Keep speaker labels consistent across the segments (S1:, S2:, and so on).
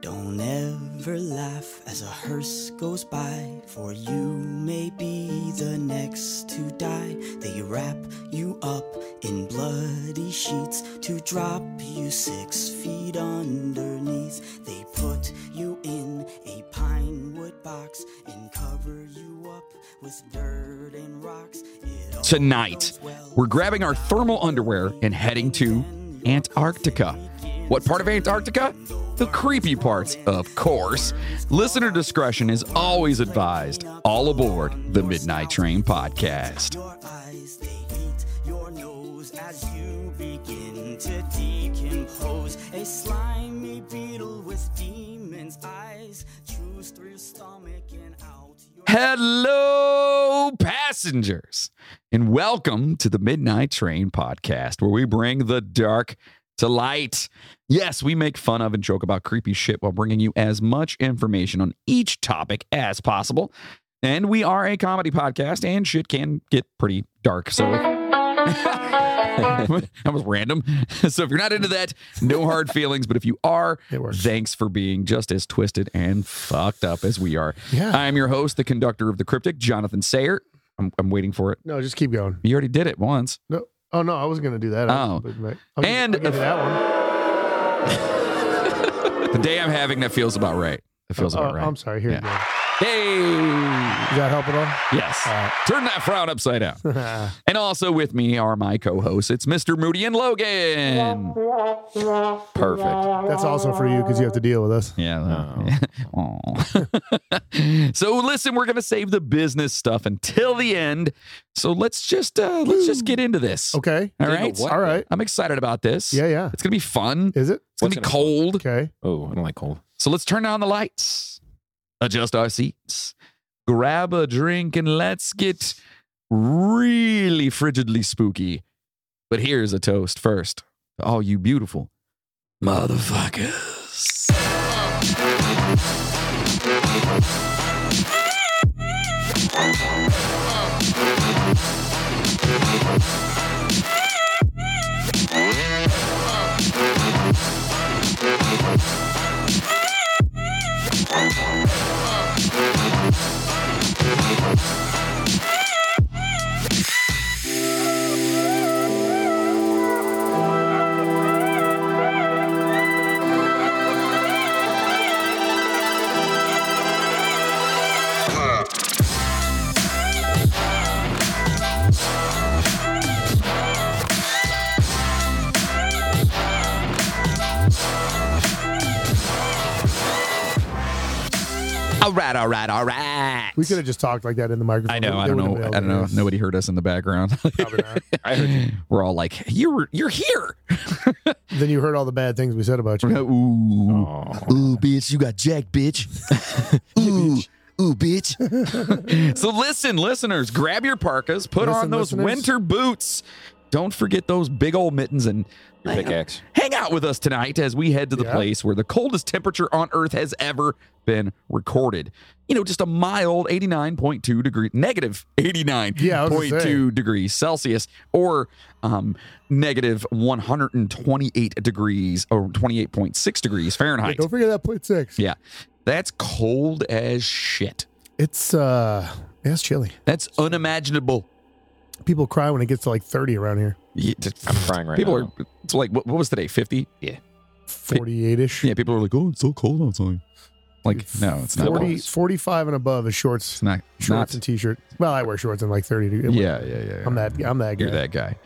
S1: Don't ever laugh as a hearse goes by, for you may be the next to die. They wrap you up in bloody sheets to drop you six feet underneath. They put you in a pine wood box and cover you up with dirt and rocks. It all
S2: Tonight,
S1: goes well
S2: we're grabbing our thermal underwear and heading to Antarctica. What part of Antarctica? The creepy parts, of course. Listener discretion is always advised. All aboard the Midnight Train podcast.
S1: your eyes, they eat your nose as you begin to decompose. A slimy beetle with demon's eyes chews through your stomach and out your.
S2: Hello, passengers, and welcome to the Midnight Train podcast, where we bring the dark to light. Yes, we make fun of and joke about creepy shit while bringing you as much information on each topic as possible. And we are a comedy podcast, and shit can get pretty dark. So, if- that was random. So, if you're not into that, no hard feelings. But if you are,
S3: It works.
S2: thanks for being just as twisted and fucked up as we are.
S3: Yeah.
S2: I'm your host, the conductor of the cryptic, Jonathan Sayer. I'm, I'm waiting for it.
S3: No, just keep going.
S2: You already did it once.
S3: No. Oh no, I wasn't gonna do that.
S2: Oh.
S3: I'll, I'll, I'll
S2: And
S3: give you that one.
S2: The day I'm having that feels about right. That feels
S3: Oh,
S2: about right.
S3: I'm sorry. Here
S2: Yeah.
S3: you go.
S2: hey,
S3: Does that help at
S2: yes. Turn that frown upside down.
S3: all? I
S2: And also with me are my co-hosts. It's Mr. Moody and Logan. Perfect.
S3: That's also for you because you have to deal with us.
S2: Yeah. Aw. so listen, we're gonna save the business stuff until the end. So let's just uh, let's just get into this.
S3: Okay.
S2: All
S4: Get into
S2: right.
S4: what?
S3: All right.
S2: I'm excited about this.
S3: Yeah, yeah.
S2: It's gonna be fun.
S3: Is it?
S2: It's gonna be
S4: What's
S2: cold.
S3: Okay.
S4: Oh, I don't like cold.
S2: So let's turn down the lights, adjust our seats, grab a drink, and let's get really frigidly spooky. But here's a toast first to all you beautiful motherfuckers. All right, all right, all right.
S3: We could have just talked like that in the microphone.
S2: I know. I
S3: They
S2: don't
S3: would've
S2: know.
S3: been
S2: I don't know.
S3: hilarious.
S2: Nobody heard us in the background.
S3: Probably not.
S4: I heard you.
S2: We're all like, "You're you're here."
S3: Then you heard all the bad things we said about you.
S2: Ooh,
S4: Oh.
S2: ooh, bitch, you got jack, bitch. ooh, ooh, bitch. so listen, listeners, grab your parkas, put
S3: Listen,
S2: on those
S3: listeners.
S2: winter boots. Don't forget those big old mittens and
S4: Your pickaxe.
S2: hang out with us tonight as we head to the
S3: Yeah.
S2: place where the coldest temperature on Earth has ever been recorded. You know, just a mild 89.2 degree, negative 89.2
S3: Yeah, I was gonna say.
S2: degrees Celsius or um, negative 128 degrees or 28.6 degrees Fahrenheit.
S3: Don't forget that point six.
S2: Yeah. That's cold as shit.
S3: It's uh, yeah, it's chilly.
S2: That's unimaginable.
S3: People cry when it gets to like thirty around here.
S2: Yeah, t-
S4: I'm crying right
S2: people
S4: now.
S2: are it's like what, what was today? 50?
S3: Forty-eight ish.
S2: Yeah, people are like, "Oh, it's so cold outside." Like, no, it's not.
S3: 40,
S2: It's
S3: 45 and above is shorts,
S2: not
S3: shorts
S2: not
S3: and t-shirt. Well, I wear shorts in like thirty. degrees.
S2: Yeah, yeah, yeah.
S3: I'm that. I'm that
S2: You're
S3: guy.
S2: that guy.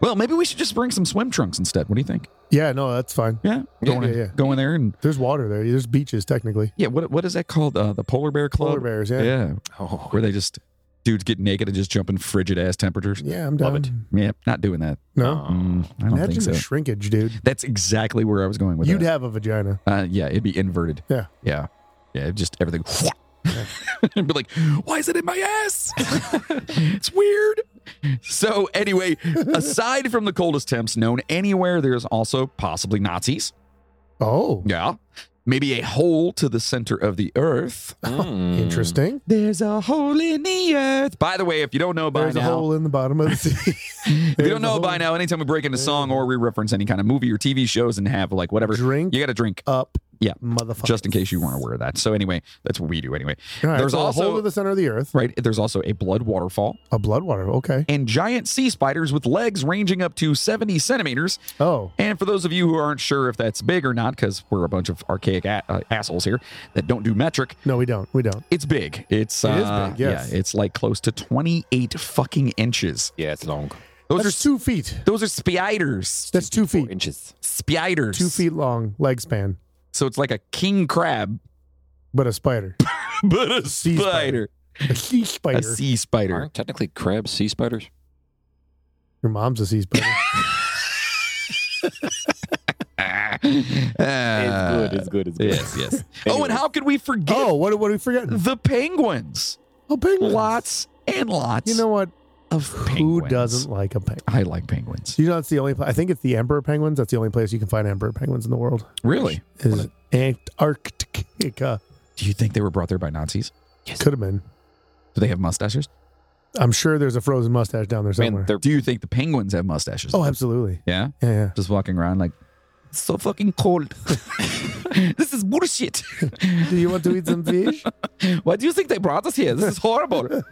S2: Well, maybe we should just bring some swim trunks instead. What do you think?
S3: Yeah, no, that's fine.
S2: Yeah,
S3: Yeah,
S2: go, in,
S3: yeah, yeah.
S2: go in there and
S3: There's water there. There's beaches technically.
S2: yeah. What what is that called? Uh, the polar bear club.
S3: Polar bears. Yeah.
S2: Yeah.
S3: Yeah,
S4: Oh,
S2: where they just dudes get naked and just jump in frigid ass temperatures.
S3: I'm
S4: Love
S3: done.
S4: it.
S2: Yeah, not doing that.
S3: No.
S2: Mm, I don't
S3: Imagine
S2: think so.
S3: the shrinkage, dude.
S2: That's exactly where I was going with
S3: You'd
S2: that.
S3: have a vagina.
S2: uh, yeah, it'd be inverted.
S3: Yeah.
S2: yeah, yeah. it'd Just everything. It'd be like, why is it in my ass? it's weird. So anyway, aside from the coldest temps known anywhere, there's also possibly Nazis.
S3: Oh,
S2: Yeah. Maybe a hole to the center of the earth.
S4: Mm.
S3: interesting.
S2: There's a hole in the earth. By the way, if you don't know by
S3: There's a
S2: now,
S3: hole in the bottom of the sea.
S2: if you
S3: there's
S2: don't
S3: a
S2: know
S3: hole.
S2: by now, anytime we break into
S3: There's
S2: song
S3: a
S2: or we reference any kind of movie or TV shows and have like whatever,
S3: Drink
S2: you got to drink.
S3: up.
S2: Yeah.
S3: Motherfucker.
S2: just in case you weren't aware of that. So anyway, that's what we do anyway.
S3: All right,
S2: There's
S3: so a
S2: also-
S3: hole to the center of the earth.
S2: Right? There's also a blood waterfall
S3: A blood water. Okay.
S2: and giant sea spiders with legs ranging up to 70 centimeters.
S3: Oh.
S2: And for those of you who aren't sure if that's big or not, because we're a bunch of archaic a- uh, assholes here that don't do metric,
S3: No, we don't. We don't.
S2: it's big. It's
S3: It is
S2: uh,
S3: big, yes.
S2: yeah, it's like close to 28 fucking inches.
S4: Yeah, it's long.
S2: Those
S3: That's
S2: are
S3: two feet.
S2: those are spiders.
S3: That's two
S4: Four
S3: feet.
S4: inches.
S2: Spiders.
S3: Two feet long leg span,
S2: So it's like a king crab,
S3: but a spider.
S2: but a
S3: Sea
S2: spider.
S3: spider. A sea
S2: A
S3: spider.
S2: sea spider.
S4: Aren't technically crabs sea spiders?
S3: Your mom's a sea spider.
S2: Ah.
S3: Uh,
S2: Ah.
S4: good. It's
S2: Yes, yes. Oh,
S4: Anyway.
S2: and how could we forget
S3: oh, what, what are we forgetting?
S2: the penguins?
S3: Oh, penguin.
S2: Lots and lots
S3: You know what?
S2: of penguins.
S3: Who doesn't like a penguin?
S2: I like penguins.
S3: You know, that's the only. pla- I think it's the emperor penguins. That's the only place you can find emperor penguins in the world.
S2: Really?
S3: Is Antarctica?
S2: Do you think they were brought there by Nazis?
S3: Could have been.
S2: Do they have mustaches?
S3: I'm sure there's a frozen mustache down there
S4: Man,
S3: somewhere.
S4: they're
S2: Do you think the penguins have mustaches?
S3: oh, absolutely.
S2: yeah.
S3: Yeah, yeah.
S2: Just walking around like "It's so fucking cold. this is bullshit.
S3: Do you want to eat some fish?
S2: Why do you think they brought us here? This is horrible.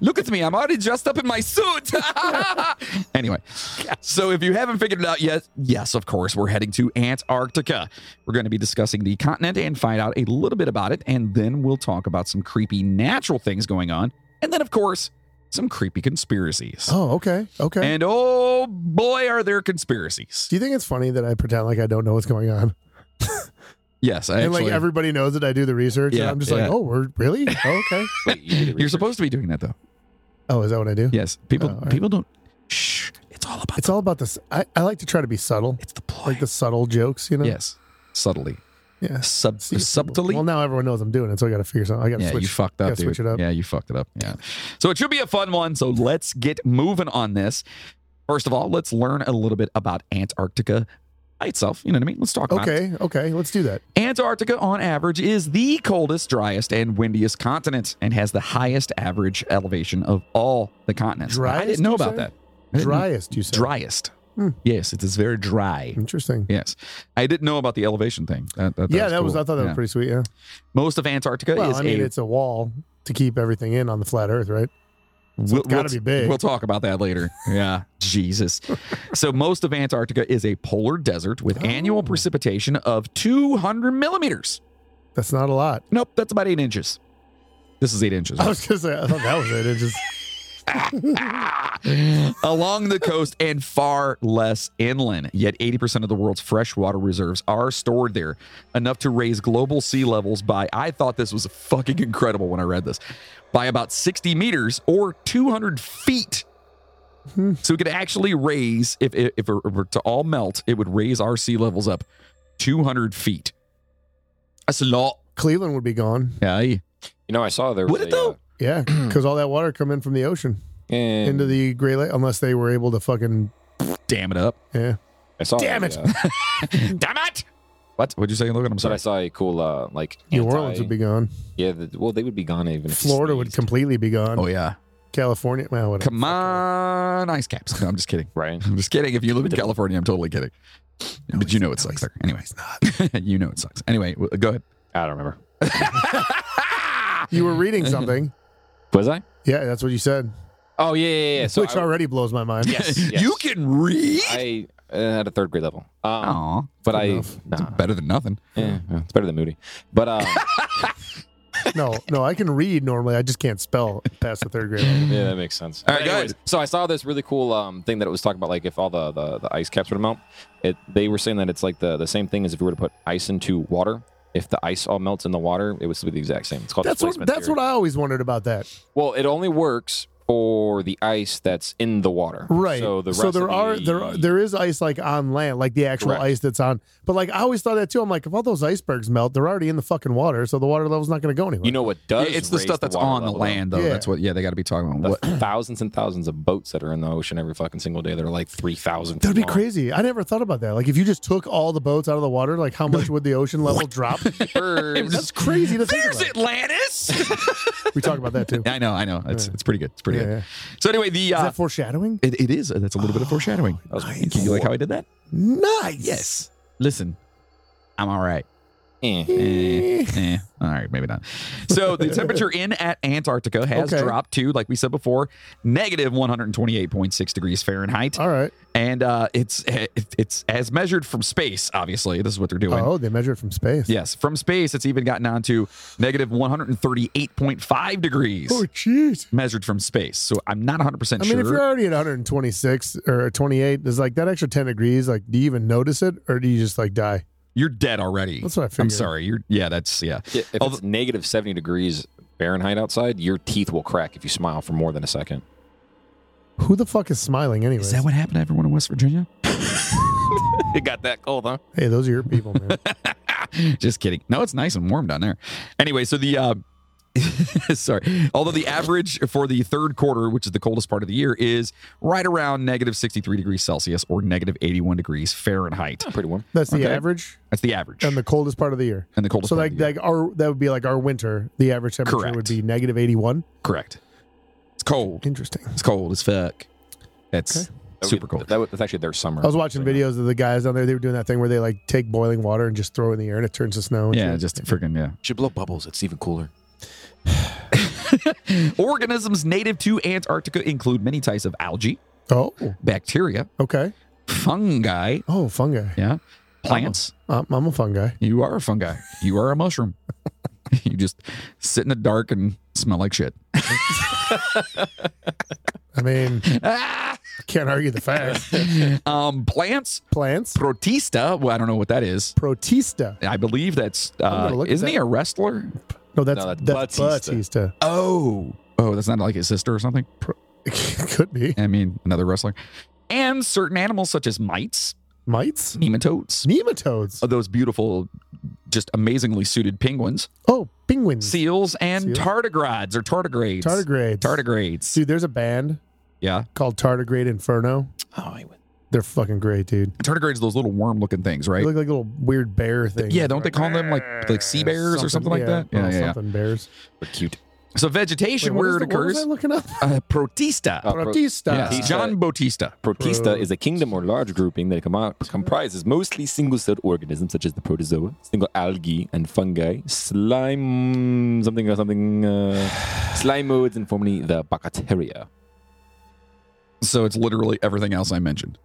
S2: Look at me. I'm already dressed up in my suit. anyway, so if you haven't figured it out yet, yes, of course, we're heading to Antarctica. We're going to be discussing the continent and find out a little bit about it. And then we'll talk about some creepy natural things going on. And then, of course, some creepy conspiracies.
S3: Oh, okay, okay.
S2: And oh boy, are there conspiracies.
S3: Do you think it's funny that I pretend like I don't know what's going on,
S2: Yes, I
S3: and
S2: actually.
S3: like everybody knows that I do the research?
S2: Yeah,
S3: and I'm just
S2: yeah.
S3: like, oh, we're really oh, okay.
S4: Wait, you did the
S2: you're
S4: research.
S2: supposed to be doing that though.
S3: Oh, is that what I do?
S2: Yes, people
S3: Oh, all right.
S2: people don't. Shh, it's all about
S3: It's all about this. I, I like to try to be subtle,
S2: it's the ploy.
S3: like the subtle jokes, you know.
S2: Yes, subtly,
S3: Yeah.
S2: sub
S3: See,
S2: subtly.
S3: Well, now everyone knows I'm doing it, so I got to figure something. I got to
S2: yeah,
S3: switch.
S2: you fucked up,
S3: gotta
S2: dude.
S3: switch it up.
S2: Yeah, you fucked it up. Yeah. So it should be a fun one. So let's get moving on this. First of all, let's learn a little bit about Antarctica by itself. You know what I mean? Let's talk about it.
S3: okay, okay, let's do that.
S2: Antarctica, on average, is the coldest, driest, and windiest continent and has the highest average elevation of all the continents. I
S3: Driest,
S2: didn't know
S3: you
S2: about
S3: say?
S2: that. I didn't know-
S3: Driest, you said.
S2: Driest.
S3: Hmm.
S2: Yes, it is very dry.
S3: Interesting.
S2: Yes. I didn't know about the elevation thing. That, that,
S3: yeah, that was.
S2: cool.
S3: I thought that
S2: Yeah.
S3: was pretty sweet. Yeah.
S2: Most of Antarctica
S3: Well,
S2: is
S3: I mean,
S2: a
S3: it's a wall to keep everything in on the flat Earth, right?
S2: We'll-
S3: gotta
S2: we'll-
S3: be big.
S2: We'll talk about that later. Yeah, Jesus. So most of Antarctica is a polar desert with annual
S3: Oh.
S2: precipitation of 200 millimeters.
S3: That's not a lot.
S2: Nope, that's about eight inches. This is eight inches.
S3: I was gonna say I thought that was it. It just
S2: Along the coast and far less inland. Yet 80% of the world's freshwater reserves are stored there, enough to raise global sea levels by, I thought this was fucking incredible when I read this, by about 60 meters or 200 feet.
S3: Hmm.
S2: So it could actually raise, if, if, if it were to all melt, it would raise our sea levels up 200 feet. That's a lot.
S3: Cleveland would be gone.
S2: Aye.
S4: You know, I saw there
S2: Would
S4: was
S2: it
S4: a,
S2: though?
S4: uh,
S3: Yeah, because all that water come in from the ocean
S4: and
S3: into the Great Lake, unless they were able to fucking
S2: Damn it up.
S3: yeah.
S4: I saw
S3: Damn
S4: a,
S3: it.
S4: uh,
S2: Damn it. What? What'd you say? Look at him.
S4: so I
S2: Sorry.
S4: saw a cool uh, like
S3: New
S4: anti-
S3: Orleans would be gone.
S4: yeah. The, well, they would be gone even. If you
S3: Florida would
S4: sneezed,
S3: completely be gone.
S2: Oh, yeah.
S3: California, well, whatever.
S2: Come on, ice caps. No, I'm just kidding.
S4: Right.
S2: I'm just kidding. If you live in California, I'm totally kidding. but you know it
S3: no,
S2: sucks
S3: he's-
S2: there. Anyway,
S3: It's not.
S2: you know it sucks. Anyway, w- go ahead.
S4: I don't remember.
S3: You were reading something.
S4: Was I?
S3: Yeah, that's what you said,
S4: Oh yeah, yeah. yeah. So
S3: which
S4: I,
S3: already blows my mind.
S4: yes, yes.
S2: You can read.
S4: I uh, at a third grade level. Um,
S2: Aw,
S4: but
S3: Oh, good
S4: I
S3: enough.
S4: nah,
S2: better than nothing.
S4: yeah, yeah, it's better than Moody. But um,
S3: No, no, I can read normally. I just can't spell past the third grade. level.
S4: yeah, that makes sense.
S2: All right,
S4: But
S2: go
S4: anyways,
S2: ahead.
S4: So I saw this really cool um, thing that it was talking about, like if all the, the, the ice caps were to melt, it, they were saying that it's like the, the same thing as if we were to put ice into water. If the ice all melts in the water, it would still be the exact same. It's called
S3: That's what.
S4: displacement
S3: That's
S4: theory.
S3: what I always wondered about that.
S4: Well, it only works for the ice that's in the water.
S3: Right.
S4: So the rest
S3: so there
S4: of
S3: are
S4: the-
S3: there are, there is ice like on land, like the actual
S4: Correct.
S3: ice that's on. But like I always thought that too. I'm like, if all those icebergs melt, they're already in the fucking water, so the water level's not going to go anywhere.
S4: You know what
S2: Yeah,
S4: does?
S2: it's the
S4: raise
S2: stuff that's
S4: water
S2: on the
S4: level, though?
S2: land, though.
S3: Yeah.
S2: That's what. Yeah, they got to be talking about
S4: The
S2: what.
S4: thousands and thousands of boats that are in the ocean every fucking single day. They're like three thousand.
S3: That'd be crazy. I never thought about that. Like if you just took all the boats out of the water, like how much would the ocean level drop? That's crazy to think
S2: There's
S3: about.
S2: Atlantis.
S3: We talk about that too.
S2: I know. I know. It's
S3: Yeah.
S2: it's pretty good. It's pretty
S3: Yeah,
S2: good.
S3: yeah.
S2: So anyway, the
S3: Is
S2: uh,
S3: that foreshadowing?
S2: it, it is. That's a little bit of foreshadowing.
S4: That was
S2: You like how I did that?
S3: Nice.
S2: Yes. Listen, I'm all right.
S4: Eh.
S2: Eh, eh. All right, maybe not. So the temperature in at Antarctica has
S3: Okay.
S2: dropped to, like we said before, negative 128.6 degrees Fahrenheit,
S3: All right.
S2: and uh, it's it- it's as measured from space. Obviously, this is what they're doing.
S3: Oh, they measure it from space.
S2: Yes, from space, it's even gotten down to negative 138.5 degrees
S3: Oh, jeez.
S2: measured from space. So I'm not 100 percent
S3: I mean,
S2: sure.
S3: if you're already at 126 or 28, there's like that extra 10 degrees. Like, do you even notice it, or do you just like die?
S2: You're dead already.
S3: That's what I
S2: I'm
S3: figured.
S2: sorry. You're yeah. That's yeah.
S4: Yeah, If
S2: Although-
S4: it's negative 70 degrees Fahrenheit outside, your teeth will crack if you smile for more than a second.
S3: Who the fuck is smiling anyway?
S2: Is that what happened to everyone in West Virginia?
S4: It got that cold, huh?
S3: Hey, those are your people, man.
S2: Just kidding. No, it's nice and warm down there. Anyway, so the uh sorry. Although the average for the third quarter, which is the coldest part of the year, is right around negative 63 degrees Celsius or negative 81 degrees Fahrenheit.
S4: Pretty warm.
S3: That's the
S2: Okay.
S3: average
S2: That's the average.
S3: and the coldest part of the year.
S2: and the coldest
S3: So,
S2: part
S3: like,
S2: of the year.
S3: like our that would be like our winter. The average temperature would
S2: Correct.
S3: be negative 81.
S2: correct. It's cold.
S3: Interesting.
S2: It's cold as fuck. It's
S4: That would-
S2: super cold.
S4: That, would- that's actually their summer.
S3: I was watching
S4: right now.
S3: videos of the guys down there. They were doing that thing where they like take boiling water and just throw it in the air and it turns to snow. and
S2: Yeah,
S3: shit.
S2: just freaking yeah.
S4: Should blow bubbles. It's even cooler.
S2: Organisms native to Antarctica include many types of algae,
S3: oh,
S2: bacteria,
S3: okay.
S2: fungi,
S3: Oh, fungi.
S2: yeah, plants.
S3: I'm, I'm a fungi.
S2: You are a fungi. You are a mushroom. you just sit in the dark and smell like shit.
S3: I mean,
S2: Ah!
S3: can't argue the facts.
S2: Um, plants,
S3: Plants,
S2: protista. Well, I don't know what that is.
S3: protista.
S2: I believe that's
S3: gonna
S2: uh,
S3: look at
S2: isn't he
S3: that.
S2: a wrestler?
S3: No, that's
S4: No,
S3: that's
S4: that's
S3: Batista.
S2: Oh, oh, that's not like his sister or something.
S3: Could be
S2: I mean, another wrestler. And certain animals such as mites,
S3: mites,
S2: nematodes, uh,
S3: nematodes.
S2: those beautiful, just amazingly suited penguins,
S3: Oh, penguins,
S2: seals, and
S3: Seals.
S2: tardigrades or tardigrades.
S3: tardigrades.
S2: tardigrades.
S3: Dude, there's a band
S2: Yeah.
S3: called Tardigrade Inferno.
S4: Oh, I would.
S3: They're fucking great, dude.
S2: Tardigrades are those little worm looking things,
S3: They
S2: right?
S3: look like little weird bear things.
S2: Yeah, don't they call them like like sea bears or something like that?
S3: Yeah, oh,
S2: Yeah, yeah, yeah.
S3: something bears.
S4: They're cute.
S2: So vegetation
S3: Wait, what
S2: where
S3: is
S2: it
S3: the- what was
S2: occurs,
S3: I looking up?
S2: uh, protista.
S4: Uh, pro-
S3: Protista.
S2: Yes,
S4: Protista.
S2: John Bautista.
S4: Protista
S3: Pro-
S4: is a kingdom or large grouping that com- comprises mostly single-celled organisms such as the protozoa, single algae and fungi, slime something or something, uh, slime modes, and formerly the bacteria.
S2: So it's literally everything else I mentioned.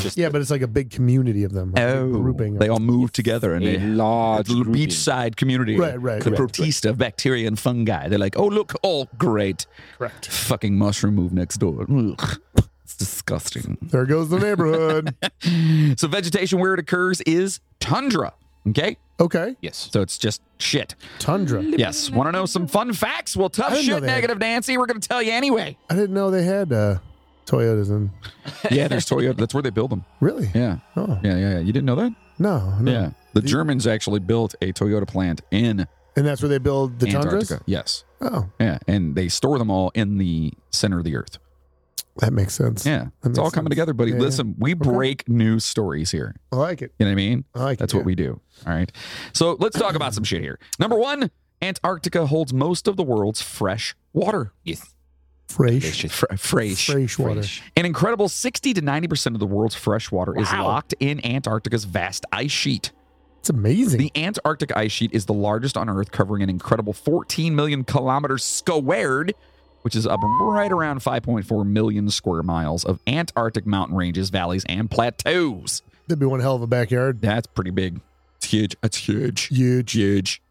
S4: Just
S3: Yeah, but it's like a big community of them. like a grouping.
S2: Oh, they
S3: of,
S2: all move together in
S4: a
S2: a, a
S4: large
S2: little
S4: grouping.
S2: beachside community.
S3: Right, right,
S2: The
S3: right,
S2: protista of bacteria and fungi. They're like, oh look, oh great,
S3: correct.
S2: fucking mushroom move next door. Ugh. It's disgusting.
S3: There goes the neighborhood.
S2: So vegetation where it occurs is tundra. Okay,
S3: okay,
S4: Yes.
S2: so it's just shit.
S3: tundra.
S2: Yes. Want to know some fun facts? Well,
S3: I
S2: tough
S3: didn't know
S2: shit,
S3: they had-
S2: negative Nancy. We're going to tell you anyway.
S3: I didn't know they had uh, Toyotas in.
S2: yeah, there's Toyota. That's where they build them.
S3: Really?
S2: Yeah.
S3: Oh
S2: Yeah. Yeah. yeah. You didn't know that?
S3: no, no.
S2: Yeah. The Germans actually built a Toyota plant in
S3: And that's where they build the
S2: Antarctica.
S3: tundras.
S2: Yes.
S3: Oh,
S2: Yeah. And they store them all in the center of the earth.
S3: that makes sense.
S2: Yeah.
S3: That
S2: It's all
S3: makes
S2: coming
S3: sense.
S2: together, buddy.
S3: Yeah, yeah.
S2: Listen, we break news stories here.
S3: I like it.
S2: You know what I mean?
S3: I like
S2: That's
S3: it.
S2: what we do. All right. So let's talk about some shit here. Number one, Antarctica holds most of the world's fresh water.
S4: Yes.
S3: Fresh,
S2: Fr- fresh.
S3: fresh water.
S2: An incredible 60 to 90% of the world's fresh water is
S3: Wow.
S2: locked in Antarctica's vast ice sheet.
S3: It's amazing.
S2: The Antarctic ice sheet is the largest on Earth, covering an incredible 14 million kilometers squared, which is up right around 5.4 million square miles of Antarctic mountain ranges, valleys, and plateaus.
S3: That'd be one hell of a backyard.
S2: That's pretty big. It's huge. That's huge.
S3: Huge.
S2: Huge.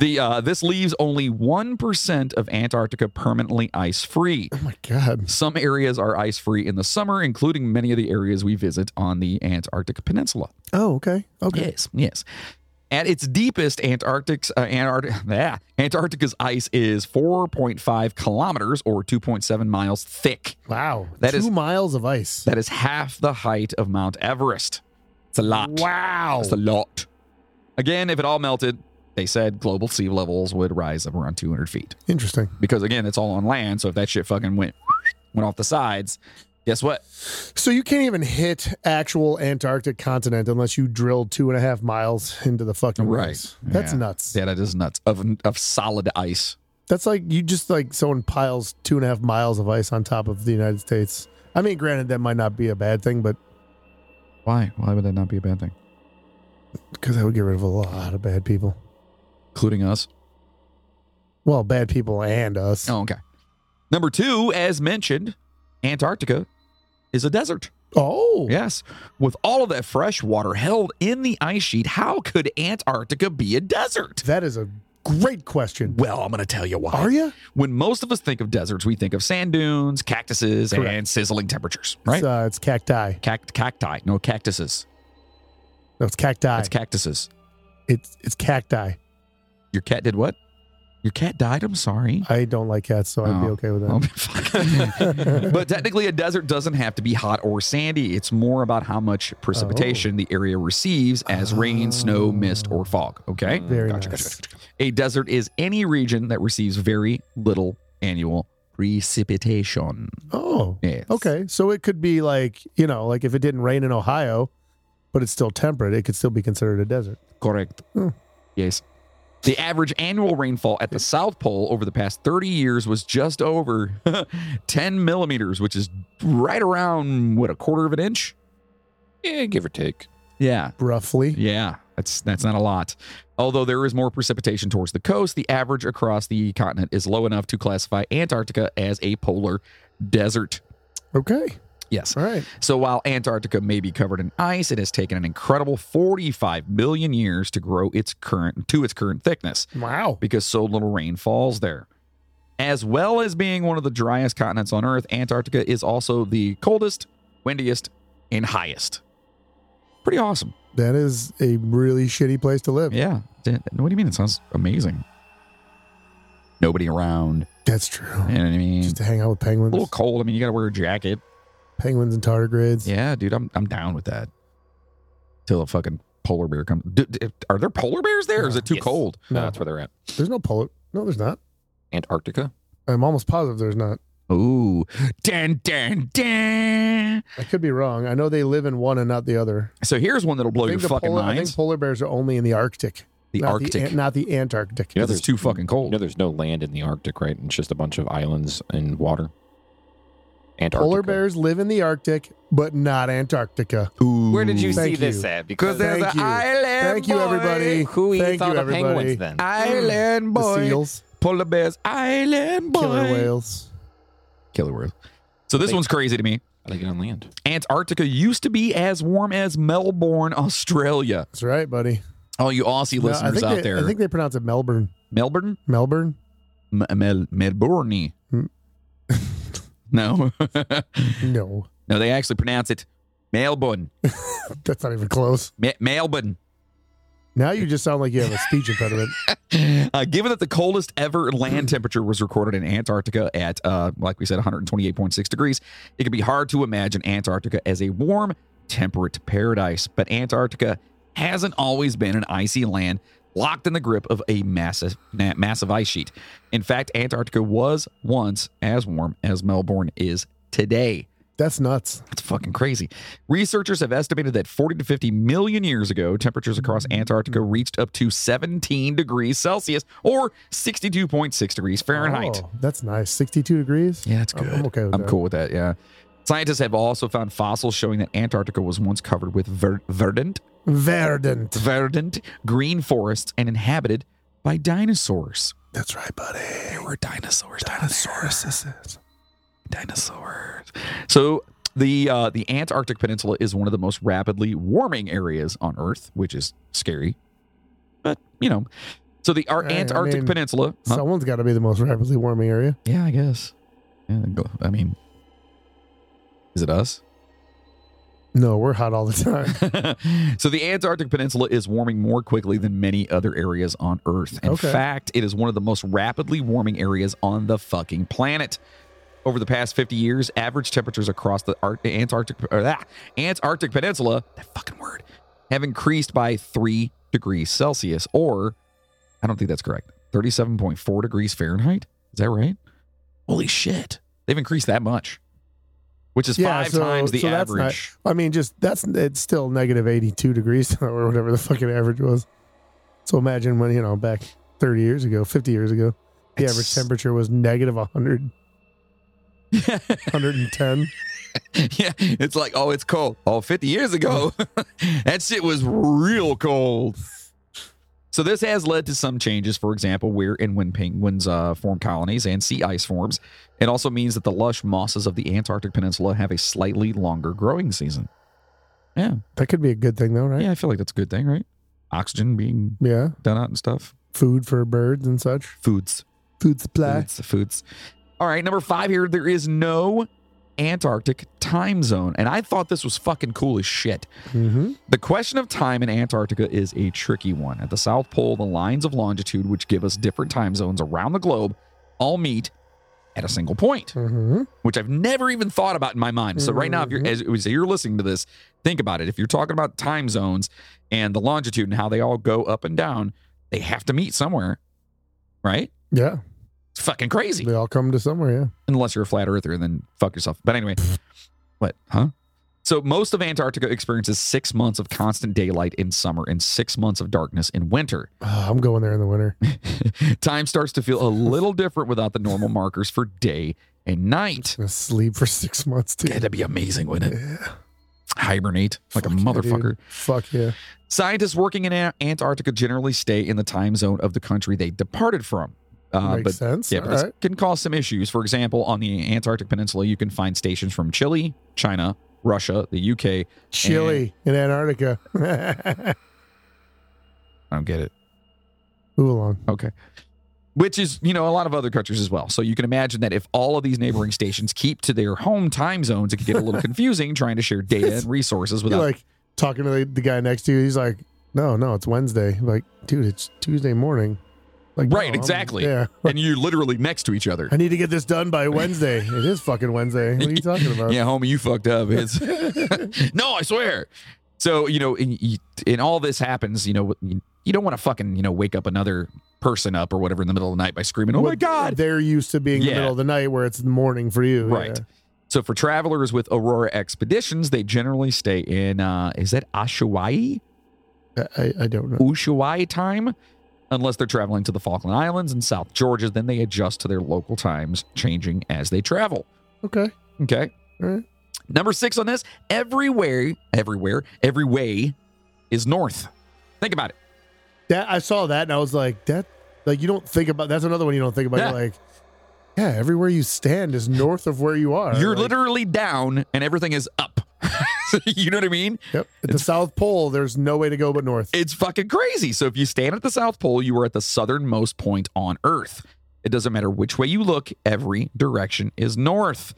S2: the uh, this leaves only one percent of Antarctica permanently ice free.
S3: Oh my god.
S2: Some areas are ice free in the summer, including many of the areas we visit on the Antarctic Peninsula.
S3: Oh, okay. Okay.
S2: Yes, yes. At its deepest, Antarctic's uh, Antarctic, ah, Antarctica's ice is 4.5 kilometers or 2.7 miles thick.
S3: Wow.
S2: That
S3: Two
S2: is-
S3: miles of ice.
S2: That is half the height of Mount Everest. It's a lot.
S3: Wow.
S2: It's a lot. Again, if it all melted, they said global sea levels would rise up around 200 feet
S3: Interesting.
S2: because again, it's all on land. So if that shit fucking went went off the sides, guess what?
S3: So you can't even hit actual Antarctic continent unless you drill two and a half miles into the fucking
S2: Right.
S3: ice. That's
S2: Yeah.
S3: nuts.
S2: Yeah, that is nuts. Of of solid ice.
S3: That's like you just like someone piles two and a half miles of ice on top of the United States. I mean, granted, that might not be a bad thing, but
S2: Why? Why would that not be a bad thing?
S3: because that would get rid of a lot of bad people.
S2: including us.
S3: Well, bad people and us.
S2: Oh, okay. Number two, as mentioned, Antarctica is a desert.
S3: Oh,
S2: Yes. With all of that fresh water held in the ice sheet, how could Antarctica be a desert?
S3: that is a great question.
S2: Well, I'm going to tell you why.
S3: Are you?
S2: when most of us think of deserts, we think of sand dunes, cactuses,
S3: Correct.
S2: and sizzling temperatures, right?
S3: It's, uh, it's cacti.
S2: Cact- cacti. No, cactuses.
S3: No, it's cacti.
S2: That's cactuses.
S3: it's it's cacti.
S2: Your cat did what? Your cat died? I'm sorry.
S3: I don't like cats, so I'd be
S2: Oh.
S3: okay with that.
S2: Oh, fuck. but technically, a desert doesn't have to be hot or sandy. It's more about how much precipitation the area receives as rain, snow, mist, or fog. Okay.
S4: Mm,
S3: Very
S2: Gotcha,
S3: nice.
S2: gotcha, A desert is any region that receives very little annual precipitation.
S3: Oh,
S2: Yes.
S3: okay. So it could be like you know, like if it didn't rain in Ohio, but it's still temperate, it could still be considered a desert.
S2: Correct.
S3: Hmm.
S2: Yes. The average annual rainfall at the South Pole over the past 30 years was just over 10 millimeters, which is right around, what, a quarter of an inch?
S4: Yeah, give or take.
S2: Yeah.
S3: Roughly,
S2: Yeah, that's that's not a lot. Although there is more precipitation towards the coast, the average across the continent is low enough to classify Antarctica as a polar desert.
S3: okay,
S2: Yes.
S3: all right.
S2: So while Antarctica may be covered in ice, it has taken an incredible 45 million years to grow its current to its current thickness
S3: Wow.
S2: because so little rain falls there. As well as being one of the driest continents on Earth, Antarctica is also the coldest, windiest, and highest. Pretty awesome.
S3: That is a really shitty place to live.
S2: Yeah. Dan- What do you mean? It sounds amazing. Nobody around.
S3: That's true.
S2: You know what I mean?
S3: Just to hang out with
S2: a
S3: penguins,
S2: little cold. I mean, you got to wear a jacket.
S3: penguins and tardigrades.
S2: Yeah, dude, I'm I'm down with that. Till a fucking polar bear comes. D- d- are there polar bears there? Or is it too
S4: Yes.
S2: cold?
S4: No,
S3: No.
S4: that's where they're at.
S3: There's no polar. No, there's not.
S4: Antarctica.
S3: I'm almost positive there's not.
S2: Ooh. Dan, dan, dan.
S3: I could be wrong. I know they live in one and not the other.
S2: So here's one that'll blow
S3: I
S2: Oh, your
S3: think the
S2: fucking
S3: polar, I
S2: mind.
S3: think polar bears are only in the Arctic.
S2: The
S3: not
S2: Arctic.
S3: the, An- not the Antarctic.
S4: You know
S2: Because it's
S4: there's-
S2: too fucking
S4: You
S2: cold.
S4: know, there's no land in the Arctic, right? It's just a bunch of islands and water. Antarctica.
S3: Polar bears live in the Arctic, but not Antarctica.
S2: Ooh.
S5: Where did you
S3: Thank
S5: see this
S3: you.
S5: at?
S2: Because there's
S3: Thank
S2: an
S3: you.
S2: island.
S3: Thank you, Mm.
S2: boy.
S3: everybody.
S5: who
S3: Thank
S5: eats all
S3: you,
S5: the
S3: everybody.
S5: penguins then?
S2: Island boy.
S3: The seals,
S2: Polar bears. Island boy.
S3: killer whales.
S2: Killer whales. So this
S4: Like-
S2: one's crazy to me.
S4: How they get on land?
S2: Antarctica used to be as warm as Melbourne, Australia.
S3: That's right, buddy.
S2: All you Aussie
S3: No, I
S2: listeners
S3: think
S2: out
S3: they,
S2: there,
S3: I think they pronounce it Melbourne.
S2: Melbourne,
S3: Melbourne.
S2: M- Mel- Melbourne.
S3: Hmm.
S2: no,
S3: No,
S2: no, they actually pronounce it Melbourne,
S3: that's not even close.
S2: Me- Melbourne.
S3: Now you just sound like you have a speech impediment.
S2: Uh, given that the coldest ever land temperature was recorded in Antarctica at, uh, like we said, 128.6 degrees, it could be hard to imagine Antarctica as a warm, temperate paradise. But Antarctica hasn't always been an icy land locked in the grip of a massive, na- massive ice sheet. In fact, Antarctica was once as warm as Melbourne is today.
S3: That's nuts.
S2: That's fucking crazy. Researchers have estimated that 40 to 50 million years ago, temperatures across
S3: Mm.
S2: Antarctica reached up to 17 degrees Celsius or 62.6 degrees Fahrenheit.
S3: Oh, that's nice. 62 degrees.
S2: Yeah, that's
S3: I'm-
S2: good.
S3: I'm okay with
S2: I'm
S3: that.
S2: cool with that. Yeah. Scientists have also found fossils showing that Antarctica was once covered with ver- verdant,
S3: Verdant.
S2: verdant green forests and inhabited by dinosaurs.
S3: That's right, buddy.
S2: There were dinosaurs.
S3: Dinosaurs.
S2: dinosaurs. So the uh, the Antarctic Peninsula is one of the most rapidly warming areas on Earth, which is scary. But you know, so the Ar-
S3: I- I
S2: Antarctic
S3: mean,
S2: Peninsula. huh?
S3: Someone's got to be the most rapidly warming area.
S2: yeah, I guess. Yeah, go- I mean, is it us?
S3: No, we're hot all the time.
S2: so the Antarctic Peninsula is warming more quickly than many other areas on Earth. In
S3: Okay.
S2: fact, it is one of the most rapidly warming areas on the fucking planet. Over the past 50 years, average temperatures across the Ar- Antarctic or, ah, Antarctic Peninsula, that fucking word, have increased by 3 degrees Celsius or I don't think that's correct. 37.4 degrees Fahrenheit? Is that right? Holy shit. They've increased that much. Which is
S3: Yeah,
S2: five
S3: so-
S2: times the
S3: so that's
S2: average.
S3: not- I mean, just that's it's still negative 82 degrees or whatever the fucking average was. So imagine when, you know, back 30 years ago, 50 years ago, the
S2: It's-
S3: average temperature was negative 100, 110.
S2: yeah, it's like, oh, it's cold. Oh, 50 years ago, that shit was real cold. So this has led to some changes, for example, where and when penguins uh, form colonies and sea ice forms. It also means that the lush mosses of the Antarctic Peninsula have a slightly longer growing season. Yeah,
S3: That could be a good thing, though, right?
S2: yeah, I feel like that's a good thing, right? Oxygen being
S3: Yeah.
S2: done out and stuff.
S3: Food for birds and such.
S2: Foods.
S3: Food supply.
S2: Foods, foods. All right, number five here. There is no Antarctic time zone, and I thought this was fucking cool as shit.
S3: Mm-hmm.
S2: The question of time in Antarctica is a tricky one. At the South Pole, the lines of longitude, which give us different time zones around the globe, all meet at a single point,
S3: Mm-hmm.
S2: which I've never even thought about in my mind. So right now, if you're as, as you're listening to this, think about it. If you're talking about time zones and the longitude and how they all go up and down, they have to meet somewhere, right?
S3: Yeah.
S2: It's fucking crazy
S3: They all come to somewhere. Yeah.
S2: unless you're a flat earther, then fuck yourself. But anyway, what? Huh? So most of Antarctica experiences six months of constant daylight in summer and six months of darkness in winter.
S3: Ah, I'm going there in the winter.
S2: Time starts to feel a little different without the normal markers for day and night.
S3: Gonna sleep for six months too.
S2: Yeah, that'd be amazing, wouldn't it?
S3: Yeah.
S2: Hibernate like a
S3: Fuck yeah, dude.
S2: motherfucker.
S3: Fuck yeah.
S2: Scientists working in An- Antarctica generally stay in the time zone of the country they departed from. Uh,
S3: Makes
S2: but
S3: sense.
S2: Yeah,
S3: All
S2: but this
S3: right.
S2: can cause some issues. For example, on the Antarctic Peninsula, you can find stations from Chile, China, Russia, the UK. I
S3: Chile in Antarctica.
S2: don't get it.
S3: Move along.
S2: Okay. Which is, you know, a lot of other countries as well. So you can imagine that if all of these neighboring stations keep to their home time zones, it could get a little confusing trying to share data and resources
S3: You're
S2: without.
S3: like talking to the, the guy next to you. He's like, no, no, it's Wednesday. I'm like, dude, it's Tuesday morning. Like,
S2: Right,
S3: "No, I'm-
S2: exactly.
S3: Yeah.
S2: and you're literally next to each other.
S3: I need to get this done by Wednesday. it is fucking Wednesday. What are you talking about?
S2: yeah, homie, you fucked up. It's no, I swear. So you know, in, you- in all this happens, you know, you you don't want to fucking you know wake up another person up or whatever in the middle of the night by screaming, "Oh my
S3: What-
S2: god!"
S3: They're used to being
S2: Yeah.
S3: the middle of the night where it's the morning for you.
S2: Right. So for travelers with Aurora expeditions, they generally stay in uh, is that Ushuaia,
S3: Yeah. I, I don't know.
S2: Ushuaia time, unless they're traveling to the Falkland Islands and South Georgia. Then they adjust to their local times, changing as they travel.
S3: Okay.
S2: Okay.
S3: All right.
S2: Number six on this everywhere, everywhere, every way is north. Think about it.
S3: That I saw that and I was like, that like you don't think about that's another one you don't think about.
S2: Yeah.
S3: You're like, yeah, everywhere you stand is north of where you are.
S2: You're
S3: Like,
S2: literally down and everything is up. you know what I mean?
S3: yep. at the South Pole, there's no way to go but north.
S2: It's fucking crazy. So if you stand at the South Pole, you are at the southernmost point on Earth. It doesn't matter which way you look, every direction is north.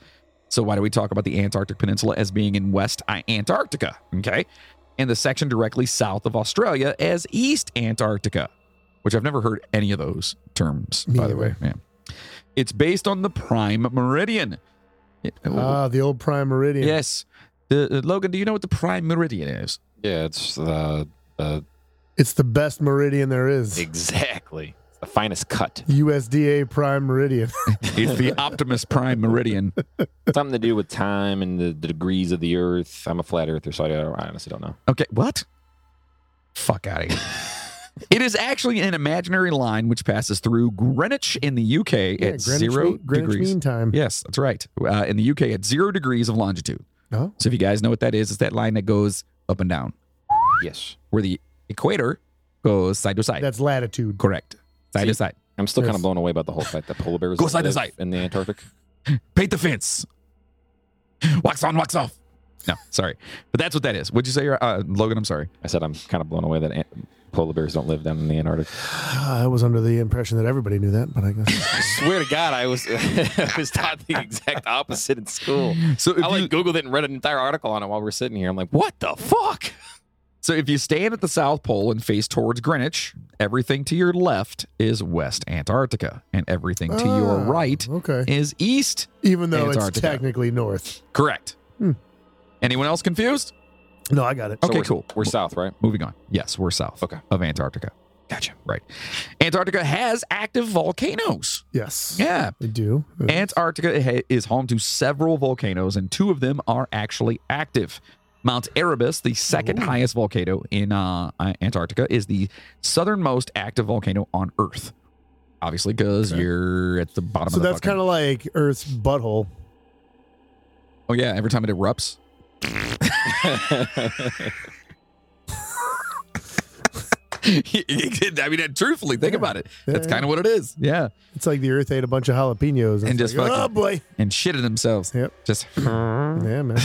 S2: So why do we talk about the Antarctic Peninsula as being in West I- Antarctica? Okay. And the section directly south of Australia as East Antarctica, which I've never heard any of those terms,
S3: Me
S2: by the way.
S3: either.
S2: Yeah. It's based on the prime meridian. It-
S3: Ah, the old prime meridian.
S2: yes. The- uh, Logan, do you know what the prime meridian is?
S4: Yeah, it's uh, uh,
S3: It's the best meridian there is.
S4: exactly It's the finest cut.
S3: USDA prime meridian.
S2: It's the Optimus Prime Meridian.
S4: Something to do with time and the, the degrees of the Earth. I'm a flat earther, so I, don't, I honestly don't know.
S2: Okay, what? Fuck out of here. it is actually an imaginary line which passes through Greenwich in the UK
S3: Yeah,
S2: at
S3: Greenwich
S2: zero
S3: mean, Greenwich
S2: degrees.
S3: Mean Time.
S2: Yes, that's right. Uh, in the UK at zero degrees of longitude.
S3: No?
S2: So if you guys know what that is, it's that line that goes up and down,
S4: Yes,
S2: where the equator goes side to side.
S3: That's latitude.
S2: Correct. Side to
S4: See?
S2: side.
S4: I'm still kind
S3: Yes.
S4: of blown away about the whole fact that polar bears
S2: Go
S4: don't
S2: side to
S4: live
S2: side.
S4: in the Antarctic.
S2: Paint the fence. Wax on, wax off. No, sorry, but that's what that is. What'd you say, uh, Logan? I'm sorry.
S4: I said I'm kind of blown away that an- polar bears don't live down in the Antarctic.
S2: Ah.
S3: Ah, I was under the impression that everybody knew that, but I guess
S4: I swear to God, I was I was taught the exact opposite in school.
S2: So if
S4: I
S2: you-
S4: like googled it and read an entire article on it while we're sitting here. I'm like, what the fuck?
S2: So if you stand at the South Pole and face towards Greenwich, everything to your left is West Antarctica, and everything to your
S3: Ah,
S2: right
S3: Okay.
S2: is East.
S3: Even though it's
S2: Antarctica.
S3: technically north.
S2: Correct.
S3: Hmm.
S2: Anyone else confused?
S3: No, I got it.
S2: Okay,
S4: we're-
S2: cool.
S4: We're south, right?
S2: Moving on. Yes, we're south
S4: Okay.
S2: of Antarctica.
S4: Gotcha.
S2: Right. Antarctica has active volcanoes.
S3: Yes.
S2: Yeah.
S3: I do.
S2: Antarctica ha- is home to several volcanoes, and two of them are actually active. Mount Erebus, the second highest volcano in uh, uh, Antarctica, is the southernmost active volcano on Earth. Obviously, because you're at the bottom
S3: So
S2: of the
S3: that's
S2: fucking-
S3: kind of like Earth's butthole.
S2: Oh yeah, every time it erupts. I mean, truthfully, think
S3: Yeah.
S2: about it. That's
S3: Yeah.
S2: kind of what it is. Yeah,
S3: It's like the Earth ate a bunch of jalapenos
S2: And
S3: it's
S2: just
S3: like,
S2: fucking-
S3: oh boy,
S2: and shitted themselves.
S3: Yep.
S2: Just
S3: yeah, man.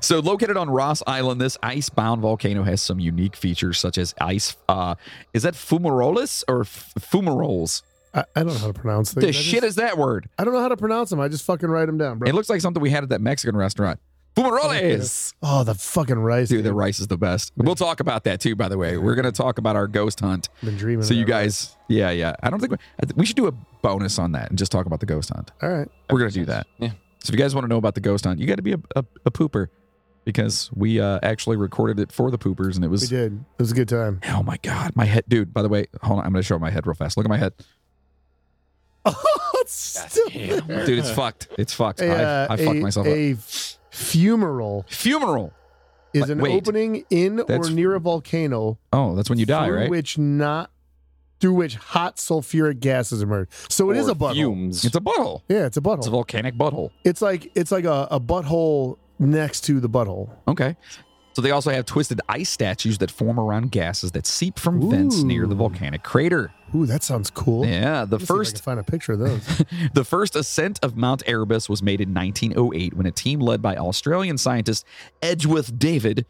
S2: So, located on Ross Island, this ice-bound volcano has some unique features, such as ice. Uh, is that fumaroles or f- fumaroles?
S3: I, I don't know how to pronounce things.
S2: The
S3: I just-
S2: shit is that word?
S3: I don't know how to pronounce them. I just fucking write them down, bro.
S2: It looks like something we had at that Mexican restaurant. Fumaroles.
S3: oh, the fucking rice.
S2: Dude, the rice is the best. We'll talk about that too. By the way, we're gonna talk about our ghost hunt.
S3: Been dreaming.
S2: So
S3: of
S2: you
S3: that
S2: guys, yeah, yeah. I don't think we, I th- we should do a bonus on that and just talk about the ghost hunt.
S3: rice. All right.
S2: We're gonna do that.
S4: Yeah.
S2: So if you guys want to know about the ghost hunt, you got to be a, a, a pooper because we uh, actually recorded it for the poopers, and it
S3: We
S2: was
S3: did. It was a good time.
S2: oh my god, my head, dude. By the way, hold on, I'm gonna show my head real fast. Look at my head,
S3: Oh, it's still
S4: Goddamn.
S3: there.
S2: dude. It's fucked. It's fucked.
S3: A, uh,
S2: I, I fucked
S3: a-
S2: myself up.
S3: A f- fumarole
S2: Funeral.
S3: is
S2: Like,
S3: an
S2: wait.
S3: opening in
S2: That's-
S3: or near a volcano
S2: Oh, that's when you die,
S3: through
S2: right?
S3: which not through which hot sulfuric gases emerge. So it is a butthole.
S4: Fumes.
S2: It's a butthole.
S3: Yeah, it's a butthole.
S2: It's
S3: It's,
S2: a volcanic butthole.
S3: like it's like a, a butthole next to the butthole.
S2: Okay. So they also have twisted ice statues that form around gases that seep from vents near the
S3: Ooh.
S2: volcanic crater.
S3: Ooh, that sounds cool.
S2: Yeah, the
S3: Let me see if I
S2: first
S3: can find a picture of those.
S2: The first ascent of Mount Erebus was made in 1908 when a team led by Australian scientist Edgeworth David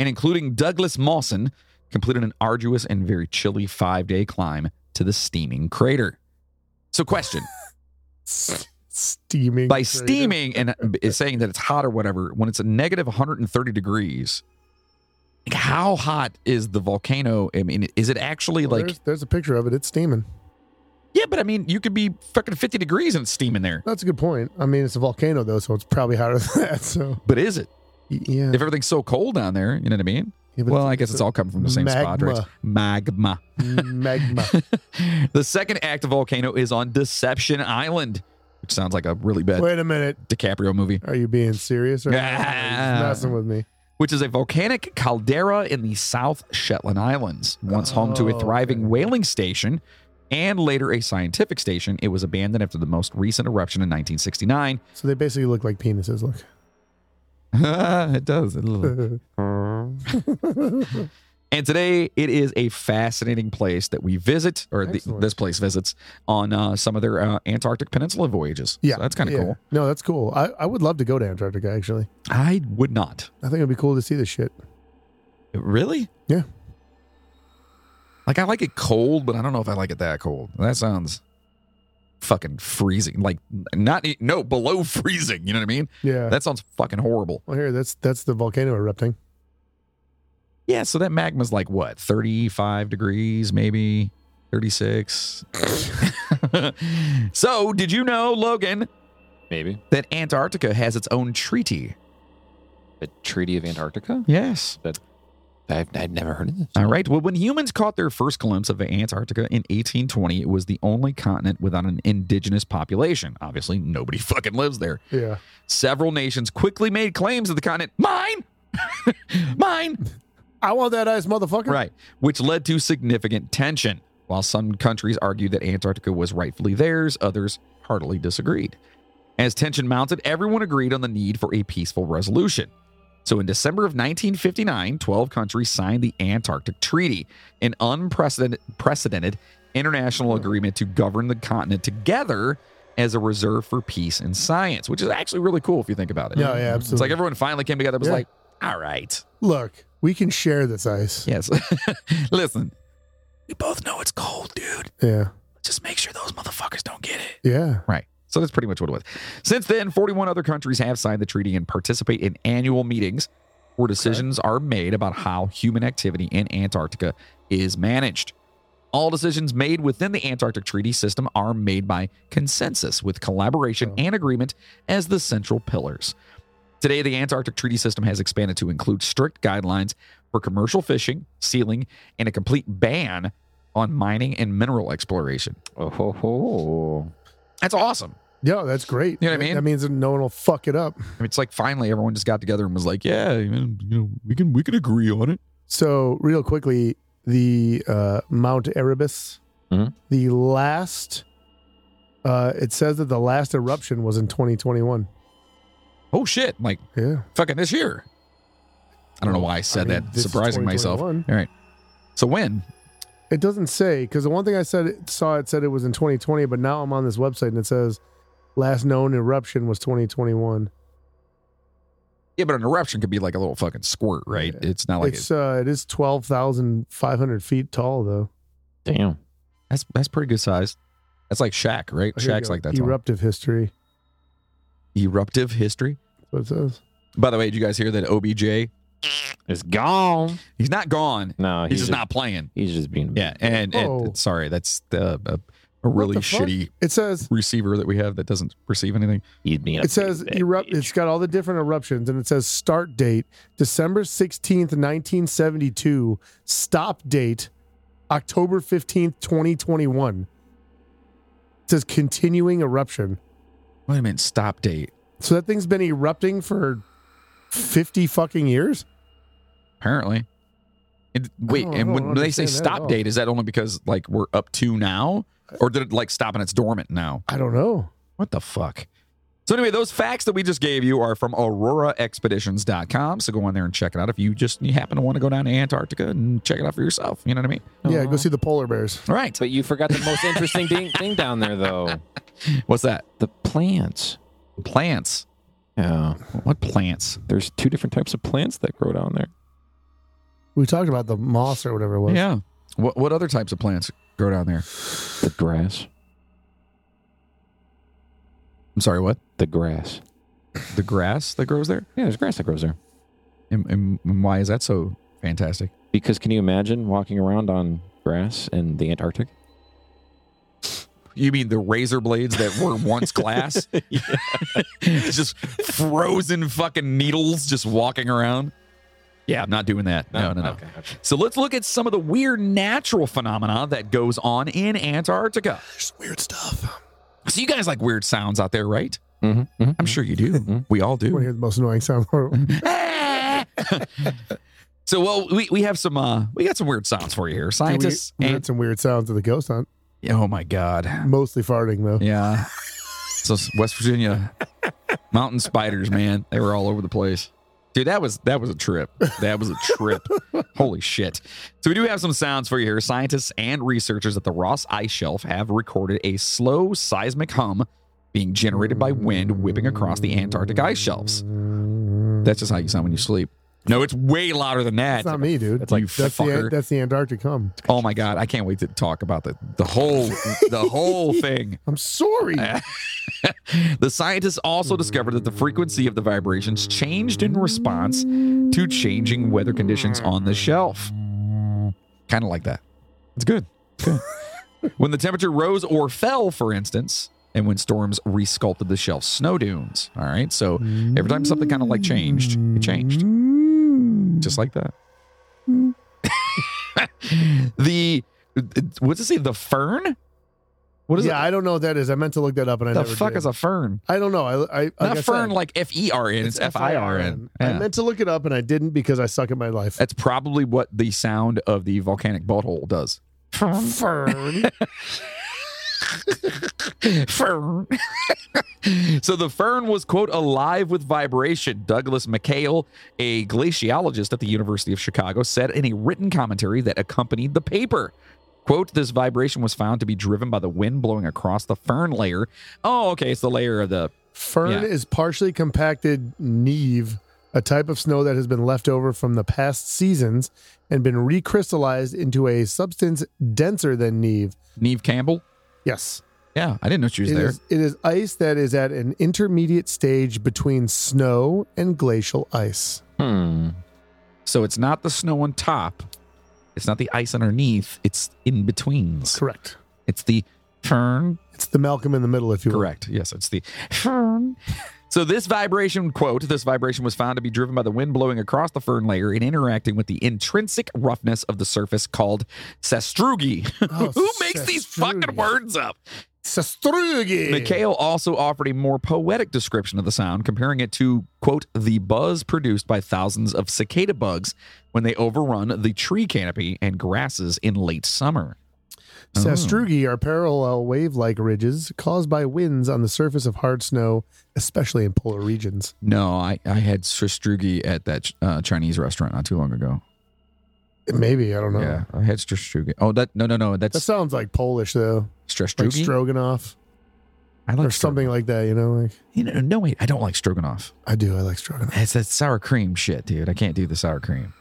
S2: and including Douglas Mawson completed an arduous and very chilly five day climb to the steaming crater. So, question
S3: S- steaming
S2: by
S3: crater.
S2: steaming and it's saying that it's hot or whatever, when it's a negative 130 degrees, like, how hot is the volcano? I mean, is it actually
S3: Well,
S2: like,
S3: there's, there's a picture of it. It's steaming.
S2: yeah, but I mean, you could be fucking 50 degrees and it's steaming there.
S3: That's a good point. I mean, it's a volcano though, so it's probably hotter than that. So
S2: But is it?
S3: y- yeah.
S2: If everything's so cold down there, you know what I mean?
S3: Yeah, but
S2: Well, I guess it's all come from the same spot, right? Magma.
S3: magma.
S2: the second active volcano is on Deception Island, which sounds like a really bad
S3: Wait a minute.
S2: DiCaprio movie,
S3: Are you being serious or
S2: Ah.
S3: Are you messing with me?
S2: which is a volcanic caldera in the South Shetland Islands. Once home to a
S3: Oh,
S2: thriving
S3: okay.
S2: whaling station and later a scientific station, it was abandoned after the most recent eruption in 1969.
S3: So they basically look like penises. Look.
S2: it does. a little. And today it is a fascinating place that we visit, or the,
S3: Excellent.
S2: this place visits on uh, some of their uh, Antarctic Peninsula voyages.
S3: yeah,
S2: So that's kind of
S3: yeah.
S2: cool.
S3: No, that's cool. I, I would love to go to Antarctica. Actually,
S2: I would not.
S3: I think it'd be cool to see this shit.
S2: Really?
S3: Yeah.
S2: Like I like it cold, but I don't know if I like it that cold. That sounds fucking freezing. Like not e- no below freezing. You know what I mean?
S3: Yeah.
S2: That sounds fucking horrible.
S3: well, here that's that's the volcano erupting.
S2: Yeah. So that magma's like what thirty five degrees, maybe thirty six. so did you know, Logan,
S4: Maybe.
S2: that Antarctica has its own treaty?
S4: The Treaty of Antarctica?
S2: Yes.
S4: I've, I've never heard of this.
S2: All right. Well, when humans caught their first glimpse of Antarctica in 1820, it was the only continent without an indigenous population. Obviously, nobody fucking lives there.
S3: Yeah.
S2: Several nations quickly made claims of the continent. Mine! Mine!
S3: I want that ice, motherfucker.
S2: Right. Which led to significant tension. While some countries argued that Antarctica was rightfully theirs, others heartily disagreed. As tension mounted, everyone agreed on the need for a peaceful resolution. So in December of 1959, 12 countries signed the Antarctic Treaty, an unprecedented precedented international
S3: Hmm.
S2: agreement to govern the continent together as a reserve for peace and science, which is actually really cool if you think about it.
S3: Yeah, yeah,
S2: It's like
S3: absolutely.
S2: everyone finally came together and was
S3: Yeah.
S2: like, all right.
S3: Look, we can share this ice.
S2: Yes. Listen, we both know it's cold, dude.
S3: Yeah.
S2: Just make sure those motherfuckers don't get it.
S3: Yeah.
S2: Right. So that's pretty much what it was. Since then, 41 other countries have signed the treaty and participate in annual meetings where decisions are made about how human activity in Antarctica is managed. All decisions made within the Antarctic Treaty system are made by consensus with collaboration
S3: Oh.
S2: and agreement as the central pillars. Today, the Antarctic Treaty system has expanded to include strict guidelines for commercial fishing, sealing, and a complete ban on mining and mineral exploration.
S4: Oh, ho, ho.
S2: That's awesome.
S3: Yeah, that's great.
S2: You know what I mean?
S3: That means that no one will fuck it up.
S2: I mean, it's like finally everyone just got together and was like, "Yeah, you know, we can we can agree on it."
S3: So, real quickly, the uh, Mount Erebus,
S2: Mm-hmm.
S4: Mhm.
S3: the last, uh, it says that the last eruption was in 2021.
S2: oh shit, like
S3: Yeah.
S2: fucking this year. I don't know why I said
S3: mean,
S2: that,
S3: this is
S2: surprising myself. All
S3: 2021.
S2: right. So when?
S3: It doesn't say because the one thing I said saw it said it was in 2020, but now I'm on this website and it says last known eruption was 2021.
S2: Yeah, but an eruption could be like a little fucking squirt, right?
S3: Yeah.
S2: It's not like it,
S3: it's uh, it is 12,500 feet tall though.
S4: Damn.
S2: that's that's pretty good size. That's like Shaq, right?
S3: Oh, here you
S2: Shaq's
S3: go.
S2: like that. Erupt-
S3: eruptive history.
S2: eruptive history.
S3: That's what it says.
S2: By the way, did you guys hear that OBJ?
S4: It's gone.
S2: He's not gone.
S4: No,
S2: He's, just not playing.
S4: Oh, He's just being.
S2: Yeah, and,
S3: Oh.
S2: and sorry, that's the, a, a really
S3: the fuck?
S2: shitty
S3: It says
S2: receiver that we have that doesn't receive anything.
S4: He's being.
S3: it says erupt. It's got all the different eruptions and it says start date December 16th, 1972. Stop date October 15th, 2021. It says continuing eruption.
S2: Wait a minute, stop date.
S3: So that thing's been erupting for 50 fucking years?
S2: Apparently. And wait,
S3: don't- I
S2: and
S3: don't
S2: when they say
S3: Oh, understand that at
S2: stop
S3: all.
S2: date, is that only because like we're up to now, or did it like stop and it's dormant now?
S3: I don't know.
S2: What the fuck? So anyway, those facts that we just gave you are from AuroraExpeditions.com. So go on there and check it out if you just you happen to want to go down to Antarctica and check it out for yourself. You know what I mean?
S3: Yeah, go see the polar bears.
S2: All right.
S4: But you forgot the most interesting thing, thing down there, though.
S2: What's that?
S4: The plants.
S2: Plants.
S4: Yeah.
S2: What plants?
S4: There's two different types of plants that grow down there.
S3: We talked about the moss or whatever it was.
S2: Yeah. What what other types of plants grow down there?
S4: The grass.
S2: I'm sorry, what?
S4: The grass.
S2: The grass that grows there?
S4: Yeah, there's grass that grows there.
S2: And, and and why is that so fantastic?
S4: Because can you imagine walking around on grass in the Antarctic?
S2: You mean the razor blades that were once glass? It's just frozen fucking needles just walking around. Yeah, I'm not doing that.
S3: Oh,
S2: No, no, no. So let's look at some of the weird natural phenomena that goes on in Antarctica.
S3: There's weird stuff.
S2: So you guys like weird sounds out there, right?
S4: Mm-hmm.
S2: I'm sure you do. we all
S3: You want to
S2: do.
S3: hear the most annoying sound?
S2: so well, we, we have some uh we got some weird sounds for you here.
S3: we,
S2: Scientists
S3: we
S2: and
S3: heard some weird sounds of the ghost hunt.
S2: Oh my god.
S3: Mostly farting, though.
S2: Yeah. So s- West Virginia mountain spiders, man, they were all over the place. Dude, that was that was a trip. That was a trip. Holy shit. So we do have some sounds for you here. Scientists and researchers at the Ross Ice Shelf have recorded a slow seismic hum being generated by wind whipping across the Antarctic ice shelves. That's just how you sound when you sleep. No, it's way louder than that.
S3: That's not me, dude.
S2: It's like
S3: that's, the,
S2: fucker.
S3: that's the Antarctic hum.
S2: oh my god, I can't wait to talk about the the whole the whole thing.
S3: I'm sorry.
S2: Eh, the scientists also discovered that the frequency of the vibrations changed in response to changing weather conditions on the shelf. Kind of like that. It's good. Good. when the temperature rose or fell, for instance, and when storms resculpted the shelf's snow dunes. All right. So every time something kind of like changed, it changed just like that. the what's it say? The fern? What is
S3: yeah, I don't know what that is. I meant to look that up, and I
S2: it? The
S3: never
S2: fuck
S3: did.
S2: is a fern?
S3: I don't know. I, I like I
S2: Not
S3: said,
S2: fern like F E R N. It's F I R N.
S3: I meant to look it up, and I didn't because I suck at my life.
S2: That's probably what the sound of the volcanic butthole does.
S3: fern.
S2: Fern. so the fern was, quote, alive with vibration. Douglas McHale, a glaciologist at the University of Chicago, said in a written commentary that accompanied the paper. Quote, this vibration was found to be driven by the wind blowing across the fern layer. Oh, okay. It's the layer of the.
S3: Fern
S2: Yeah.
S3: is partially compacted neve, a type of snow that has been left over from the past seasons and been recrystallized into a substance denser than neve.
S2: Neve Campbell?
S3: Yes.
S2: Yeah. I didn't know she was
S3: It
S2: there.
S3: is- it is ice that is at an intermediate stage between snow and glacial ice.
S4: Hmm.
S2: So it's not the snow on top. It's not the ice underneath. It's in betweens.
S3: Correct.
S2: It's the fern.
S3: It's the Malcolm in the middle, if you will.
S2: Correct. Yes, it's the fern. So this vibration, quote, this vibration was found to be driven by the wind blowing across the fern layer and interacting with the intrinsic roughness of the surface called sastrugi.
S3: Oh,
S2: Who makes these fucking
S3: sastrugi.
S2: words up?
S3: Sastrugi.
S2: McHale also offered a more poetic description of the sound, comparing it to, quote, the buzz produced by thousands of cicada bugs when they overrun the tree canopy and grasses in late summer.
S3: Oh.
S2: Oh.
S3: Sastrugi are parallel wave-like ridges caused by winds on the surface of hard snow, especially in polar regions.
S2: No, I, I had sastrugi at that uh, Chinese restaurant not too long ago.
S3: Maybe I don't know.
S2: Yeah, I had sastrugi. Oh, that no, no, no,
S3: That
S2: Oh. that's
S3: sounds like Polish though, like
S2: sastrugi.
S3: stroganoff
S2: I like
S3: or something like that. You know, like
S2: You know, no, wait, I don't like stroganoff.
S3: I do. I like stroganoff.
S2: It's that sour cream shit, dude. I can't do the sour cream.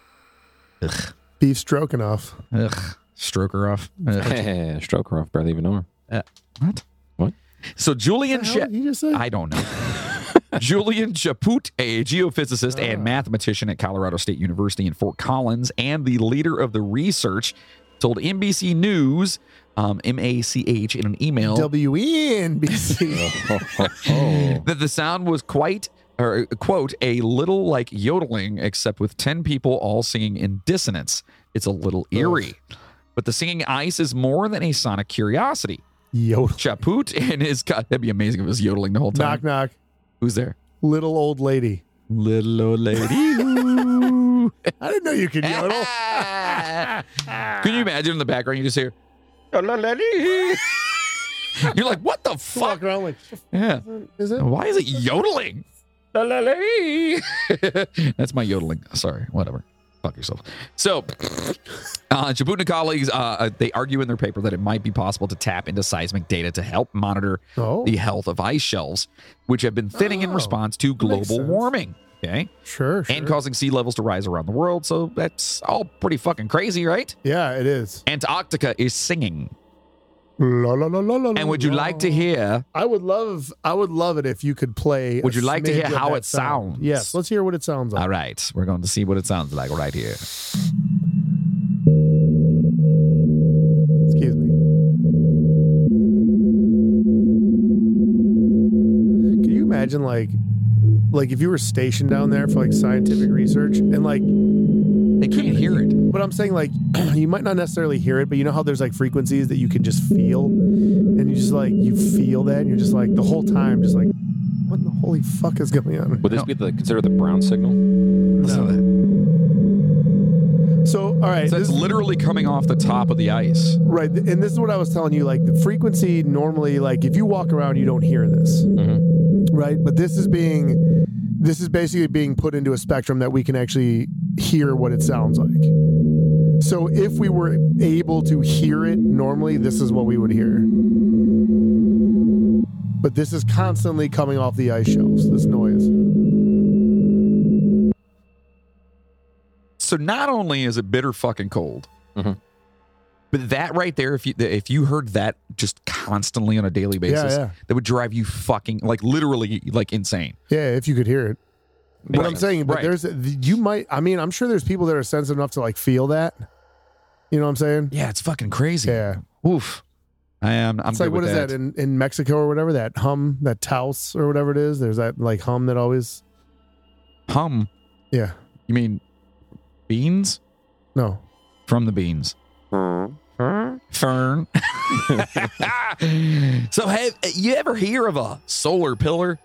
S3: Beef stroganoff.
S2: Ugh, stroker off. Ugh.
S4: Stroke her off, barely even know her.
S2: what?
S4: What?
S2: So Julian
S3: What the hell
S2: Shep.
S3: did you just say?
S2: I don't know. Julian Chaput, a geophysicist and mathematician at Colorado State University in Fort Collins and the leader of the research, told NBC News, um, MACH, in an email
S3: E WNBC.
S2: that the sound was quite, or quote, a little like yodeling, except with 10 people all singing in dissonance. It's a little eerie. But the singing ice is more than a sonic curiosity.
S3: Yo,
S2: Chaput and his, God, that'd be amazing if it was yodeling the whole time.
S3: knock knock.
S2: Who's there?
S3: Little old lady.
S2: Little old lady.
S3: I didn't know you could yodel.
S2: Can you imagine in the background? You just hear. You're like, what the fuck?
S3: Walk around like,
S2: Yeah.
S3: is it?
S2: Why is it yodeling? That's my yodeling. Sorry, whatever. Fuck yourself. So, uh, Chaput and colleagues, uh, they argue in their paper that it might be possible to tap into seismic data to help monitor
S3: Oh,
S2: the health of ice shelves, which have been thinning in
S3: Oh,
S2: response to global
S3: sense.
S2: warming. Okay.
S3: sure, sure.
S2: and causing sea levels to rise around the world. So that's all pretty fucking crazy, right?
S3: yeah, it is.
S2: Antarctica is singing.
S3: La, la, la, la, la,
S2: And would you
S3: la.
S2: like to hear?
S3: I would love. I would love it if you could play.
S2: Would
S3: a
S2: you like to hear
S3: smidge of
S2: how
S3: that
S2: it
S3: sound.
S2: sounds?
S3: Yes, let's hear what it sounds like.
S2: All right, we're going to see what it sounds like right here.
S3: Excuse me. Can you imagine, like, like if you were stationed down there for like scientific research, and like,
S2: They can't hear it.
S3: but I'm saying like, you might not necessarily hear it, but you know how there's like frequencies that you can just feel, and you just like you feel that, and you're just like the whole time, just like, what in the holy fuck is going on?
S4: Would this
S2: No.
S4: be the considered the brown signal?
S2: Listen to that.
S3: So, all right,
S2: So that's
S3: this,
S2: literally coming off the top of the ice.
S3: right, and this is what I was telling you. Like the frequency normally, like if you walk around, you don't hear this. right but this is being this is basically being put into a spectrum that we can actually hear what it sounds like so if we were able to hear it normally this is what we would hear but this is constantly coming off the ice shelves this noise
S2: So not only is it bitter fucking cold,
S3: Mm-hmm.
S4: Mhm.
S2: but that right there, if you if you heard that just constantly on a daily basis,
S3: yeah.
S2: that would drive you fucking like literally like insane.
S3: yeah if you could hear it
S4: Makes
S3: what i'm
S4: sense.
S3: saying but
S2: Right.
S3: there's you might i mean i'm sure there's people that are sensitive enough to like feel that you know what i'm saying
S2: Yeah, it's fucking crazy.
S3: yeah
S2: Oof. I am. I'm
S3: it's
S2: good
S3: like what
S2: with
S3: is that, in, in mexico or whatever that hum that taos or whatever it is there's that like hum that always
S2: Hum.
S3: yeah
S2: You mean beans
S3: No.
S2: from the beans? Fern. so have you ever hear of a solar pillar?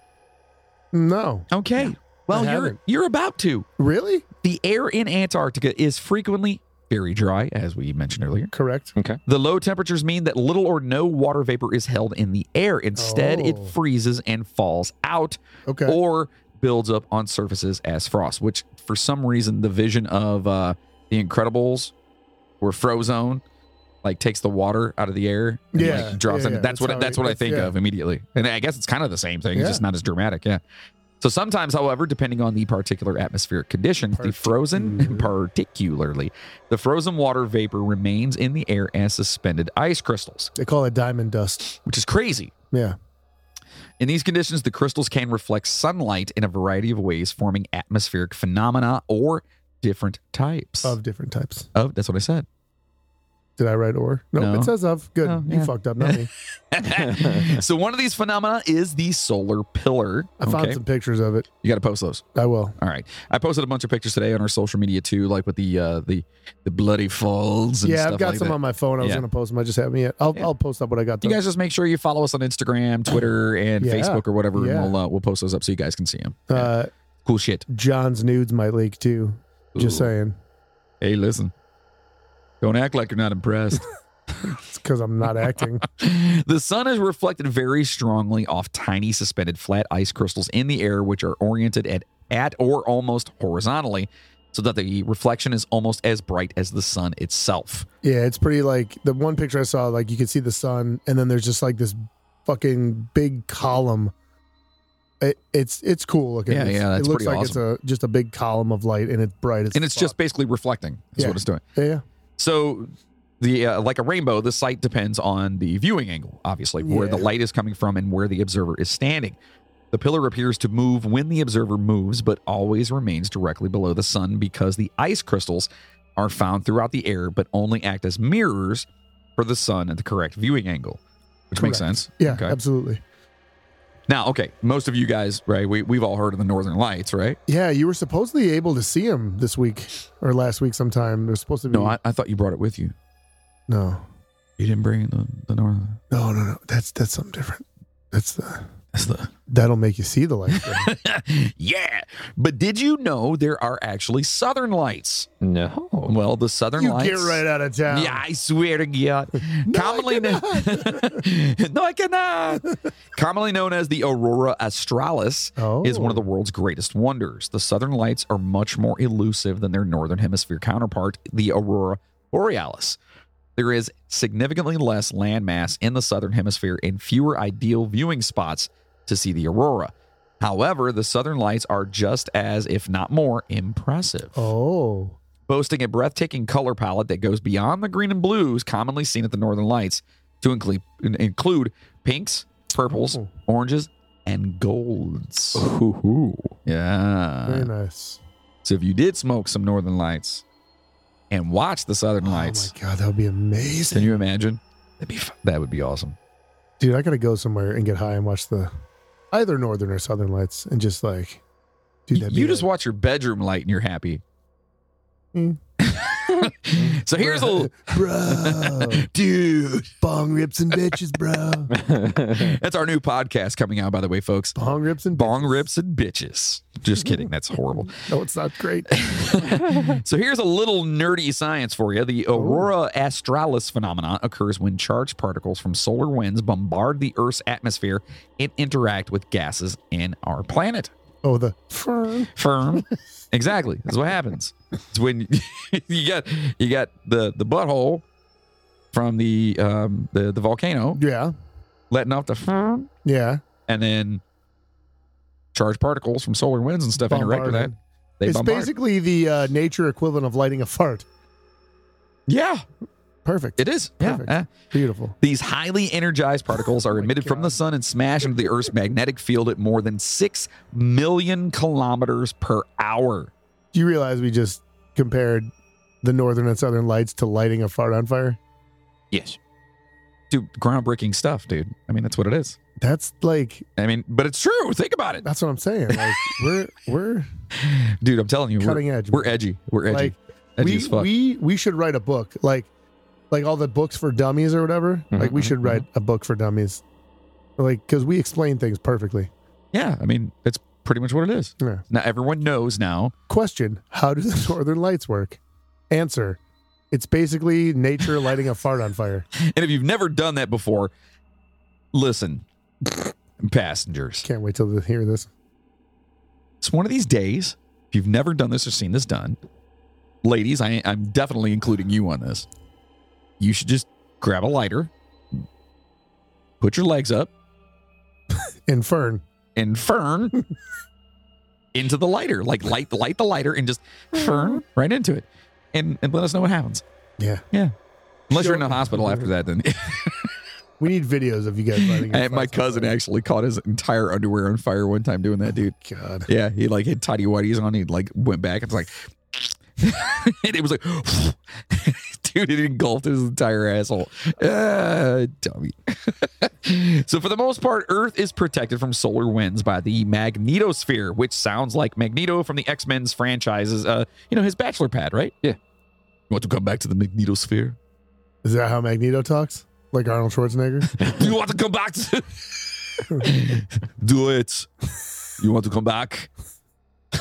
S3: No.
S2: Okay. well,
S3: I
S2: you're
S3: haven't.
S2: you're about to.
S3: Really?
S2: The air in Antarctica is frequently very dry, as we mentioned earlier.
S3: Correct.
S2: The low temperatures mean that little or no water vapor is held in the air. Instead, it
S3: Oh.
S2: freezes and falls out,
S3: Okay.
S2: or builds up on surfaces as frost, which for some reason the vision of uh the Incredibles where Frozone like takes the water out of the air and
S3: Yeah,
S2: like drops
S3: yeah,
S2: in.
S3: yeah.
S2: That's, what
S3: That's how
S2: that's what I
S3: it-
S2: think
S3: yeah.
S2: of immediately. And I guess it's kind of the same thing,
S3: Yeah.
S2: it's just not as dramatic, yeah. So sometimes, however, depending on the particular atmospheric conditions, the
S3: Mm-hmm.
S2: frozen, particularly the frozen water vapor remains in the air as suspended ice crystals,
S3: They call it diamond dust.
S2: which is crazy.
S3: Yeah.
S2: In these conditions, the crystals can reflect sunlight in a variety of ways, forming atmospheric phenomena or different types. Of,
S3: Of different types.
S2: that's what I said.
S3: Did I write or? Nope.
S2: No.
S3: It says of. Good.
S2: No, yeah.
S3: You fucked up. Not me.
S2: so one of these phenomena is the solar pillar.
S3: I found some pictures of it.
S2: You got to post those.
S3: I will.
S2: All right. I posted a bunch of pictures today on our social media too, like with the uh, the the bloody falls. And
S3: Yeah,
S2: stuff
S3: I've got
S2: like
S3: some
S2: that.
S3: on my phone. I was
S2: Yeah.
S3: gonna post them. I just haven't yet. I'll,
S2: Yeah.
S3: I'll post up what I got.
S2: You
S3: though.
S2: guys just make sure you follow us on Instagram, Twitter, and
S3: Yeah.
S2: Facebook or whatever,
S3: Yeah.
S2: and we'll uh, we'll post those up so you guys can see them.
S3: uh,
S2: Cool shit.
S3: John's nudes might leak too. Just
S2: Ooh.
S3: saying.
S2: Hey, listen. Don't act like you're not impressed.
S3: It's because I'm not acting.
S2: The sun is reflected very strongly off tiny suspended flat ice crystals in the air, which are oriented at, at or almost horizontally, so that the reflection is almost as bright as the sun itself.
S3: Yeah, it's pretty like the one picture I saw, like you could see the sun, and then there's just like this fucking big column. It, it's it's cool looking.
S2: Yeah,
S3: It's-
S2: yeah, that's
S3: it looks
S2: pretty
S3: like it's a just a big column of light, and it's bright. As
S2: And it's just
S3: fuck.
S2: basically reflecting, is
S3: Yeah.
S2: what it's doing.
S3: yeah, yeah.
S2: So, the uh, like a rainbow, the sight depends on the viewing angle, obviously, where the
S3: Yeah.
S2: light is coming from and where the observer is standing. The pillar appears to move when the observer moves, but always remains directly below the sun because the ice crystals are found throughout the air, but only act as mirrors for the sun at the correct viewing angle, which makes
S3: Correct.
S2: sense.
S3: yeah,
S2: Okay.
S3: absolutely.
S2: Now, okay, most of you guys, right? We we've all heard of the Northern Lights, right?
S3: Yeah, you were supposedly able to see him this week or last week sometime. There's supposed to be
S2: No, I, I thought you brought it with you.
S3: no,
S2: You didn't bring the the Northern.
S3: no, no, no. That's that's something different. That's the
S2: That's the
S3: that'll make you see the light.
S2: yeah. But did you know there are actually southern lights?
S4: No.
S2: Well, the southern
S3: you
S2: lights.
S3: get right out of town.
S2: Yeah, I swear to God. Commonly known. no, I cannot. Commonly known as the aurora australis,
S3: Oh.
S2: is one of the world's greatest wonders. The southern lights are much more elusive than their northern hemisphere counterpart, the aurora borealis. There is significantly less landmass in the southern hemisphere and fewer ideal viewing spots to see the aurora. However, the southern lights are just as, if not more, impressive
S3: Oh,
S2: boasting a breathtaking color palette that goes beyond the green and blues commonly seen at the Northern Lights to include include pinks, purples,
S3: Ooh.
S2: oranges, and golds.
S3: Oh.
S4: Hoo-hoo.
S3: very
S2: Yeah.
S3: nice.
S2: So if you did smoke some Northern Lights and watch the Southern Lights,
S3: Oh my god, that would be
S2: can
S3: amazing,
S2: you imagine? That'd be fu- that would be awesome.
S3: dude. I gotta go somewhere and get high and watch the either northern or southern lights and just like, dude, that'd
S2: you
S3: be
S2: just
S3: like,
S2: watch your bedroom light and you're happy.
S3: Mm.
S2: so here's a little
S3: bro,
S2: dude.
S3: bong rips and bitches, bro,
S2: That's our new podcast coming out, by the way, folks.
S3: bong rips and
S2: Bong rips and bitches. Just kidding. That's horrible.
S3: No, it's not great.
S2: So here's a little nerdy science for you. The aurora australis phenomenon occurs when charged particles from solar winds bombard the Earth's atmosphere and interact with gases in our planet.
S3: Oh, the
S2: Firm. exactly. That's what happens. It's when you got you got the the butthole from the um the, the volcano
S3: yeah,
S2: letting off the firm
S3: yeah.
S2: and then charged particles from solar winds and stuff interact with that.
S3: bombarded.
S2: They
S3: it's
S2: bombard.
S3: basically the uh, nature equivalent of lighting a fart.
S2: yeah,
S3: Perfect,
S2: it is. Yeah.
S3: Perfect.
S2: yeah.
S3: beautiful.
S2: These highly energized particles are
S3: Oh my
S2: emitted from
S3: God.
S2: the sun and smash into the Earth's magnetic field at more than 6 million kilometers per hour.
S3: Do you realize we just compared the northern and southern lights to lighting a fart on fire?
S4: yes.
S2: Dude, groundbreaking stuff, dude. I mean, that's what it is.
S3: That's like
S2: I mean, but it's true. Think about it.
S3: that's what I'm saying. Like we're we're
S2: Dude, I'm telling you, we're,
S3: cutting edge.
S2: we're
S3: man.
S2: edgy. We're edgy.
S3: Like,
S2: edgy
S3: we,
S2: as fuck.
S3: we we should write a book like like all the books for dummies or whatever
S2: Mm-hmm,
S3: like we
S4: Mhm,
S3: should write a book for dummies like because we explain things perfectly
S2: yeah, I mean, that's pretty much what it is.
S3: Yeah.
S2: Now, everyone knows now.
S3: question how do the northern lights work answer it's basically nature lighting a fart on fire
S2: And if you've never done that before, listen, passengers.
S3: can't wait till they hear this
S2: It's one of these days. If you've never done this or seen this done, ladies, I, I'm definitely including you on this. You should just grab a lighter, put your legs up,
S3: and fern
S2: and fern into the lighter. Like light, light the lighter, and just fern right into it, and and let us know what happens.
S3: yeah
S2: Unless
S3: Sure.
S2: you're in the hospital after that, then
S3: we need videos of you guys lighting your
S2: And my
S3: farts on
S2: cousin
S3: fire.
S2: actually caught his entire underwear on fire one time doing that, dude.
S3: god
S2: Yeah, he like had tidy whities on. He like went back and was like, and it was like, dude, it engulfed his entire asshole. Uh, dummy. so for the most part, Earth is protected from solar winds by the magnetosphere, which sounds like Magneto from the X Men's franchises. Uh, you know his bachelor pad, right?
S4: Yeah.
S2: You want to come back to the magnetosphere?
S3: is that how magneto talks like arnold schwarzenegger
S2: Do you want to come back? To- Do it. You want to come back?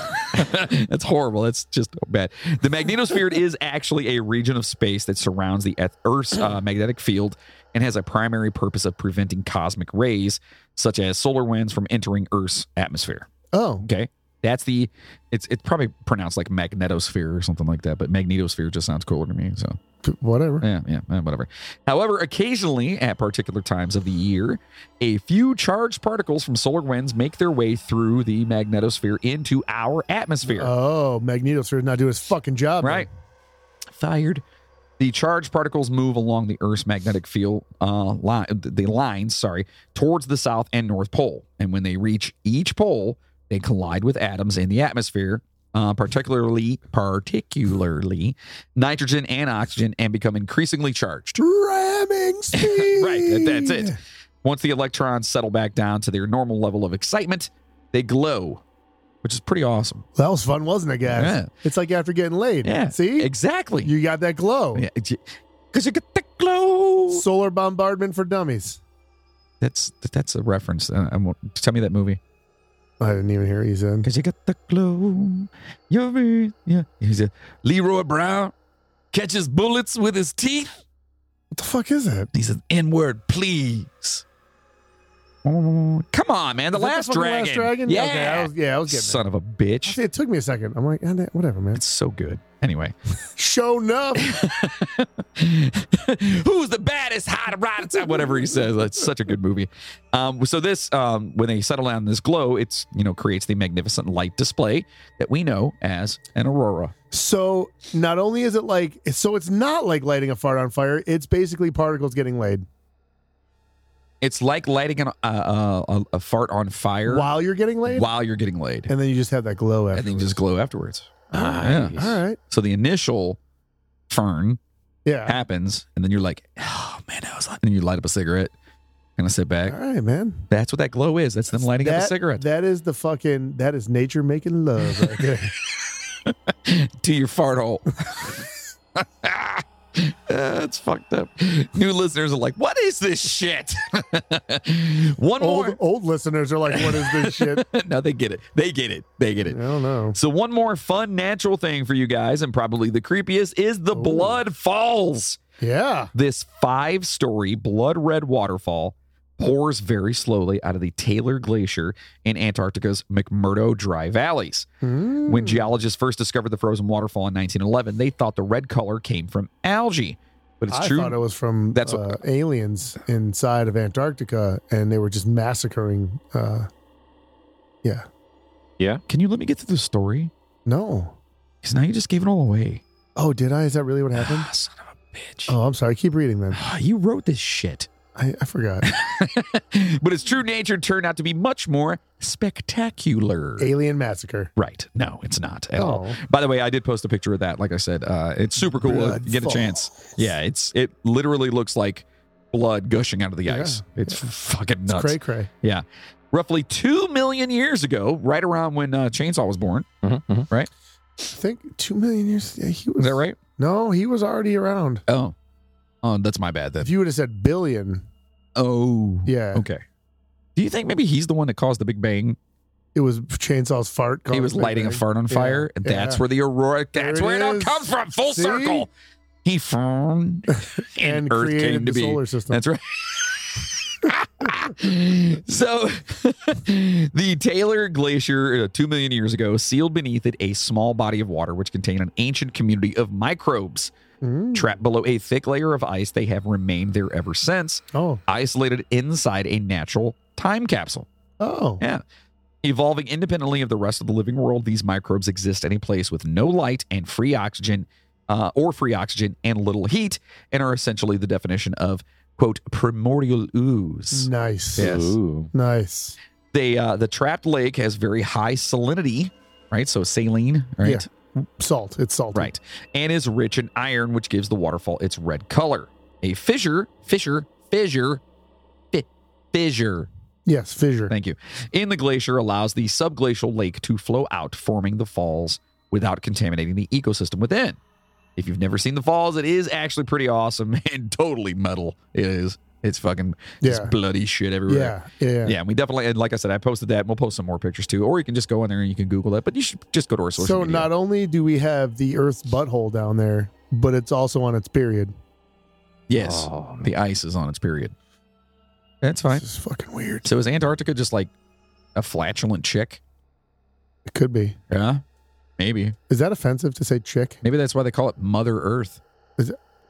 S2: That's horrible. That's just bad. The magnetosphere is actually a region of space that surrounds the Eth- Earth's uh, magnetic field and has a primary purpose of preventing cosmic rays, such as solar winds, from entering Earth's atmosphere.
S3: Oh,
S2: Okay. That's the it's it's probably pronounced like magnetosphere or something like that, but magnetosphere just sounds cooler to me. So
S3: p- whatever.
S2: yeah, yeah, eh, whatever. However, occasionally at particular times of the year, a few charged particles from solar winds make their way through the magnetosphere into our atmosphere.
S3: Oh, Magnetosphere's not doing his fucking job. man.
S2: Right. Fired. The charged particles move along the Earth's magnetic field uh, line, the lines, sorry, towards the south and north pole. And when they reach each pole, they collide with atoms in the atmosphere, uh, particularly particularly nitrogen and oxygen, and become increasingly charged.
S3: Ramming speed.
S2: Right, that- that's it. Once the electrons settle back down to their normal level of excitement, they glow, which is pretty awesome.
S3: That was fun, wasn't it, guys?
S2: Yeah.
S3: It's like after getting laid.
S2: Yeah,
S3: See,
S2: exactly.
S3: you got that glow.
S2: Because you get the glow.
S3: Solar bombardment for dummies.
S2: That's that's a reference. I, I won't- tell me that movie.
S3: I didn't even hear what you said.
S2: Cause you got the glow. You're me. Yeah. He's a Leroy Brown catches bullets with his teeth.
S3: What the fuck is that?
S2: He says N word, please. Oh, Come on, man. The
S3: Is that
S2: last
S3: fucking
S2: dragon.
S3: Last dragon.
S2: Yeah.
S3: Okay, I was, yeah, I was getting
S2: Son of a
S3: it.
S2: bitch.
S3: See, it took me a second. I'm like, eh, nah, whatever, man.
S2: It's so good. Anyway.
S3: Show enough.
S2: Who's the baddest hot rod? Whatever he says. That's such a good movie. Um, so this, um, when they settle down in this glow, it's you know creates the magnificent light display that we know as an aurora.
S3: So not only is it like, so it's not like lighting a fart on fire. It's basically particles getting laid
S2: It's like lighting an, uh, uh, a, a fart on fire
S3: while you're getting laid,
S2: while you're getting laid,
S3: and then you just have that glow. After.
S2: and then you just glow afterwards.
S4: Nice.
S2: Yeah.
S3: All right.
S2: So the initial fern
S3: Yeah.
S2: happens, and then you're like, oh man, I was. li-" And you light up a cigarette, and I sit
S3: All
S2: back.
S3: right, man.
S2: That's what that glow is. That's them lighting up a
S3: That-
S2: cigarette
S3: That is the fucking. That is nature making love right there.
S2: to your fart hole. Uh, it's fucked up. New listeners are like, what is this shit? One
S3: old
S2: more.
S3: old listeners are like, "What is this shit?"
S2: no, they get it. They get it. They get
S3: I
S2: it.
S3: don't know.
S2: So one more fun natural thing for you guys, and probably the creepiest, is the
S3: Ooh.
S2: blood falls.
S3: Yeah.
S2: This five-story blood red waterfall pours very slowly out of the Taylor Glacier in Antarctica's McMurdo Dry Valleys.
S3: Hmm.
S2: When geologists first discovered the frozen waterfall in 1911, they thought the red color came from algae, but it's
S3: I
S2: true.
S3: thought it was from
S2: That's
S3: That's
S2: what-
S3: uh, aliens inside of Antarctica, and they were just massacring. Uh, yeah.
S2: Can you let me get through the story?
S3: No.
S2: Because now you just gave it all away.
S3: Oh, did I? Is that really what happened?
S2: Ah, son of a bitch.
S3: Oh, I'm sorry. Keep reading then.
S2: Ah, you wrote this shit.
S3: I, I forgot.
S2: but its true nature turned out to be much more spectacular.
S3: Alien massacre.
S2: right. No, it's not at all.
S3: Oh.
S2: By the way, I did post a picture of that. Like I said, uh, it's super cool.
S3: Blood
S2: Get a chance. Yeah, it's it literally looks like blood gushing out of the
S3: Yeah.
S2: ice. It's f- fucking nuts.
S3: Cray cray.
S2: Yeah. Roughly 2 million years ago, right around when uh, Chainsaw was born.
S4: Mhm, mhm.
S3: I think two million years. Yeah, he was.
S2: Is that right?
S3: No, he was already around.
S2: Oh. Oh, that's my bad then.
S3: If you would have said billion,
S2: Oh.
S3: yeah,
S2: Okay. Do you think maybe he's the one that caused the Big Bang?
S3: it was chainsaw's fart.
S2: he was
S3: caused
S2: lighting a
S3: bang.
S2: fart on
S3: Yeah,
S2: fire, and that's
S3: yeah.
S2: where the aurora. That's
S3: it
S2: where it, all
S3: is.
S2: comes from. Full
S3: See?
S2: circle. He found and,
S3: and
S2: Earth
S3: created
S2: came to
S3: the
S2: be.
S3: solar system.
S2: That's right. so, the Taylor Glacier, uh, two million years ago, sealed beneath it a small body of water which contained an ancient community of microbes.
S3: Mm.
S2: Trapped below a thick layer of ice, they have remained there ever since,
S3: Oh,
S2: isolated inside a natural time capsule.
S3: oh,
S2: Yeah. Evolving independently of the rest of the living world, these microbes exist in a place with no light and free oxygen, uh, or free oxygen and little heat, and are essentially the definition of, quote, primordial ooze.
S3: nice,
S2: Yes.
S4: Ooh.
S3: nice.
S2: They, uh, the trapped lake has very high salinity, right? So saline, right?
S3: Yeah. Salt. It's salt.
S2: Right. And is rich in iron, which gives the waterfall its red color. A fissure, fissure, fissure, fi- fissure
S3: Yes, fissure.
S2: Thank you. In the glacier allows the subglacial lake to flow out, forming the falls without contaminating the ecosystem within. If you've never seen the falls, it is actually pretty awesome and totally metal. It is It's fucking just
S3: Yeah.
S2: bloody shit everywhere.
S3: Yeah, yeah, yeah.
S2: Yeah, we definitely, and like I said, I posted that. and We'll post some more pictures too, or you can just go in there and you can Google that. But you should just go to our social.
S3: So
S2: media.
S3: not only do we have the Earth's butthole down there, but it's also on its period.
S2: yes,
S4: Oh, man.
S2: the ice is on its period. That's fine.
S3: This is fucking weird.
S2: So is Antarctica just like a flatulent chick?
S3: It could be.
S2: Yeah, maybe.
S3: Is that offensive to say chick?
S2: Maybe that's why they call it Mother Earth.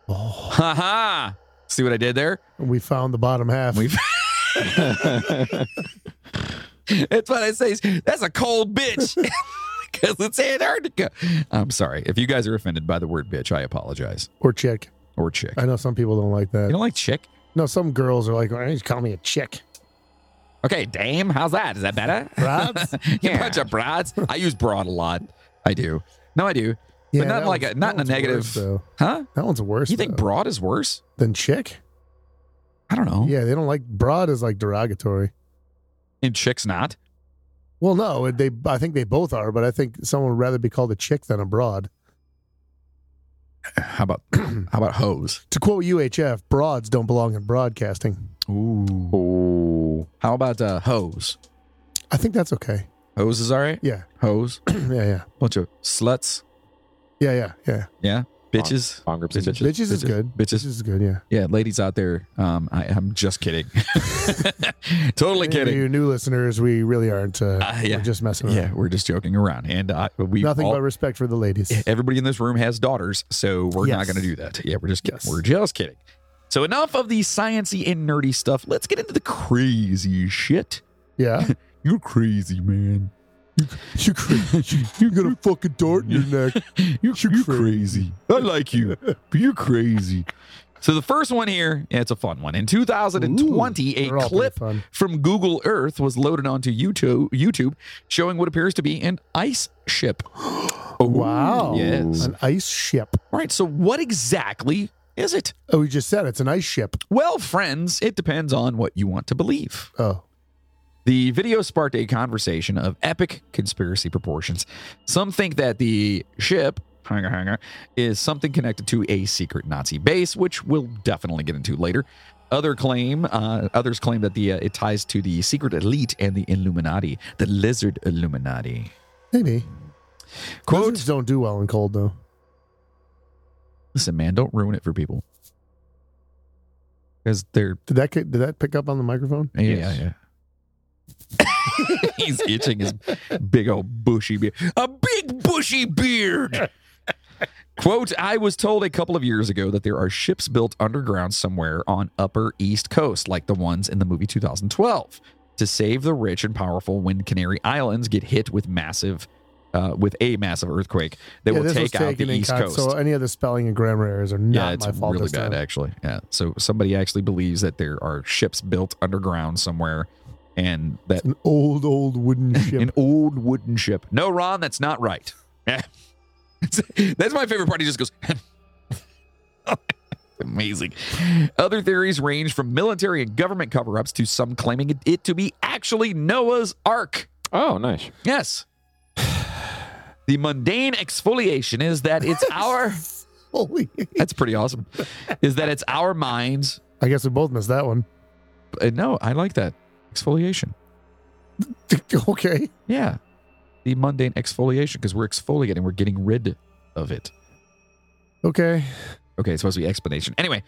S3: Oh,
S2: Ha ha! See what I did there?
S3: we found the bottom half.
S2: We- That's what I say. That's a cold bitch because it's Antarctica. I'm sorry if you guys are offended by the word bitch. I apologize.
S3: or chick.
S2: Or chick.
S3: I know some people don't like that.
S2: You don't like chick?
S3: no, some girls are like, "Why don't you call me a chick?"
S2: Okay, dame. How's that? Is that better?
S3: Broads?
S2: you bunch of broads. I use broad a lot. I do. No, I do.
S3: Yeah,
S2: but not
S3: that
S2: in like
S3: one's-
S2: a not in a
S3: that one's worse,
S2: negative.
S3: though.
S2: huh?
S3: That one's worse.
S2: You think
S3: though,
S2: broad is worse?
S3: than chick?
S2: I don't know.
S3: Yeah, they don't like broad is like derogatory.
S2: And chicks not.
S3: Well, no, they. I think they both are, but I think someone would rather be called a chick than a broad.
S2: How about how about hoes?
S3: To quote UHF, broads don't belong in broadcasting.
S2: Ooh.
S4: oh.
S2: How about uh, hoes?
S3: I think that's okay.
S2: Hoes is all right.
S3: Yeah,
S2: Hoes.
S3: yeah, yeah,
S2: Bunch of sluts.
S3: yeah, yeah, yeah.
S2: Yeah. Bitches.
S4: Bong groups and
S2: Bitches.
S4: bitches.
S3: Bitches, is good.
S2: Bitches.
S3: Bitches is good. Yeah.
S2: Yeah, ladies out there. Um, I, I'm just kidding. totally
S3: Any of
S2: kidding.
S3: you new listeners, we really aren't. Uh,
S2: Uh, yeah.
S3: We're just messing around.
S2: Yeah, we're just joking around, and uh, we
S3: Nothing
S2: all,
S3: but respect for the ladies.
S2: everybody in this room has daughters, so we're not
S3: Yes.
S2: going to do that. Yeah, we're just kidding.
S3: Yes.
S2: We're just kidding. So enough of the sciency and nerdy stuff. Let's get into the crazy shit.
S3: Yeah.
S2: You're crazy, man.
S3: you crazy. You got a fucking dart in your neck.
S2: You're,
S3: you're
S2: crazy. I like you, but you're crazy. So the first one here, yeah, it's a fun one. In 2020,
S3: They're
S2: a
S3: all pretty
S2: clip
S3: fun.
S2: from Google Earth was loaded onto YouTube, YouTube, showing what appears to be an ice ship.
S3: Wow.
S2: Yes.
S3: An ice ship.
S2: All right. So what exactly is it?
S3: Oh, we just said it's an ice ship.
S2: Well, friends, it depends on what you want to believe.
S3: Oh,
S2: The video sparked a conversation of epic conspiracy proportions. Some think that the ship hanger, hanger, is something connected to a secret Nazi base, which we'll definitely get into later. Other claim, uh, others claim that the uh, it ties to the secret elite and the Illuminati, the lizard Illuminati.
S3: maybe.
S2: Quote:
S3: Lizards don't do well in cold though.
S2: Listen, man, don't ruin it for people because they're
S3: Did that did that pick up on the microphone?
S2: Yeah,
S4: Yes.
S2: yeah, yeah. He's itching his big old bushy beard. A big bushy beard. Quote, I was told a couple of years ago that there are ships built underground somewhere on upper east coast, like the ones in the movie 2012, to save the rich and powerful when Canary Islands get hit with massive uh, with a massive earthquake that
S3: yeah,
S2: will
S3: this was
S2: take out
S3: taken
S2: the
S3: in
S2: east
S3: con-
S2: coast.
S3: So any of the spelling and grammar errors are not
S2: yeah, it's
S3: my fault.
S2: really
S3: this
S2: bad
S3: time.
S2: actually. Yeah. So somebody actually believes that there are ships built underground somewhere and that
S3: An old, old wooden ship.
S2: an old wooden ship. No, Ron, that's not right. that's my favorite part. He just goes, amazing. Other theories range from military and government cover ups to some claiming it, it to be actually Noah's Ark.
S4: Oh, nice.
S2: Yes. The mundane exfoliation is that it's our.
S3: Holy!
S2: That's pretty awesome. Is that it's our minds.
S3: I guess we both missed that one.
S2: Uh, no, I like that. Exfoliation.
S3: okay.
S2: Yeah. The mundane exfoliation because we're exfoliating, we're getting rid of it.
S3: Okay.
S2: okay, it's supposed to be explanation. Anyway,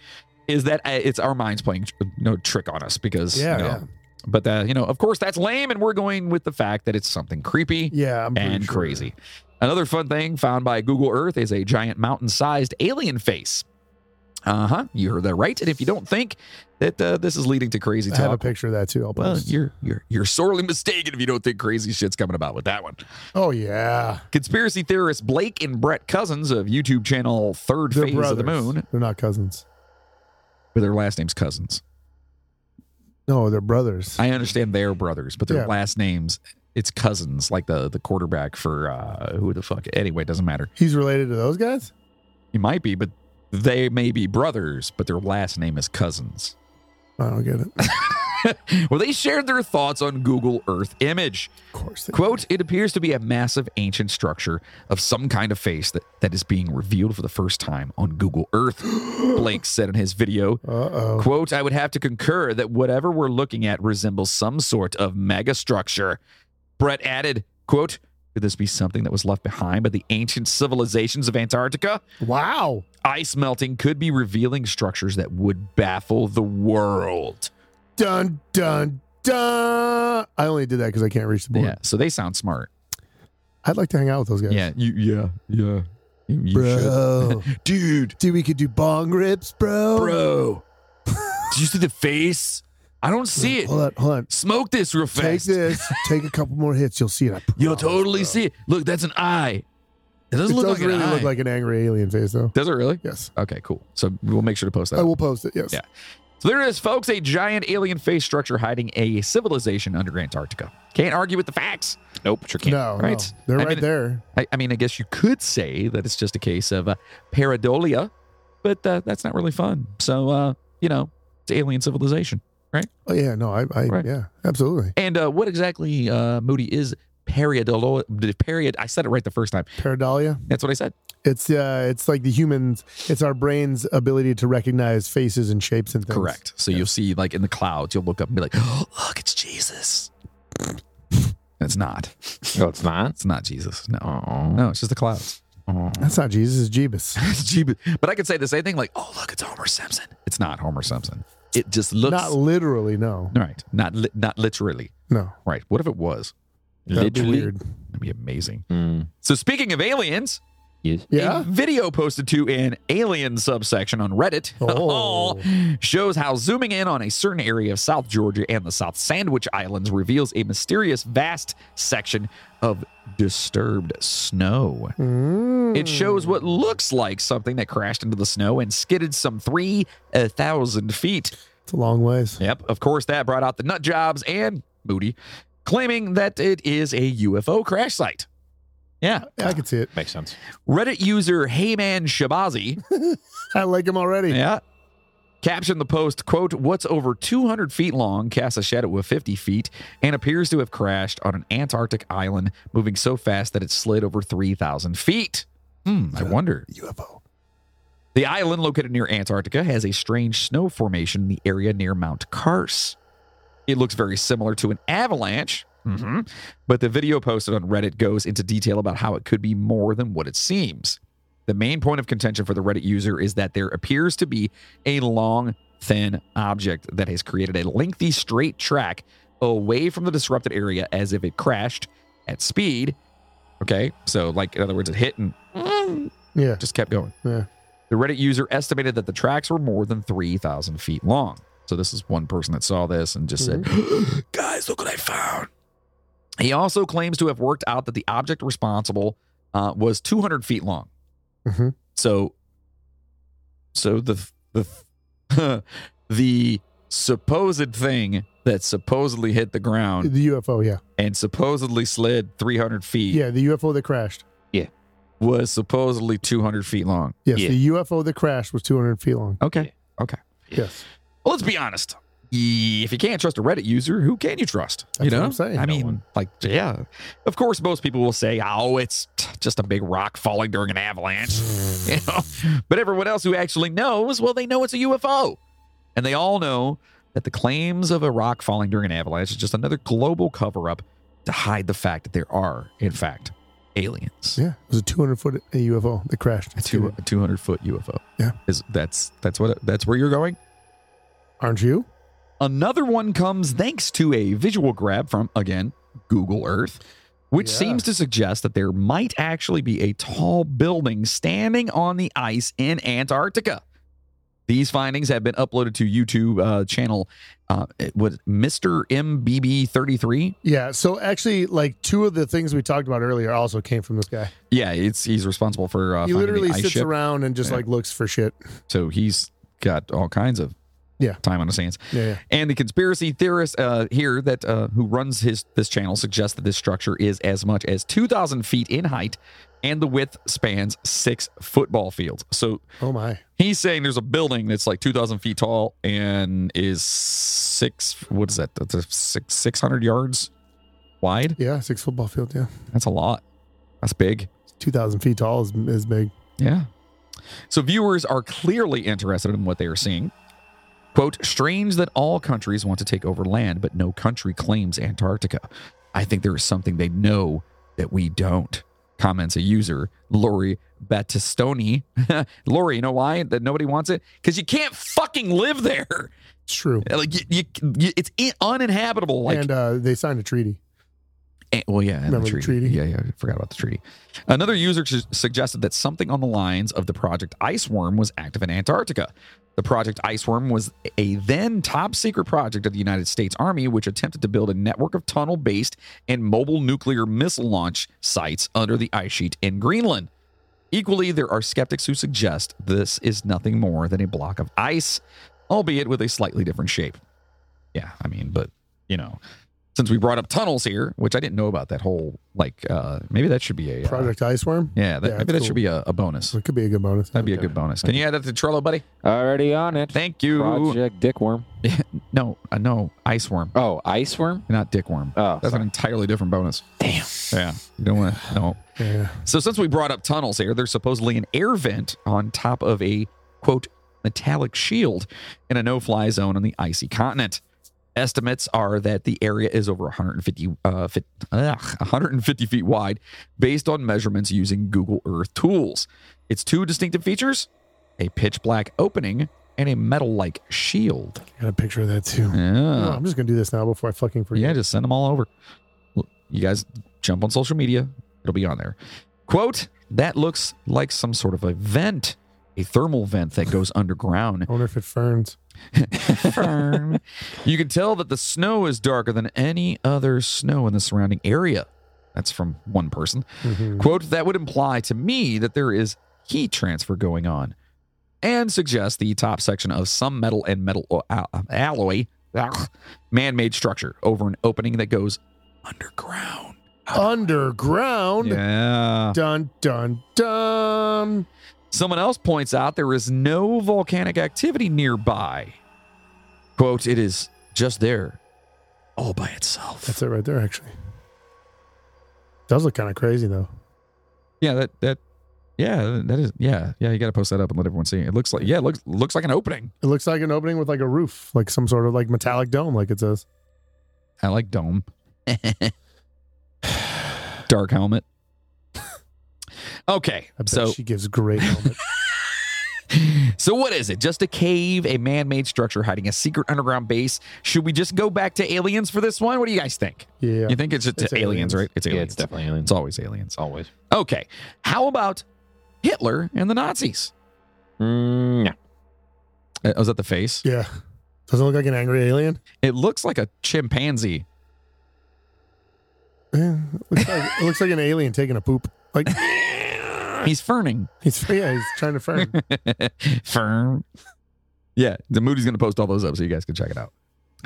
S2: is that uh, it's our minds playing tr- no trick on us because
S3: Yeah,
S2: you know,
S3: yeah.
S2: But uh, you know, of course, that's lame, and we're going with the fact that it's something creepy
S3: Yeah. I'm pretty
S2: and
S3: sure.
S2: crazy. Another fun thing found by Google Earth is a giant mountain-sized alien face. Uh huh. You heard that right. And if you don't think that uh, this is leading to crazy
S3: I have a
S2: talk,
S3: picture of that too. I'll
S2: well,
S3: post.
S2: you're you're you're sorely mistaken if you don't think crazy shit's coming about with that one.
S3: oh yeah.
S2: Conspiracy theorists Blake and Brett Cousins of YouTube channel 3rd
S3: They're
S2: Phase
S3: brothers.
S2: of the Moon,
S3: They're not cousins.
S2: but their last name's Cousins.
S3: No, they're brothers.
S2: I understand they're brothers, but their
S3: Yeah.
S2: last names it's cousins, like the the quarterback for uh, who the fuck. Anyway, it doesn't matter.
S3: He's related to those guys.
S2: You might be, but they may be brothers, but their last name is cousins.
S3: I don't get it.
S2: well, they shared their thoughts on Google Earth image.
S3: Of course. they-
S2: Quote, it appears to be a massive ancient structure of some kind of face that, that is being revealed for the first time on Google Earth, Blake said in his video.
S3: Uh-oh.
S2: Quote, I would have to concur that whatever we're looking at resembles some sort of megastructure. Brett added, quote, could this be something that was left behind by the ancient civilizations of Antarctica?
S3: Wow.
S2: Ice melting could be revealing structures that would baffle the world.
S3: Dun dun dun. I only did that because I can't reach the board.
S2: Yeah, so they sound smart.
S3: I'd like to hang out with those guys.
S2: Yeah, you, yeah, yeah. You, you
S3: Bro.
S2: should. Dude,
S3: Dude, we could do bong rips, bro.
S2: bro. Did you see the face? I don't see it.
S3: Hold on, hold on.
S2: Smoke this real
S3: Take
S2: fast.
S3: this. Take a couple more hits. You'll see it. I
S2: You'll
S3: promise,
S2: totally
S3: bro.
S2: see it. Look, that's an eye. It
S3: It
S2: doesn't look
S3: does
S2: like
S3: really
S2: an eye.
S3: look like an angry alien face, though.
S2: Does it really?
S3: Yes.
S2: Okay, cool. So we'll make sure to post that.
S3: I will post it. Yes.
S2: Yeah. So there it is, folks. A giant alien face structure hiding a civilization under Antarctica. Can't argue with the facts.
S4: Nope, sure can't.
S3: No,
S2: Right.
S3: no. They're
S2: I
S3: right
S2: mean-
S3: there.
S2: I, I mean, I guess you could say that it's just a case of uh, pareidolia, but uh, that's not really fun. So, uh, you know, it's alien civilization.
S3: Oh yeah, no, I, I
S2: Right.
S3: yeah, absolutely.
S2: And uh, what exactly, uh, Moody, is pareidolia? Period. I said it right the first time.
S3: Pareidolia.
S2: That's what I said.
S3: It's uh, it's like the humans. It's our brain's ability to recognize faces and shapes and things.
S2: Correct. So you'll see, like in the clouds, you'll look up and be like, oh, "Look, it's Jesus." it's not.
S4: No, it's not.
S2: It's not Jesus. No.
S4: Oh.
S2: No, it's just the clouds.
S3: That's not Jesus. It's Jeebus.
S2: It's Jeebus. but I could say the same thing, like, "Oh, look, it's Homer Simpson." It's not Homer Simpson. It just looks
S3: Not literally. No.
S2: right. Not li- not literally.
S3: No.
S2: Right. What if it was?
S3: That'd be
S4: Literally.
S3: weird.
S2: That'd be amazing.
S4: Mm.
S2: So speaking of aliens,
S4: Yes.
S2: a
S3: Yeah.
S2: video posted to an alien subsection on Reddit
S3: Oh.
S2: shows how zooming in on a certain area of South Georgia and the South Sandwich Islands reveals a mysterious vast section of disturbed snow.
S3: Mm.
S2: It shows what looks like something that crashed into the snow and skidded some 3,000 feet.
S3: It's a long ways.
S2: Yep, of course, that brought out the nut jobs and Moody, claiming that it is a UFO crash site. Yeah.
S3: Yeah, I can see it.
S4: Makes sense.
S2: Reddit user Heyman Shabazi,
S3: I like him already.
S2: yeah, captioned the post, quote, what's over 200 feet long casts a shadow of 50 feet and appears to have crashed on an Antarctic island, moving so fast that it slid over 3,000 feet. Hmm, I wonder.
S3: UFO.
S2: The island located near Antarctica has a strange snow formation in the area near Mount Kars. It looks very similar to an avalanche, mhm, but the video posted on Reddit goes into detail about how it could be more than what it seems. The main point of contention for the Reddit user is that there appears to be a long, thin object that has created a lengthy straight track away from the disrupted area as if it crashed at speed. Okay, so like in other words, it hit and
S3: Yeah.
S2: just kept going.
S3: Yeah.
S2: The Reddit user estimated that the tracks were more than 3,000 feet long. So this is one person that saw this and just
S3: Mm-hmm.
S2: said, guys, look what I found. He also claims to have worked out that the object responsible uh, was 200 feet long.
S3: Mhm.
S2: So, so the the the supposed thing that supposedly hit the ground
S3: The UFO. Yeah.
S2: and supposedly slid 300 feet
S3: Yeah. The UFO that crashed.
S2: was supposedly 200 feet long.
S3: Yes.
S4: Yeah.
S3: The UFO that crashed was 200 feet long.
S2: Okay.
S3: Yes.
S2: Well, let's be honest. If you can't trust a Reddit user, who can you trust? you
S3: That's
S2: know,
S3: what I'm saying.
S2: I
S3: No
S2: mean,
S3: one.
S2: like, yeah. Of course, most people will say, "Oh, it's t- just a big rock falling during an avalanche," you know. But everyone else who actually knows, well, they know it's a UFO, and they all know that the claims of a rock falling during an avalanche is just another global cover-up to hide the fact that there are, in fact, aliens.
S3: Yeah. It was a 200 foot UFO that crashed.
S2: A two a two hundred foot UFO.
S3: Yeah.
S2: is that's that's what that's where you're going.
S3: Aren't you?
S2: Another one comes thanks to a visual grab from, again, Google Earth, which
S3: Yeah.
S2: seems to suggest that there might actually be a tall building standing on the ice in Antarctica. These findings have been uploaded to YouTube uh, channel uh, with Mr. MBB33.
S3: Yeah. So actually, like two of the things we talked about earlier also came from this guy.
S2: Yeah, it's he's responsible for uh,
S3: he
S2: finding
S3: literally
S2: the ice
S3: sits
S2: ship.
S3: around and just
S2: Yeah.
S3: like looks for shit.
S2: So he's got all kinds of
S3: Yeah.
S2: time on his hands.
S3: Yeah, yeah.
S2: And the conspiracy theorist uh, here that uh, who runs his this channel suggests that this structure is as much as 2,000 feet in height, and the width spans six football fields. So
S3: Oh my.
S2: he's saying there's a building that's like 2,000 feet tall and is six. What is that? That's a six 600 yards wide.
S3: Yeah, six football field. Yeah,
S2: That's a lot. That's big.
S3: two thousand feet tall is, is big.
S2: Yeah. So viewers are clearly interested in what they are seeing. Quote, strange that all countries want to take over land, but no country claims Antarctica. I think there is something they know that we don't, comments a user, Lori Battistoni. Lori, you know why that nobody wants it? Because you can't fucking live there.
S3: It's true.
S2: Like, you, you, you- it's in- uninhabitable. Like,
S3: and uh, they signed a treaty.
S2: and- Eh, well, yeah, and
S3: Remember
S2: the
S3: the
S2: treaty.
S3: treaty?
S2: Yeah, yeah, I forgot about the treaty. Another user su- suggested that something on the lines of the Project Ice Worm was active in Antarctica. The Project Ice Worm was a then top secret project of the United States Army, which attempted to build a network of tunnel based and mobile nuclear missile launch sites under the ice sheet in Greenland. Equally, there are skeptics who suggest this is nothing more than a block of ice, albeit with a slightly different shape. Yeah, I mean, but you know, since we brought up tunnels here, which I didn't know about that whole like uh maybe that should be a uh,
S3: Project Ice Worm.
S2: Yeah, that,
S3: Yeah,
S2: maybe that
S3: cool.
S2: should be a, a bonus.
S3: It could be a good bonus.
S2: That'd be a good bonus. Can you add that to Trello, buddy?
S4: Already on it.
S2: Thank you.
S4: Project Dickworm.
S2: No, uh, no, ice worm,
S4: Oh, Ice Worm?
S2: not dick worm.
S4: Oh,
S2: That's an entirely different bonus.
S4: Damn.
S2: Yeah, you don't want to. No.
S3: Yeah.
S2: So since we brought up tunnels here, there's supposedly an air vent on top of a quote metallic shield in a no-fly zone on the icy continent. Estimates are that the area is over 150 uh, fit, ugh, 150 feet wide, based on measurements using Google Earth tools. Its two distinctive features: a pitch black opening and a metal-like shield. Oh.
S3: Got a picture of that too. No,
S2: Yeah,
S3: I'm just gonna do this now before I fucking forget.
S2: yeah, just send them all over. Look, You guys jump on social media, it'll be on there. Quote, that looks like some sort of a vent, a thermal vent that goes underground.
S3: I wonder if it ferns.
S2: you can tell that the snow is darker than any other snow in the surrounding area. That's from one person.
S3: Mhm.
S2: Quote, that would imply to me that there is heat transfer going on and suggests the top section of some metal and metal o- al- alloy ugh, man-made structure over an opening that goes underground.
S3: Underground.
S2: Yeah.
S3: Dun dun dun.
S2: Someone else points out there is no volcanic activity nearby. Quote, it is just there all by itself.
S3: That's it right there. Actually, does look kind of crazy though.
S2: yeah, that that yeah, that is yeah, yeah, you gotta post that up and let everyone see. It looks like yeah, it looks looks like an opening.
S3: It looks like an opening with like a roof, like some sort of like metallic dome, like it says.
S2: I like dome. Dark helmet. okay.
S3: I bet
S2: So
S3: she gives great helmet.
S2: so what is it? Just a cave, a man-made structure hiding a secret underground base. Should we just go back to aliens for this one? What do you guys think?
S3: Yeah.
S2: You think it's just
S3: It's
S2: aliens,
S3: aliens.
S2: right? It's aliens.
S4: Yeah, it's definitely aliens.
S2: It's always aliens.
S4: always.
S2: Okay. How about Hitler and the Nazis?
S4: Mm, yeah.
S2: Uh, was that the face?
S3: Yeah. Doesn't look like an angry alien.
S2: It looks like a chimpanzee.
S3: Yeah, Eh, it looks like, it looks like an alien taking a poop. Like
S2: He's ferning.
S3: he's yeah, he's trying to fern.
S2: Firm. Yeah, the Moody's going to post all those up so you guys can check it out.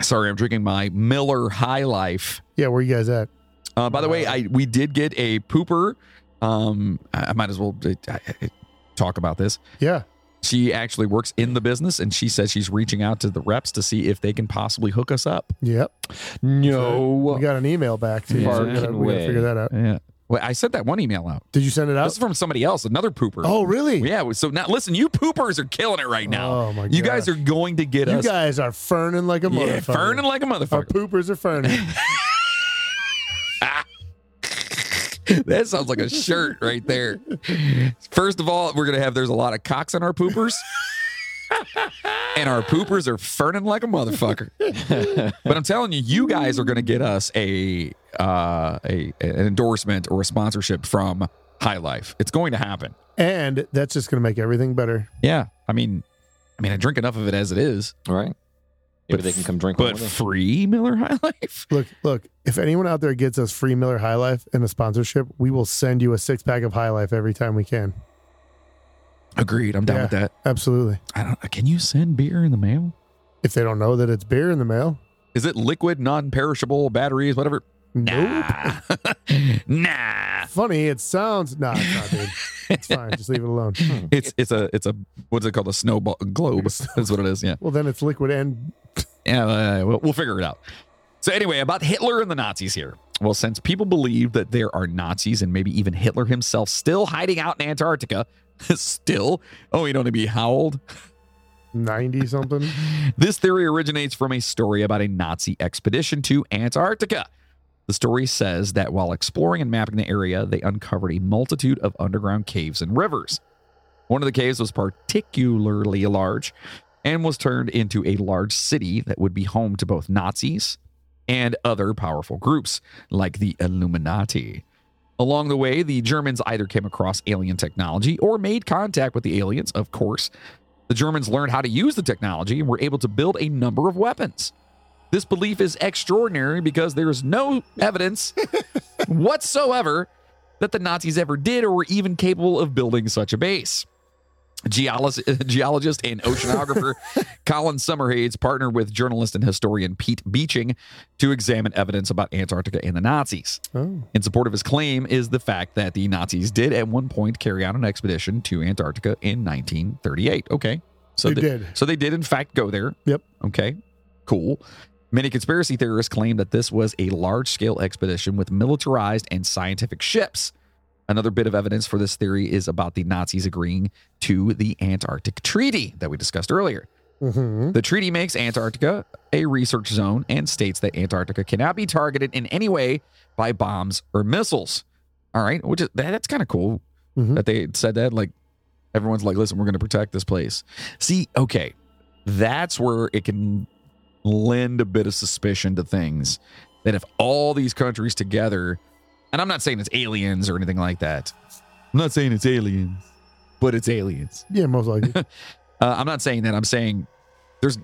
S2: Sorry, I'm drinking my Miller High Life.
S3: Yeah, where you guys at?
S2: Uh, by the way, I we did get a pooper. Um, I, I might as well uh, I- I- talk about this.
S3: Yeah,
S2: She actually works in the business, and she says she's reaching out to the reps to see if they can possibly hook us up.
S3: yep.
S4: No.
S3: We got an email back too. so we, gotta,
S4: Fucking
S3: we gotta
S4: way.
S3: figure that out.
S2: Yeah. Well, I sent that one email out.
S3: Did you send it
S2: This
S3: out?
S2: is from somebody else, another pooper.
S3: Oh, really?
S2: Yeah. So now, listen, you poopers are killing it right now.
S3: Oh, my
S2: You guys are going to get
S3: You
S2: us.
S3: guys are ferning like a
S2: yeah,
S3: motherfucker.
S2: ferning like a
S3: Our
S2: motherfucker.
S3: poopers are ferning.
S2: that sounds like a shirt right there. First of all, we're gonna have there's a lot of cocks in our poopers. And our poopers are ferning like a motherfucker. but I'm telling you, you guys are going to get us a, uh, a an endorsement or a sponsorship from High Life. It's going to happen.
S3: and that's just gonna make everything better.
S2: Yeah, I mean, I mean, I drink enough of it as it is,
S4: All right.
S2: But
S4: Maybe they can come drink one
S2: but
S4: with us.
S2: free Miller High Life.
S3: Look, look, if anyone out there gets us free Miller High Life and a sponsorship, we will send you a six pack of High Life every time we can.
S2: Agreed. I'm down
S3: Yeah.
S2: with that.
S3: Absolutely.
S2: I don't. Can you send beer in the mail?
S3: If they don't know that it's beer in the mail,
S2: Is it liquid, non perishable, batteries, whatever?
S3: nope.
S2: Nah. nah.
S3: Funny, it sounds. Nah, it's not, dude. It's fine. Just leave it alone.
S2: It's it's a it's a what's it called a snowball globe that's what it is yeah
S3: Well, then it's liquid and
S2: yeah uh, we'll, we'll figure it out so anyway about Hitler and the Nazis here well since people believe that there are Nazis and maybe even Hitler himself still hiding out in Antarctica still oh he'd only be how old
S3: 90 something.
S2: This theory originates from a story about a Nazi expedition to Antarctica. The story says that while exploring and mapping the area, they uncovered a multitude of underground caves and rivers. One of the caves was particularly large and was turned into a large city that would be home to both Nazis and other powerful groups like the Illuminati. Along the way, the Germans either came across alien technology or made contact with the aliens, of course, the Germans learned how to use the technology and were able to build a number of weapons. This belief is extraordinary because there is no evidence whatsoever that the Nazis ever did or were even capable of building such a base. Geologist, geologist and oceanographer Colin Summerhayes partnered with journalist and historian Pete Beeching to examine evidence about Antarctica and the Nazis.
S3: Oh,
S2: In support of his claim is the fact that the Nazis did at one point carry out an expedition to Antarctica in 1938. Okay. So
S3: They did.
S2: So they did in fact go there.
S3: Yep.
S2: Okay. Cool. Many conspiracy theorists claim that this was a large-scale expedition with militarized and scientific ships. Another bit of evidence for this theory is about the Nazis agreeing to the Antarctic Treaty that we discussed earlier.
S3: hmm
S2: The treaty makes Antarctica a research zone and states that Antarctica cannot be targeted in any way by bombs or missiles. All right, which is that, that's kind of cool
S3: Mhm.
S2: that they said that. Like everyone's like, listen, we're going to protect this place. See, okay, that's where it can lend a bit of suspicion to things that if all these countries together, and I'm not saying it's aliens or anything like that. I'm not saying it's aliens, but it's aliens.
S3: yeah, most likely.
S2: Uh, I'm not saying that. I'm saying there's.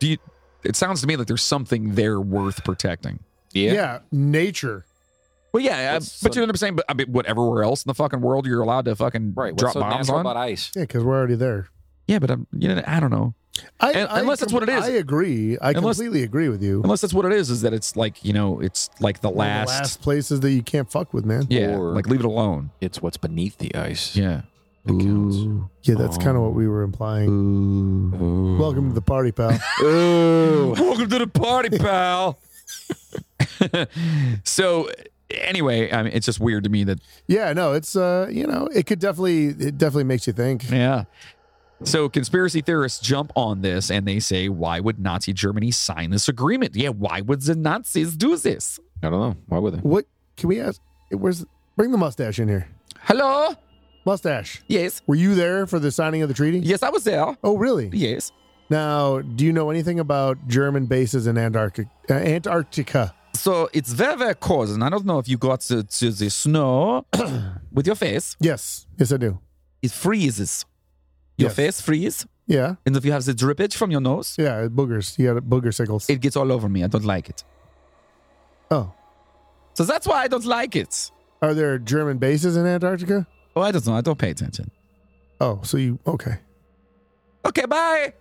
S2: Do you, it sounds to me like there's something there worth protecting.
S3: yeah. nature.
S2: Well, yeah, uh,
S4: What's
S2: but
S4: so-
S2: you know what I'm saying. But I mean, what everywhere else in the fucking world you're allowed to fucking
S4: Right. What's
S2: drop
S4: so
S2: bombs
S4: natural
S2: on.
S4: about ice?
S3: Yeah, because we're already there.
S2: yeah, but I'm, you know, I don't know.
S3: I,
S2: Un- unless that's what it is.
S3: I agree. I
S2: Unless-
S3: completely agree with you.
S2: Unless that's what it is. Is that it's like you know, it's like the
S3: One of
S2: last.
S3: the last places that you can't fuck with, man.
S2: yeah,
S4: Or-
S2: like leave it alone.
S4: It's what's beneath the ice.
S2: Yeah.
S4: It counts.
S3: Yeah, that's kind of what we were implying. Welcome to the party, pal.
S4: Ooh.
S2: Welcome to the party, pal. so, anyway, I mean, it's just weird to me that
S3: yeah, no, it's uh, you know, it could definitely, it definitely makes you think.
S2: Yeah. So conspiracy theorists jump on this and they say, why would Nazi Germany sign this agreement? Yeah, why would the Nazis do this?
S4: I don't know. Why would they?
S3: What can we ask? Where's bring the mustache in here?
S2: Hello?
S3: Mustache,
S2: Yes.
S3: were you there for the signing of the treaty?
S2: Yes, I was there.
S3: Oh, really?
S2: Yes.
S3: Now, do you know anything about German bases in Antarctic, uh, Antarctica?
S2: So it's very, very cold, and I don't know if you got to, to the snow with your face.
S3: Yes, yes, I do.
S2: It freezes. Your
S3: Yes.
S2: face freezes.
S3: Yeah,
S2: And if you have the drippage from your nose,
S3: yeah, boogers. You got booger sickles.
S2: it gets all over me. I don't like it.
S3: oh,
S2: So that's why I don't like it.
S3: are there German bases in Antarctica?
S2: Oh, I don't know. I don't pay attention.
S3: Oh, so you okay?
S2: Okay, bye.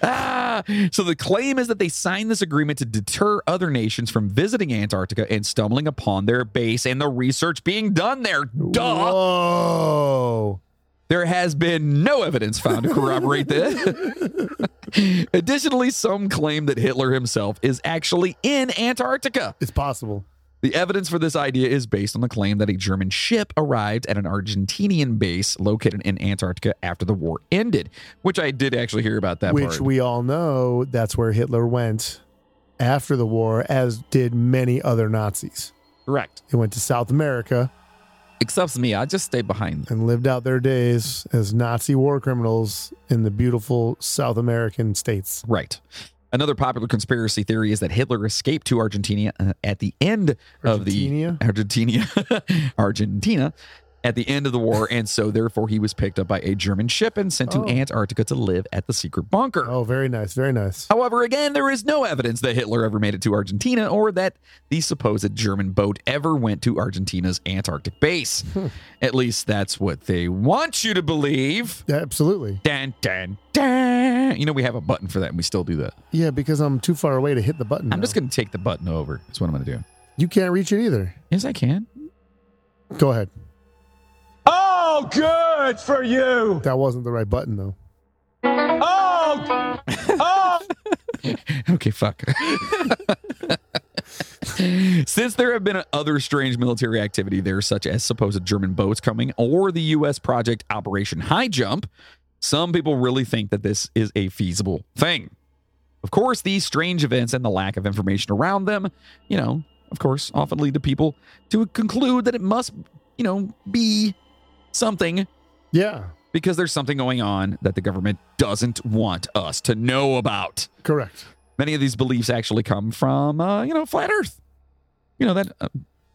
S2: ah, so the claim is that they signed this agreement to deter other nations from visiting Antarctica and stumbling upon their base and the research being done there. Duh.
S3: Whoa.
S2: There has been no evidence found to corroborate this. Additionally, some claim that Hitler himself is actually in Antarctica.
S3: It's possible.
S2: The evidence for this idea is based on the claim that a German ship arrived at an Argentinian base located in Antarctica after the war ended, which I did actually hear about that
S3: which
S2: part.
S3: we all know that's where Hitler went after the war, as did many other Nazis.
S2: Correct.
S3: He went to South America
S2: Except me, I just stayed behind.
S3: and lived out their days as Nazi war criminals in the beautiful South American states.
S2: Right. Another popular conspiracy theory is that Hitler escaped to Argentina uh, at the end of the
S3: Argentina?
S2: Argentina, Argentina, at the end of the war, and so therefore he was picked up by a German ship and sent
S3: Oh.
S2: to Antarctica to live at the secret bunker.
S3: Oh, very nice, very nice.
S2: However, again, there is no evidence that Hitler ever made it to Argentina or that the supposed German boat ever went to Argentina's Antarctic base. At least that's what they want you to believe.
S3: Yeah, absolutely.
S2: Dun, dun, dun. You know, we have a button for that and we still do that.
S3: Yeah, because I'm too far away to hit the button.
S2: I'm just going to take the button over. That's what I'm going to do.
S3: gonna. You can't reach it either.
S2: Yes, I can.
S3: Go ahead.
S5: Oh, good for you.
S3: That wasn't the right button though.
S5: Oh, oh.
S2: Okay, fuck. Since there have been other strange military activity there, such as supposed German boats coming or the U.S. project Operation High Jump, some people really think that this is a feasible thing. Of course, these strange events and the lack of information around them, you know, of course, often lead to people to conclude that it must, you know, be something
S3: Yeah,
S2: because there's something going on that the government doesn't want us to know about
S3: correct.
S2: many of these beliefs actually come from uh, you know flat earth you know that uh,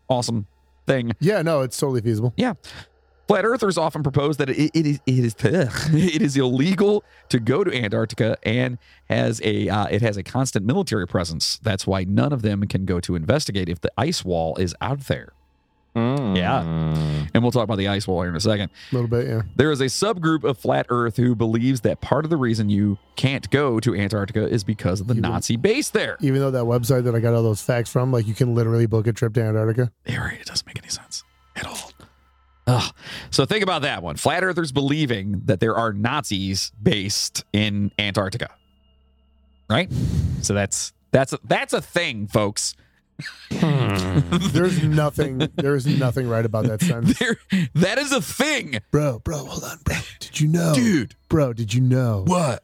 S2: awesome thing
S3: Yeah, no, it's totally feasible.
S2: yeah flat earthers often propose that it, it is it is ugh, it is illegal to go to antarctica and has a uh, it has a constant military presence that's why none of them can go to investigate if the ice wall is out there
S4: Yeah.
S2: and we'll talk about the ice wall here in a second
S3: A little bit, yeah.
S2: there is a subgroup of flat earth who believes that part of the reason you can't go to antarctica is because of the
S3: You would-
S2: nazi base there
S3: Even though that website that I got all those facts from, like you can literally book a trip to Antarctica.
S2: Yeah, right. It doesn't make any sense at all. Ugh. So think about that one. Flat earthers believing that there are Nazis based in Antarctica. Right? So that's that's a, that's a thing, folks.
S3: There's nothing. There's nothing right about that sentence,
S2: There, that is a thing.
S3: bro. Bro, hold on, bro. Did you know,
S2: Dude.
S3: Bro, did you know
S2: What?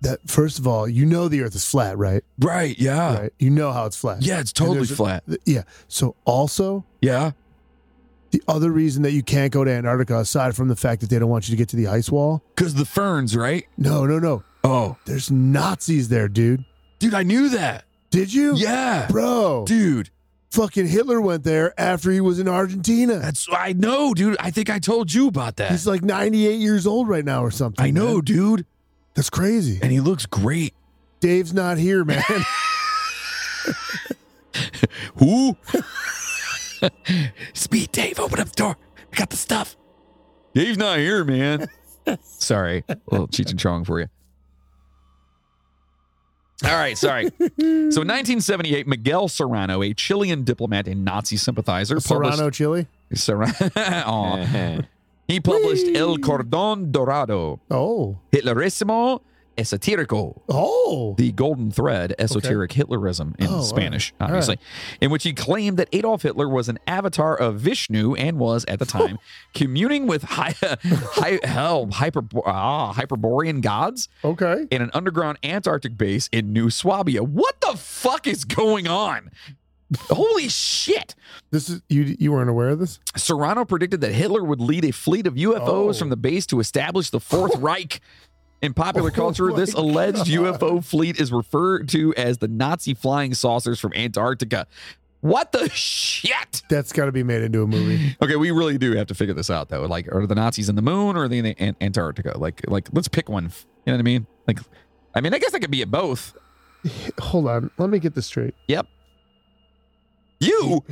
S3: that? First of all, you know the Earth is flat, right?
S2: Right, yeah.
S3: right. You know how it's flat.
S2: Yeah, it's
S3: And
S2: totally
S3: there's a-
S2: flat.
S3: Th- Yeah. So also
S2: yeah.
S3: the other reason that you can't go to Antarctica, aside from the fact that they don't want you to get to the ice wall,
S2: Cuz the ferns, right?
S3: no, no, no.
S2: Oh.
S3: There's Nazis there, dude.
S2: Dude, I knew that.
S3: Did you?
S2: Yeah.
S3: Bro,
S2: Dude,
S3: fucking Hitler went there after he was in Argentina.
S2: that's I know, dude. I think I told you about that.
S3: He's like 98 years old right now or something.
S2: I know,
S3: man.
S2: dude.
S3: That's crazy.
S2: And he looks great.
S3: Dave's not here, man.
S2: Who? Speed, Dave, open up the door. I got the stuff. Dave's not here, man. sorry. A little Cheech and Chong for you. All right, sorry. so in 1978, Miguel Serrano, a Chilean diplomat and Nazi sympathizer,
S3: Serrano, Chile.
S2: published. Serrano. Aw. he published El Cordón Dorado,
S3: Oh.
S2: Hitlerissimo Esotérico,
S3: Oh.
S2: the Golden Thread, Esoteric Hitlerism in
S3: Oh, all
S2: Spanish,
S3: right. All
S2: obviously, in which he claimed that Adolf Hitler was an avatar of Vishnu and was, at the time, communing with hy- hy- hell, hyper- ah, Hyperborean gods
S3: Okay.
S2: in an underground Antarctic base in New Swabia. What the fuck is going on? Holy shit.
S3: This is you you weren't aware of this?
S2: Serrano predicted that Hitler would lead a fleet of UFOs
S3: Oh.
S2: from the base to establish the Fourth Reich. In popular
S3: Oh
S2: culture,
S3: my
S2: this alleged
S3: God.
S2: UFO fleet is referred to as the Nazi flying saucers from Antarctica. What the shit?
S3: That's got to be made into a movie.
S2: Okay, we really do have to figure this out though. Like, are the Nazis in the moon or are they in An- Antarctica? Like, like let's pick one. You know what I mean? Like, I mean, I guess I could be at both.
S3: Hold on. Let me get this straight.
S2: You,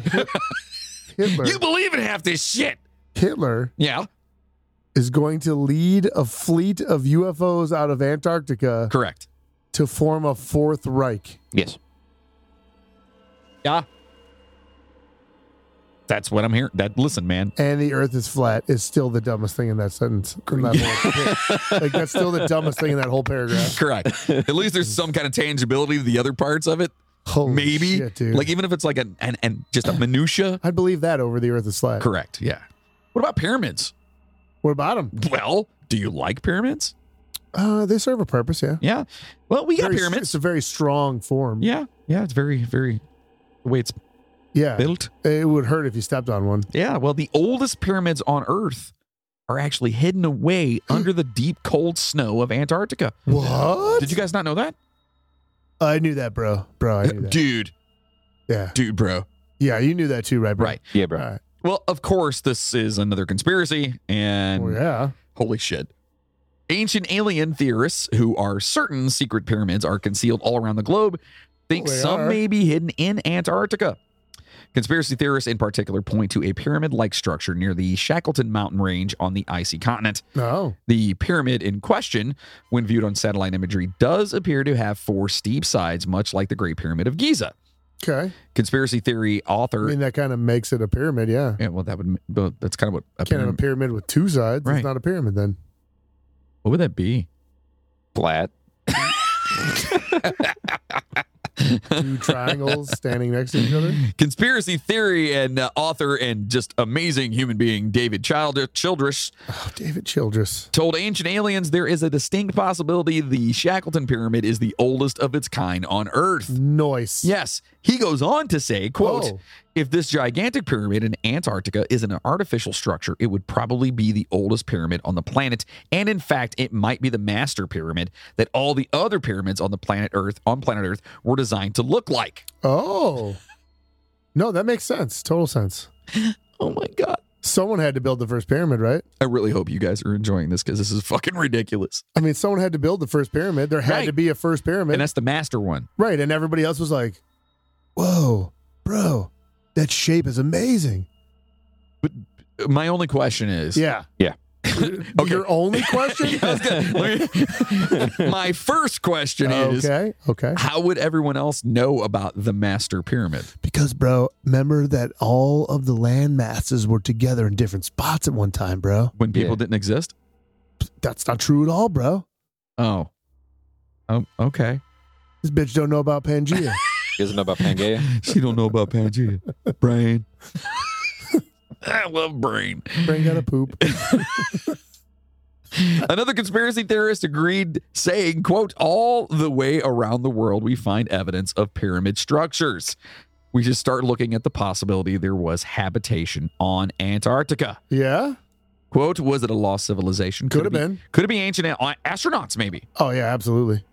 S3: Hitler
S2: you believe in half this shit?
S3: Hitler
S2: Yeah,
S3: is going to lead a fleet of UFOs out of Antarctica
S2: correct.
S3: to form a fourth Reich.
S4: Yes.
S2: Yeah, that's what I'm hearing. That listen, man.
S3: And the Earth is flat is still the dumbest thing in that sentence. in that whole- like that's still the dumbest thing in that whole paragraph.
S2: Correct. At least there's some kind of tangibility to the other parts of it.
S3: Holy
S2: Maybe,
S3: shit, dude.
S2: like even if it's like an and an just a minutia.
S3: I'd believe that over the Earth is flat.
S2: Correct. Yeah. What about pyramids?
S3: What about them?
S2: Well, do you like pyramids?
S3: Uh, they serve a purpose, yeah.
S2: Yeah. Well, we got
S3: Very-
S2: pyramids.
S3: It's a very strong form.
S2: Yeah. Yeah. It's very, very the way it's
S3: Yeah.
S2: built.
S3: It would hurt if you stepped on one.
S2: Yeah. Well, the oldest pyramids on Earth are actually hidden away under the deep cold snow of Antarctica.
S3: What?
S2: Did you Uh, guys not know that?
S3: I knew that, bro. Bro, I knew that.
S2: Dude,
S3: yeah.
S2: dude, bro.
S3: Yeah, you knew that too, right, bro?
S2: Right.
S4: Yeah,
S3: All
S4: bro.
S3: right.
S2: Well, of course, this is another conspiracy, and
S3: Oh, yeah.
S2: holy shit. Ancient alien theorists who are certain secret pyramids are concealed all around the globe think
S3: They
S2: some
S3: are.
S2: may be hidden in Antarctica. Conspiracy theorists, in particular, point to a pyramid like structure near the Shackleton Mountain Range on the icy continent.
S3: No.
S2: The pyramid in question, when viewed on satellite imagery, does appear to have four steep sides, much like the Great Pyramid of Giza.
S3: Okay.
S2: Conspiracy theory
S3: I
S2: author.
S3: mean, that kind of makes it a pyramid. Yeah.
S2: yeah, well, that would well, that's kind of what a
S3: Can't have a
S2: pyramid.
S3: pyramid with two sides.
S2: Mm. Right.
S3: It's not a pyramid then.
S2: What would that be?
S4: Flat.
S3: Two triangles standing next to each other.
S2: Conspiracy theory and uh, author and just amazing human being David Childer- Childress
S3: Oh, David Childress.
S2: told Ancient Aliens there is a distinct possibility the Shackleton Pyramid is the oldest of its kind on Earth.
S3: Noise.
S2: Yes, he goes on to say, quote,
S3: Whoa.
S2: if this gigantic pyramid in Antarctica is an artificial structure, it would probably be the oldest pyramid on the planet, and in fact, it might be the master pyramid that all the other pyramids on the planet Earth on planet Earth were designed to look like.
S3: Oh. No, that makes sense. Total sense.
S2: Oh my god.
S3: Someone had to build the first pyramid, right?
S2: I really hope you guys are enjoying this because this is fucking ridiculous.
S3: I mean, someone had to build the first pyramid. There had
S2: Right.
S3: to be a first pyramid.
S2: And that's the master one.
S3: right. And everybody else was like, whoa, bro, that shape is amazing.
S2: My only question is
S3: Yeah.
S4: Yeah.
S2: Okay.
S3: Your only question?
S2: I was gonna- let me- my first question is
S3: okay. Okay.
S2: how would everyone else know about the master pyramid?
S3: Because, bro, remember that all of the land masses were together in different spots at one time, bro.
S2: When people
S4: Yeah.
S2: didn't exist?
S3: That's not true at all, bro.
S2: Oh. Oh, okay.
S3: This bitch don't know about Pangea.
S4: He doesn't know about Pangea.
S2: She don't know about Pangea. Brain. I love brain.
S3: Bring out a poop.
S2: Another conspiracy theorist agreed, saying, quote, all the way around the world we find evidence of pyramid structures. We should start looking at the possibility there was habitation on Antarctica.
S3: Yeah.
S2: Quote, was it a lost civilization?
S3: Could have
S2: it be-
S3: been.
S2: Could it be ancient a- astronauts, maybe?
S3: Oh, yeah, absolutely.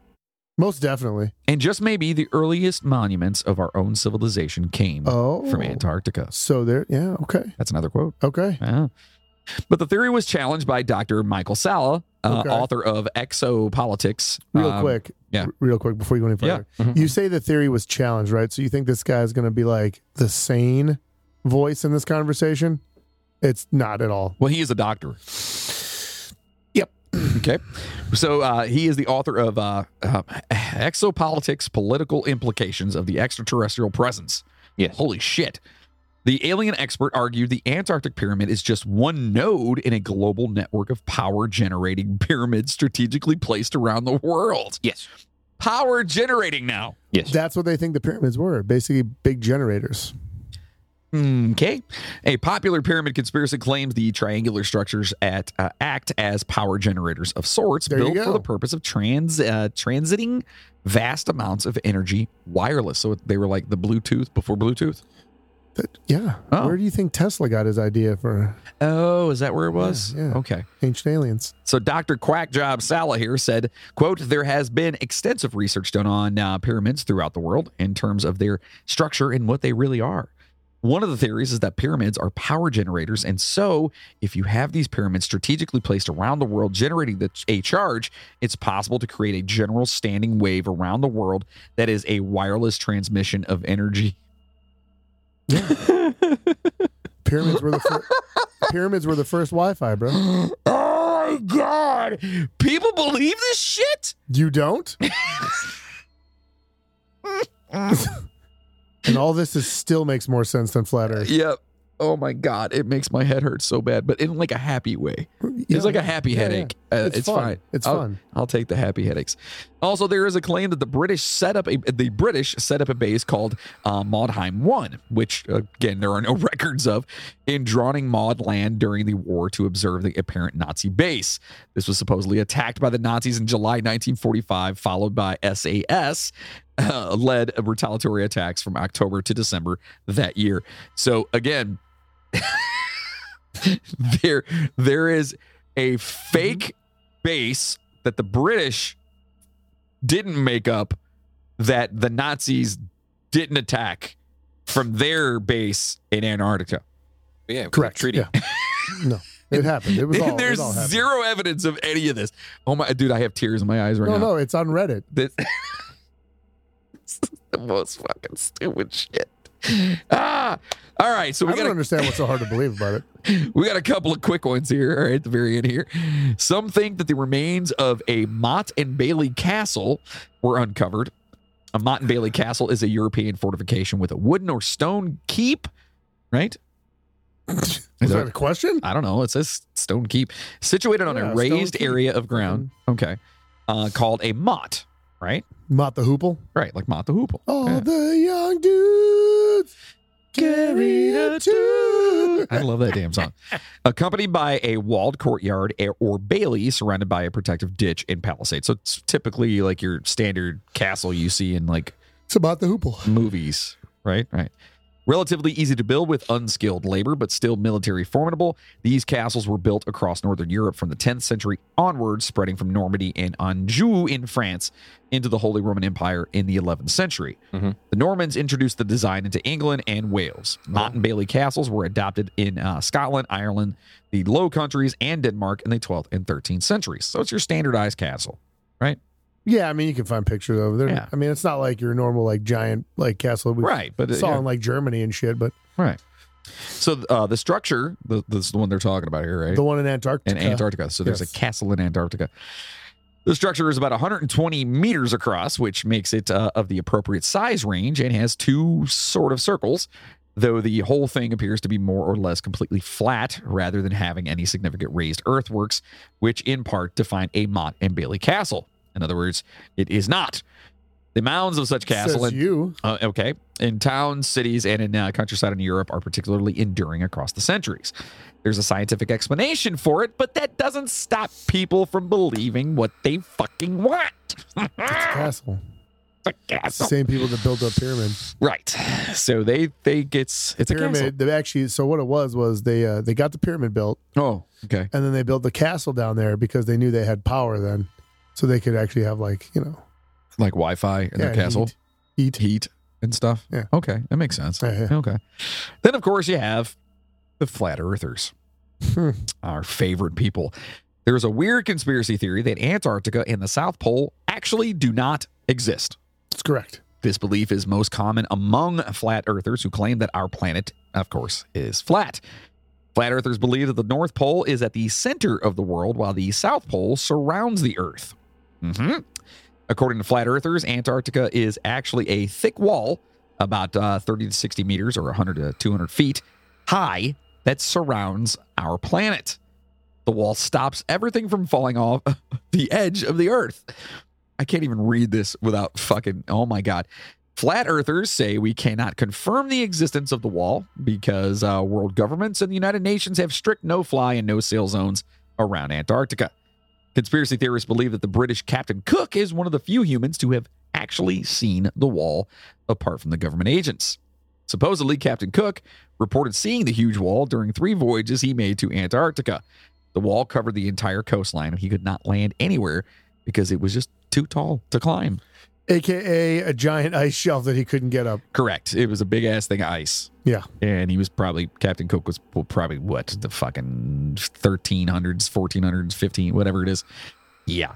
S3: Most definitely.
S2: And just maybe the earliest monuments of our own civilization came
S3: Oh.
S2: from Antarctica.
S3: So there, yeah, okay.
S2: That's another quote.
S3: Okay.
S2: Yeah. But the theory was challenged by Dr. Michael Sala, uh,
S3: Okay.
S2: author of Exopolitics.
S3: Real
S2: Um,
S3: quick.
S2: yeah.
S3: r- Real quick before you go any
S2: Yeah. mm-hmm.
S3: further. You say the theory was challenged, right? So you think this guy is going to be like the sane voice in this conversation? It's not at all.
S2: Well, he is a doctor.
S3: Yep.
S2: Okay. So uh, he is the author of uh, uh, Exopolitics Political Implications of the Extraterrestrial Presence.
S4: Yes.
S2: Holy shit. The alien expert argued the Antarctic pyramid is just one node in a global network of power generating pyramids strategically placed around the world.
S4: Yes.
S2: Power generating now.
S4: Yes.
S3: That's what they think the pyramids were basically big generators.
S2: Hmm, Okay. A popular pyramid conspiracy claims the triangular structures at uh, act as power generators of sorts,
S3: There you
S2: built
S3: go.
S2: for the purpose of trans uh, transiting vast amounts of energy wireless. So they were like the Bluetooth before Bluetooth.
S3: That- yeah.
S2: Oh.
S3: Where do you think Tesla got his idea for
S2: Oh, is that where it was?
S3: Yeah, yeah.
S2: Okay.
S3: ancient aliens?
S2: So Dr. Quackjob Sala here said, quote, there has been extensive research done on uh, pyramids throughout the world in terms of their structure and what they really are. One of the theories is that pyramids are power generators. And so if you have these pyramids strategically placed around the world, generating the, a charge, it's possible to create a general standing wave around the world that is a wireless transmission of energy.
S3: Pyramids were the fir- pyramids were the first Wi-Fi, bro.
S2: oh my God. People believe this shit?
S3: You don't? and all this is still makes more sense than flat Earth.
S2: Yep. Oh my god, it makes my head hurt so bad, but in like a happy way. It's like a happy
S3: Yeah, yeah.
S2: headache. Uh, it's
S3: fun.
S2: fine.
S3: It's
S2: I'll,
S3: fun.
S2: I'll take the happy headaches. Also, there is a claim that the British set up a the British set up a base called uh, Modheim One, which again there are no records of, in Drawning Maud land during the war to observe the apparent Nazi base. This was supposedly attacked by the Nazis in July 1945, followed by SAS. Uh, led retaliatory attacks from October to December that year. So again, there there is a
S4: Mm-hmm.
S2: fake base that the British didn't make up that the Nazis didn't attack from their base in Antarctica.
S4: yeah,
S3: Correct.
S4: Treaty.
S3: Yeah. no, it happened. It was all. it
S2: There's
S3: all happened.
S2: zero evidence of any of this. Oh my dude, I have tears in my eyes right
S3: No,
S2: now.
S3: no, it's on Reddit.
S2: This, This is the most fucking stupid shit. Ah, all right. So
S3: I
S2: we
S3: don't
S2: got a
S3: understand what's so hard to believe about it.
S2: we got a couple of quick ones here all right, at the very end here. Some think that the remains of a Mott and Bailey castle were uncovered. A Mott and Bailey castle is a European fortification with a wooden or stone keep, right?
S3: Is that a question?
S2: I don't know. It says stone keep, situated on
S3: Yeah,
S2: a
S3: stone
S2: raised
S3: keep. Mm-hmm.
S2: area of ground. Okay, uh, called a Mott, right?
S3: Mott the Hoople.
S2: Right, like Mott the Hoople.
S3: All
S2: Yeah.
S3: the young dudes carry a tune.
S2: I love that damn song. Accompanied by a walled courtyard a- or bailey surrounded by a protective ditch and palisade. So it's typically like your standard castle you see in like
S3: It's about the Hoople.
S2: movies, right? Right. Relatively easy to build with unskilled labor, but still military formidable. These castles were built across northern Europe from the 10th century onwards, spreading from Normandy and Anjou in France into the Holy Roman Empire in the 11th century.
S3: Mm-hmm.
S4: Mhm.
S2: The Normans introduced the design into England and Wales.
S3: Oh.
S2: Mott and Bailey castles were adopted in uh, Scotland, Ireland, the Low Countries, and Denmark in the 12th and 13th centuries. So it's your standardized castle.
S3: Yeah, I mean you can find pictures of it.
S2: Yeah.
S3: Yeah. I mean it's not like your normal like giant like castle we
S2: Right. But uh,
S3: saw
S2: yeah.
S3: in like Germany and shit, but
S2: Right. So uh, the structure, the, this is the one they're talking about here, right?
S3: the one in Antarctica.
S2: in Antarctica. So there's
S3: Yes.
S2: a castle in Antarctica. The structure is about 120 meters across, which makes it uh, of the appropriate size range and has two sort of circles, though the whole thing appears to be more or less completely flat rather than having any significant raised earthworks, which in part define a Mott and Bailey castle. In other words, it is not. The mounds of such
S3: Says
S2: castle and
S3: you.
S2: uh, okay. In towns, cities, and in uh, countryside in Europe are particularly enduring across the centuries. There's a scientific explanation for it, but that doesn't stop people from believing what they fucking want.
S3: Castle.
S2: The
S3: It's the
S2: castle.
S3: same people that built the pyramid.
S2: Right. So they think it's it's a castle.
S3: pyramid. They actually so what it was was they uh, they got the pyramid built
S2: Oh, okay.
S3: and then they built the castle down there because they knew they had power then, so they could actually have like you know
S2: Like Wi-Fi in their
S3: yeah,
S2: castle,
S3: heat.
S2: heat. and stuff.
S3: Yeah.
S2: Okay, that makes sense.
S3: Yeah, yeah.
S2: Okay. Then of course you have the flat earthers.
S3: Hmm.
S2: our favorite people. There's a weird conspiracy theory that Antarctica and the South Pole actually do not exist.
S3: It's correct.
S2: This belief is most common among flat earthers who claim that our planet, of course, is flat. Flat earthers believe that the North Pole is at the center of the world while the South Pole surrounds the Earth. hmm According to flat earthers, Antarctica is actually a thick wall about uh, 30 to 60 meters or 100 to 200 feet high that surrounds our planet. The wall stops everything from falling off the edge of the Earth. I can't even read this without fucking, oh my God. Flat earthers say we cannot confirm the existence of the wall because uh, world governments and the United Nations have strict no fly and no sail zones around Antarctica. Conspiracy theorists believe that the British Captain Cook is one of the few humans to have actually seen the wall apart from the government agents. Supposedly, Captain Cook reported seeing the huge wall during three voyages he made to Antarctica. The wall covered the entire coastline and he could not land anywhere because it was just too tall to climb.
S3: AKA a giant ice shelf that he couldn't get up.
S2: Correct. It was a big ass thing of ice.
S3: Yeah.
S2: And he was probably, Captain Cook was well, probably what, the fucking 1300s, 1400s, 15, whatever it is. Yeah.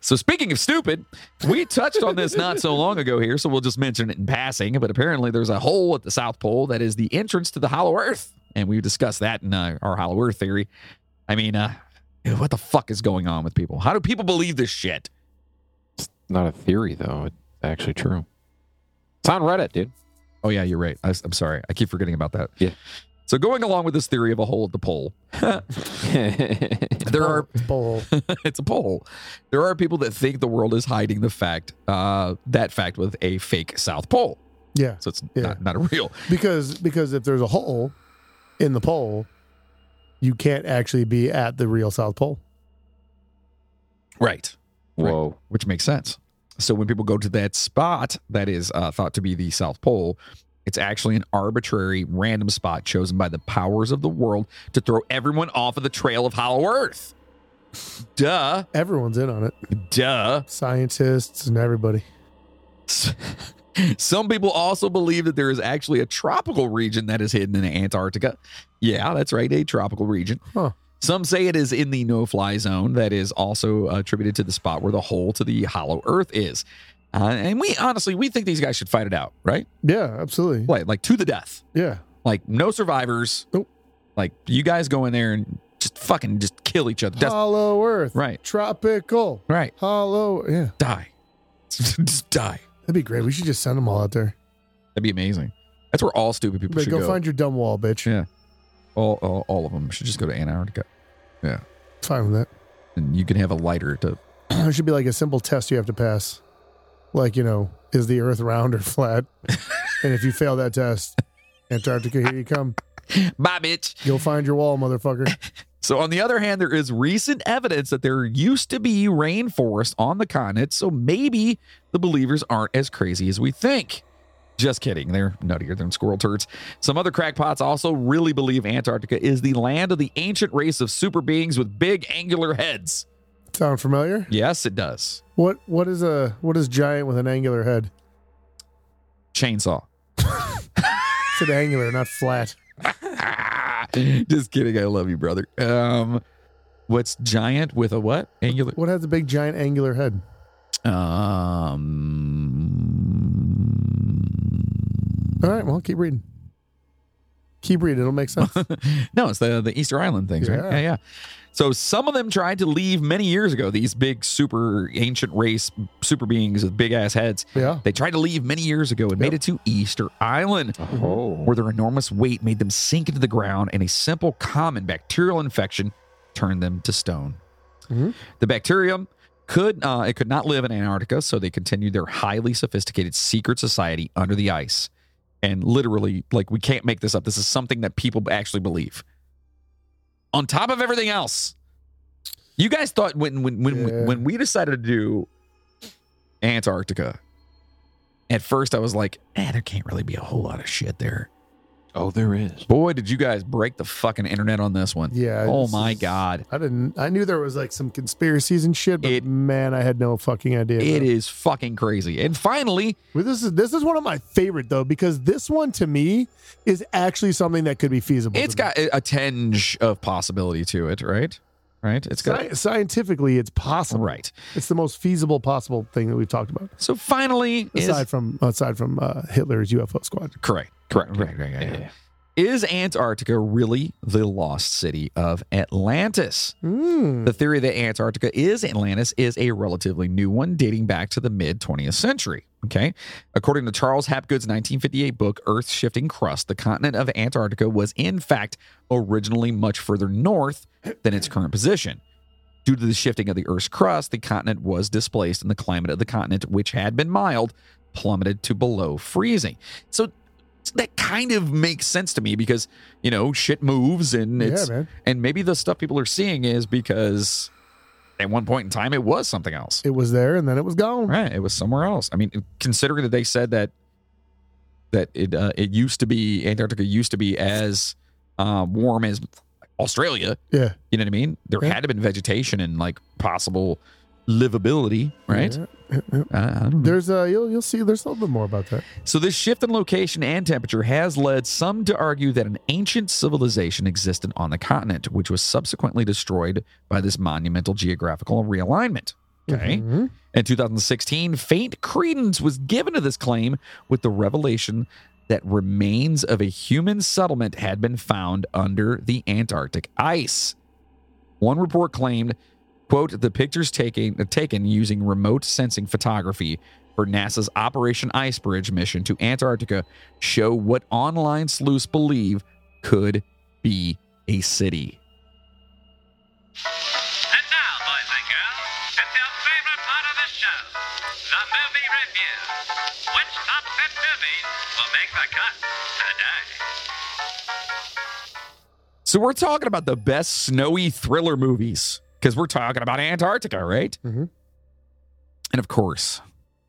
S2: So speaking of stupid, we touched on this not so long ago here, so we'll just mention it in passing. But apparently, there's a hole at the South Pole that is the entrance to the Hollow Earth, and we've discussed that in uh, our Hollow Earth theory. I mean, uh, what the fuck is going on with people? How do people believe this shit?
S4: Not a theory though. It's actually true. It's on Reddit, dude.
S2: Oh yeah, you're right. I, am sorry. I keep forgetting about that.
S4: Yeah.
S2: So going along with this theory of a hole at the pole, there are
S3: It's bull.
S2: it's a poll. There are people that think the world is hiding the fact uh, that fact with a fake South Pole.
S3: Yeah,
S2: So it's
S3: Yeah.
S2: not, not a real.
S3: because because if there's a hole in the pole, you can't actually be at the real South Pole.
S2: Right.
S4: Whoa.
S2: Which makes sense. So when people go to that spot that is uh, thought to be the South Pole, it's actually an arbitrary random spot chosen by the powers of the world to throw everyone off of the trail of hollow earth. Duh.
S3: Everyone's in on it.
S2: Duh.
S3: Scientists and everybody.
S2: S- Some people also believe that there is actually a tropical region that is hidden in Antarctica. Yeah, that's right, a tropical region.
S3: Huh.
S2: Some say it is in the no fly zone that is also attributed to the spot where the hole to the hollow earth is. Uh, and we honestly, we think these guys should fight it out, right?
S3: Yeah, absolutely.
S2: Like, like to the death.
S3: Yeah.
S2: Like no survivors.
S3: Nope.
S2: Like you guys go in there and just fucking just kill each other. That's
S3: Hollow Earth.
S2: right.
S3: Tropical.
S2: Right.
S3: Hollow. Yeah.
S2: Die. just die.
S3: That'd be great. We should just send them all out there.
S2: That'd be amazing. That's where all stupid people
S3: But
S2: should
S3: go,
S2: go.
S3: find your dumb wall, bitch.
S2: Yeah. all, all all of them should just go to Antarctica,
S3: Fine with
S2: and you can have a lighter to.
S3: that. there should be like a simple test you have to pass. Like, you know, is the Earth round or flat? and if you fail that test, Antarctica, here you come.
S2: Bye, bitch.
S3: You'll find your wall, motherfucker.
S2: So, on the other hand, there is recent evidence that there used to be rainforest on the continent. So maybe the believers aren't as crazy as we think. Just kidding. They're nuttier than squirrel turds. Some other crackpots also really believe Antarctica is the land of the ancient race of super beings with big angular heads.
S3: Sound familiar?
S2: Yes, it does.
S3: What what is a what is giant with an angular head?
S2: Chainsaw.
S3: It's an angular, not flat.
S2: Just kidding. I love you, brother. Um, what's giant with a what? Angular.
S3: What has a big giant angular head?
S2: Um.
S3: All right, well, keep reading. Keep reading, it'll make sense.
S2: no, it's the the Easter Island things, right?
S3: Yeah.
S2: Yeah, yeah. So some of them tried to leave many years ago. These big super ancient race super beings with big ass heads.
S3: Yeah.
S2: They tried to leave many years ago and made it to Easter Island,
S4: Oh.
S2: where their enormous weight made them sink into the ground, and a simple common bacterial infection turned them to stone.
S3: Mhm.
S2: The bacterium could uh, it could not live in Antarctica, so they continued their highly sophisticated secret society under the ice. And literally, like we can't make this up. This is something that people actually believe. On top of everything else, you guys thought when when when
S3: Yeah.
S2: when we decided to do Antarctica, at first I was like, eh, there can't really be a whole lot of shit there.
S4: Oh, there is.
S2: Boy, did you guys break the fucking internet on this one.
S3: Yeah.
S2: oh
S3: this
S2: my
S3: is-
S2: god.
S3: I didn't. I knew there was like some conspiracies and shit, but
S2: It-
S3: man, I had no fucking idea.
S2: It
S3: bro.
S2: is fucking crazy. And finally,
S3: Well, this is this is one of my favorite though because this one to me is actually something that could be feasible.
S2: it's
S3: to me.
S2: got a a tinge of possibility to it, right? Right? It's got
S3: Sci- scientifically, it's possible.
S2: right.
S3: It's the most feasible possible thing that we've talked about
S2: So finally, is,
S3: aside from aside from uh, Hitler's UFO squad.
S2: correct, correct, correct, right, right, right.
S4: Yeah.
S2: Is Antarctica really the lost city of Atlantis?
S3: Mm.
S2: The theory that Antarctica is Atlantis is a relatively new one dating back to the mid 20th century. Okay. According to Charles Hapgood's 1958 book, Earth Shifting Crust, the continent of Antarctica was in fact originally much further north than its current position. Due to the shifting of the Earth's crust, the continent was displaced and the climate of the continent, which had been mild, plummeted to below freezing. So that kind of makes sense to me because, you know, shit moves and
S3: Yeah,
S2: it's
S3: man.
S2: and maybe the stuff people are seeing is because at one point in time it was something else.
S3: It was there and then it was gone.
S2: Right. It was somewhere else. I mean, considering that they said that that it uh, it used to be Antarctica used to be as uh, warm as Australia.
S3: Yeah.
S2: You know what I mean? There
S3: Yeah.
S2: had to have been vegetation and like possible livability, right?
S3: Yeah, yeah, yeah.
S2: Uh, I don't know.
S3: There's uh, you'll you'll see. There's a little bit more about that.
S2: So this shift in location and temperature has led some to argue that an ancient civilization existed on the continent, which was subsequently destroyed by this monumental geographical realignment. Okay.
S3: Mhm.
S2: In 2016, faint credence was given to this claim with the revelation that remains of a human settlement had been found under the Antarctic ice. One report claimed, quote, the pictures taken, taken using remote sensing photography for NASA's Operation Icebridge mission to Antarctica show what online sleuths believe could be a city.
S6: And now, boys and girls, it's your favorite part of the show, the movie review. Which top 10 movies will make the cut today?
S2: So we're talking about the best snowy thriller movies because we're talking about Antarctica, right?
S3: Mhm.
S2: And of course,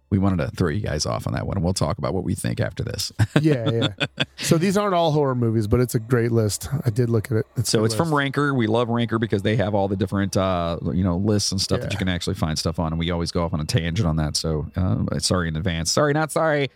S2: we wanted to throw you guys off on that one, and we'll talk about what we think after this.
S3: Yeah, yeah. so these aren't all horror movies, but it's a great list. I did look at it. a
S2: so
S3: good
S2: it's from
S3: list.
S2: Ranker. We love Ranker because they have all the different uh, you know lists and stuff that
S3: Yeah.
S2: you can actually find stuff on, and we always go off on a tangent on that. So uh, sorry in advance. Sorry, not sorry.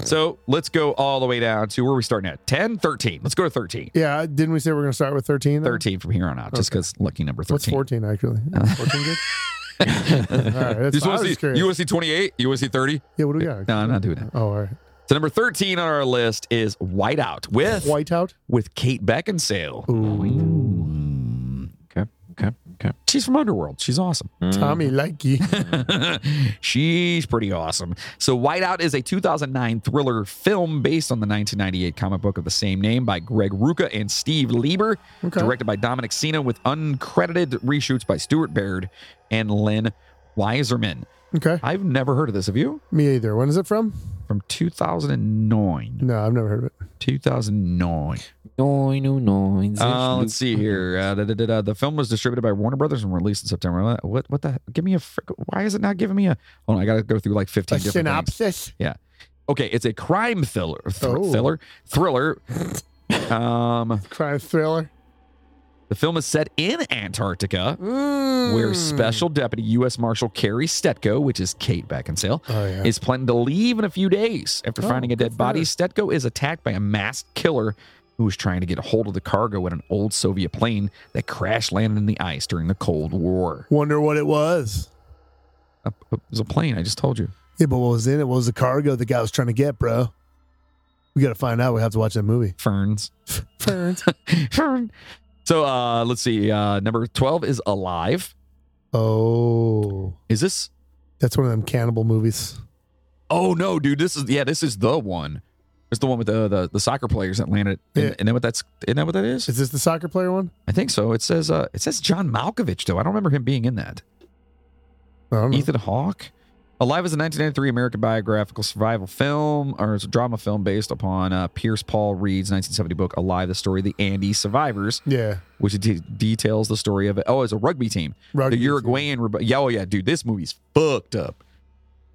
S2: So let's go all the way down to where are we starting at? 10, 13. Let's go to 13.
S3: Yeah, didn't we say we're going to start with 13? though?
S2: 13 from here on out, just because lucky number 13.
S3: What's 14 actually?
S2: Uh,
S3: Is 14 good? all
S2: Just
S3: right, that's fine. I
S2: wanna
S3: was
S2: see-
S3: just curious.
S2: you want to see 28? You want to see 30?
S3: yeah, what do we got?
S2: No, I'm not doing that.
S3: Oh, all right.
S2: So number 13 on our list is Whiteout with
S3: Whiteout.
S2: with Kate Beckinsale.
S4: Okay. Okay. Okay.
S2: She's from Underworld. She's awesome.
S3: Tommy Likey.
S2: She's pretty awesome. So, Whiteout is a 2009 thriller film based on the 1998 comic book of the same name by Greg Rucka and Steve Lieber,
S3: Okay.
S2: directed by Dominic Sena, with uncredited reshoots by Stuart Baird and Lynn Weiserman.
S3: Okay.
S2: I've never heard of this. Have you?
S3: Me either. When is it from?
S2: From 2009.
S3: No, I've never heard of it.
S2: 2009.
S4: No, no, no.
S2: Uh, let's see here. Uh, da, da, da, da. The film was distributed by Warner Brothers and released in September. What? What the? Give me a. frick- Why is it not giving me a? Hold on, I got to go through like fifteen
S3: A
S2: different. things.
S3: synopsis.
S2: Yeah. Okay, it's a crime thriller, thr-
S3: Oh.
S2: thriller, thriller. um,
S3: Crime thriller.
S2: the film is set in Antarctica, where
S3: Mm.
S2: Special Deputy U.S. Marshal Carrie Stetko, which is Kate Beckinsale,
S3: Oh, yeah.
S2: is planning to leave in a few days. After
S3: Oh,
S2: finding a
S3: good
S2: dead
S3: for
S2: body,
S3: her.
S2: Stetko is attacked by a masked killer who is trying to get a hold of the cargo in an old Soviet plane that crash landed in the ice during the Cold War.
S3: Wonder what it was.
S2: Uh, It was a plane. I just told you.
S3: Yeah, but what was in it? What was the cargo the guy was trying to get, bro? We got to find out. We have to watch that movie.
S2: Ferns.
S3: Ferns.
S2: Fern. So uh, let's see. Uh, number twelve is Alive.
S3: oh,
S2: Is this?
S3: that's one of them cannibal movies.
S2: Oh no, dude! This is yeah. This is the one. It's the one with the the, the soccer players that landed. And,
S3: Yeah.
S2: and then what that's isn't that what that is?
S3: Is this the soccer player one?
S2: I think so. It says uh, it says John Malkovich though. I don't remember him being in that.
S3: I don't know.
S2: Ethan Hawke. Alive is a 1993 American biographical survival film, or it's a drama film based upon uh, Pierce Paul Reed's 1970 book "Alive: The Story of the Andes Survivors,"
S3: Yeah.
S2: which de- details the story of oh, it's a rugby team,
S3: Rugby
S2: the
S3: team.
S2: Uruguayan. Rebe- yeah, oh yeah, dude, this movie's fucked up.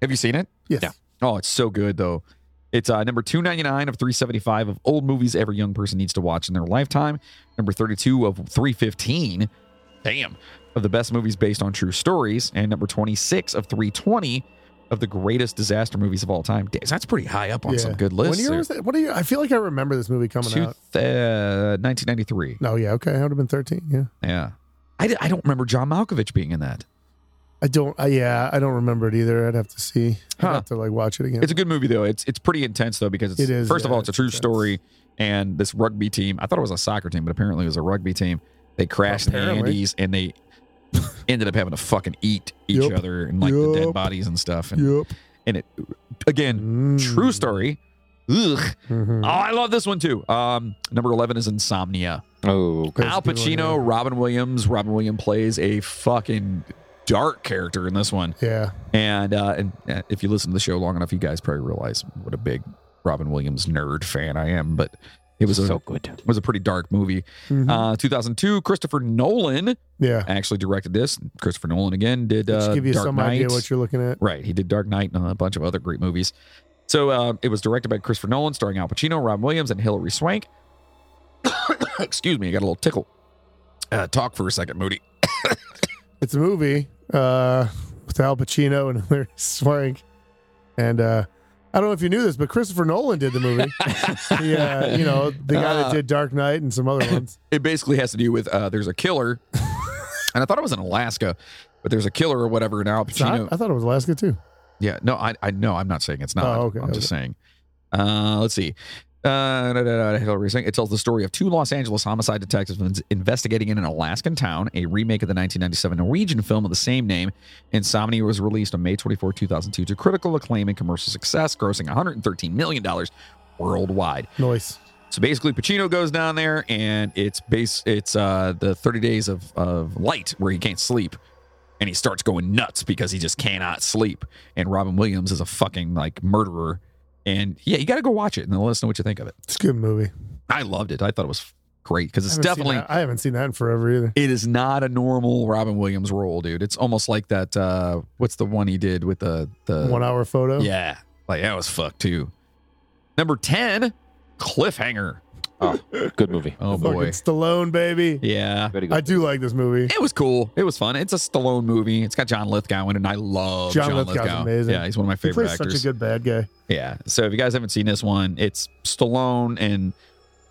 S2: Have you seen it?
S3: Yes.
S2: Yeah. Oh, it's so good though. It's uh, number 299 of 375 of old movies every young person needs to watch in their lifetime. Number 32 of 315. Damn. Of the best movies based on true stories. And number 26 of 320 of the greatest disaster movies of all time. Damn, that's pretty high up on
S3: Yeah.
S2: some good lists.
S3: When year
S2: there.
S3: was that? What are you? I feel like I remember this movie coming
S2: Two-
S3: out.
S2: uh, 1993.
S3: No, yeah, okay. I would have been 13. Yeah.
S2: Yeah. I, di- I don't remember John Malkovich being in that.
S3: I don't, I, yeah, I don't remember it either. I'd have to see.
S2: Huh.
S3: I'd have to like watch it again.
S2: It's a good movie though. It's it's pretty intense though because it's,
S3: It is,
S2: first of
S3: yeah,
S2: all it's a
S3: it's
S2: true
S3: intense.
S2: story and this rugby team. I thought it was a soccer team, but apparently it was a rugby team. They crashed in the
S3: Apparently.
S2: Andes and they ended up having to fucking eat each
S3: Yup.
S2: other and like the dead
S3: Yup.
S2: bodies and stuff. And
S3: yep. Mm.
S2: again, true story. Ugh.
S3: Mhm.
S2: Oh, I love this one too. Um, number eleven is Insomnia.
S4: Oh, okay.
S3: That's
S2: Al
S3: a good one,
S2: Pacino, Robin Williams. Robin Williams plays a fucking dark character in this one.
S3: Yeah.
S2: And uh, and uh, if you listen to the show long enough, you guys probably realize what a big Robin Williams nerd fan I am. But it was a
S4: so good.
S2: it was a pretty dark movie.
S3: Mhm.
S2: Uh, 2002, Christopher Nolan
S3: yeah.
S2: actually directed this. Christopher Nolan again did uh,
S3: Just give you
S2: Dark
S3: some
S2: Knight.
S3: idea what you're looking at.
S2: right, he did Dark Knight and a bunch of other great movies. So uh, it was directed by Christopher Nolan, starring Al Pacino, Robin Williams, and Hilary Swank. Excuse me, I got a little tickle. Uh, talk for a second, Moody.
S3: It's a movie uh, with Al Pacino and Hilary Swank. And uh, I don't know if you knew this, but Christopher Nolan did the movie. he, uh, you know, the guy
S2: Ah.
S3: that did Dark Knight and some other ones.
S2: it basically has to do with uh, there's a killer, and I thought it was in Alaska, but there's a killer or whatever. And Al
S3: It's not-
S2: Pacino,
S3: I thought it was Alaska too.
S2: yeah, no, I, I no, I'm not saying it's not.
S3: Oh, okay,
S2: I'm just saying. Uh, let's see. Uh, da, da, da, Hillary Swank. It tells the story of two Los Angeles homicide detectives in- investigating in an Alaskan town, a remake of the 1997 Norwegian film of the same name. Insomnia was released on May 24, 2002, to critical acclaim and commercial success, grossing $113 million worldwide.
S3: Noise.
S2: So basically, Pacino goes down there, and it's base. It's uh, the thirty days of of light where he can't sleep, and he starts going nuts because he just cannot sleep. And Robin Williams is a fucking like murderer. And yeah, you got to go watch it and then let us know what you think of it.
S3: It's a good movie.
S2: I loved it. I thought it was great because
S3: I
S2: it's
S3: haven't seen
S2: definitely
S3: that- I haven't seen that in forever either.
S2: it is not a normal Robin Williams role, dude. It's almost like that. uh What's the one he did with the the
S3: One hour photo.
S2: Yeah, like that was fucked too. Number ten, cliffhanger.
S4: Oh, good movie.
S2: Oh
S3: Fucking
S2: boy.
S3: Stallone, baby.
S2: Yeah.
S4: Very good.
S3: I do like this movie.
S2: It was cool. It was fun. It's a Stallone movie. It's got John Lithgow in it, and I love John,
S3: John
S2: Lithgow.
S3: Lithgow's amazing.
S2: Yeah, he's one of my
S3: He
S2: favorite
S3: plays
S2: actors.
S3: such a good bad guy.
S2: Yeah. So if you guys haven't seen this one, it's Stallone and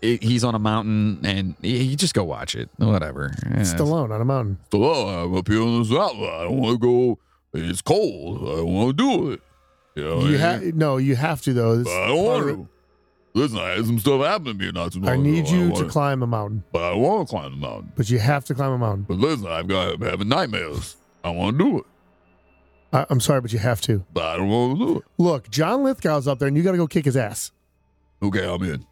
S2: it, he's on a mountain and y- you just go watch it. Whatever. Yeah.
S3: Stallone on a mountain.
S2: Stallone, "Oh, I'm up here on this mountain. I don't want to go. It's cold. I don't want to do it. You know,
S3: You
S2: I-
S3: ha- no, you have to though. This
S2: but
S3: is
S2: I don't
S3: part
S2: want
S3: of it.
S2: to. Listen, I had some stuff happen to me not too long
S3: I need
S2: ago.
S3: you
S2: wanna,
S3: to climb a mountain,
S2: But I want to climb the mountain.
S3: but you have to climb a mountain.
S2: But listen, I've got I'm having nightmares. I want to do it,
S3: I- Uh, I'm sorry, but you have to.
S2: but I don't want to do it.
S3: Look, John Lithgow's up there, and you got to go kick his ass.
S2: Okay, I'm in.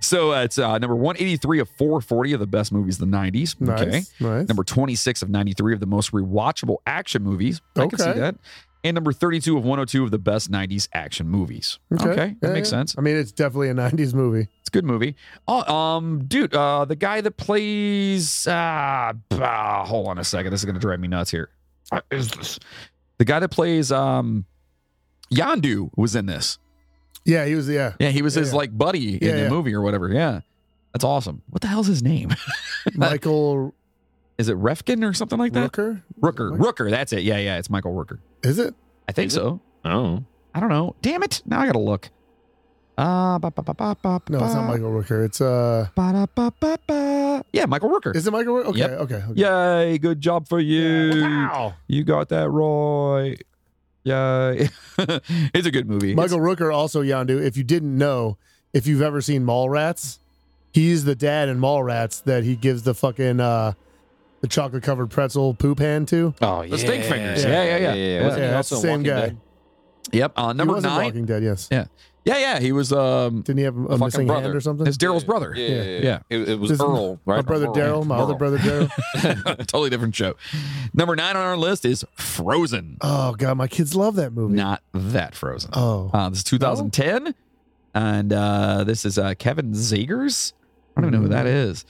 S2: so uh, it's uh, number 183 of 440 of the best movies of the 90s.
S3: Nice,
S2: Okay.
S3: nice.
S2: Number 26 of 93 of the most rewatchable action movies. I can see
S3: Okay.
S2: that. And number 32 of 102 of the best 90s action movies. Okay. that
S3: Yeah,
S2: makes
S3: yeah.
S2: sense.
S3: I mean, it's definitely a '90s movie.
S2: It's a good movie. Oh, um, dude, uh, the guy that plays. Uh, bah, hold on a second. This is going to drive me nuts here. What is this? The guy that plays um, Yandu was in this.
S3: Yeah, he was. Yeah,
S2: Yeah, he was
S3: Yeah,
S2: his
S3: yeah.
S2: like buddy in
S3: Yeah,
S2: the
S3: yeah.
S2: movie or whatever. Yeah. That's awesome. What the hell's his name?
S3: Michael
S2: Is it Refkin or something like that?
S3: Rooker.
S2: Rooker. Rooker. That's it. Yeah, yeah. It's Michael Rooker.
S3: Is it?
S2: I think
S4: Is it?
S2: so.
S4: Oh.
S2: I don't know. Damn it. Now I gotta look. Uh, ba, ba, ba, ba, ba,
S3: No, it's not
S2: ba,
S3: Michael Rooker. It's uh,
S2: ba, da, ba, ba, ba. Yeah, Michael Rooker.
S3: is it Michael? Rooker? Okay,
S2: Yep.
S3: okay, okay.
S2: Yay, good job for you.
S3: Wow.
S2: You got that right. Yay. it's a good movie.
S3: Michael Rooker also Yandu. If you didn't know, if you've ever seen Mallrats, he's the dad in Mallrats that he gives the fucking uh, the chocolate covered pretzel poop hand to.
S4: Oh, yeah.
S2: The stink fingers. Yeah, yeah, yeah.
S4: Wasn't
S3: Yeah,
S4: he
S3: that's
S4: also
S3: the
S4: in
S3: same
S4: Walking
S3: guy.
S4: Dead?
S2: It's- yep. Uh,
S3: He
S2: number
S3: was in
S2: nine.
S3: Walking Dead. Yes.
S2: Yeah, yeah. He was um
S3: Didn't he have a,
S2: fucking
S3: missing hand
S2: brother.
S3: or something?
S2: his Daryl's brother.
S4: Yeah, yeah, yeah.
S2: Yeah.
S4: It, it was
S3: This is
S4: Earl, right?
S3: my brother
S4: Earl.
S3: Daryl, my other
S4: Earl.
S3: brother Daryl.
S2: totally different show. Number nine on our list is Frozen.
S3: oh god, my kids love that movie.
S2: Not that Frozen.
S3: Oh,
S2: Uh, this is 2010, and uh, this is uh, Kevin Zegers. I don't even know who that
S3: Mm-hmm.
S2: is.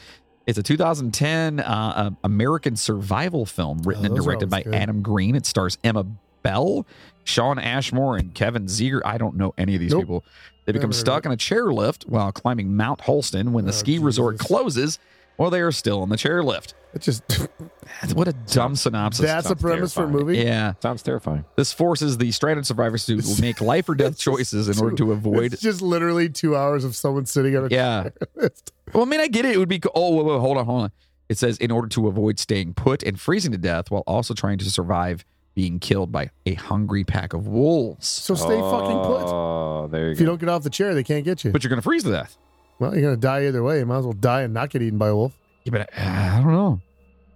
S2: It's a 2010 uh, uh, American survival film written
S3: Oh,
S2: and
S3: those are
S2: directed by
S3: always good.
S2: Adam Green. It stars Emma Bell, Sean Ashmore, and Kevin Zeger. I don't know any of these
S3: Nope.
S2: people. They
S3: Never
S2: become
S3: heard of
S2: stuck in a chairlift while climbing Mount Holston when the
S3: Oh,
S2: ski resort
S3: Jesus.
S2: closes while they are still in the chairlift.
S3: it just
S2: What a dumb synopsis.
S3: that's a
S4: sounds
S3: premise for a
S4: terrifying.
S3: movie.
S2: Yeah.
S4: Sounds terrifying.
S2: This forces the stranded survivors to make life or death
S3: It's just
S2: choices in order
S3: too-
S2: to avoid.
S3: It's just literally two hours of someone sitting on a
S2: Yeah.
S3: lift.
S2: Well, I mean, I get it. It would be. co- Oh, whoa, whoa, hold on, hold on. It says in order to avoid staying put and freezing to death while also trying to survive being killed by a hungry pack of wolves.
S3: So stay fucking put.
S4: Oh, there you
S3: If you
S4: go.
S3: don't get off the chair, they can't get you.
S2: But you're gonna freeze to death.
S3: well, you're gonna die either way. You might as well die and not get eaten by a wolf.
S2: Yeah, but uh, I don't know.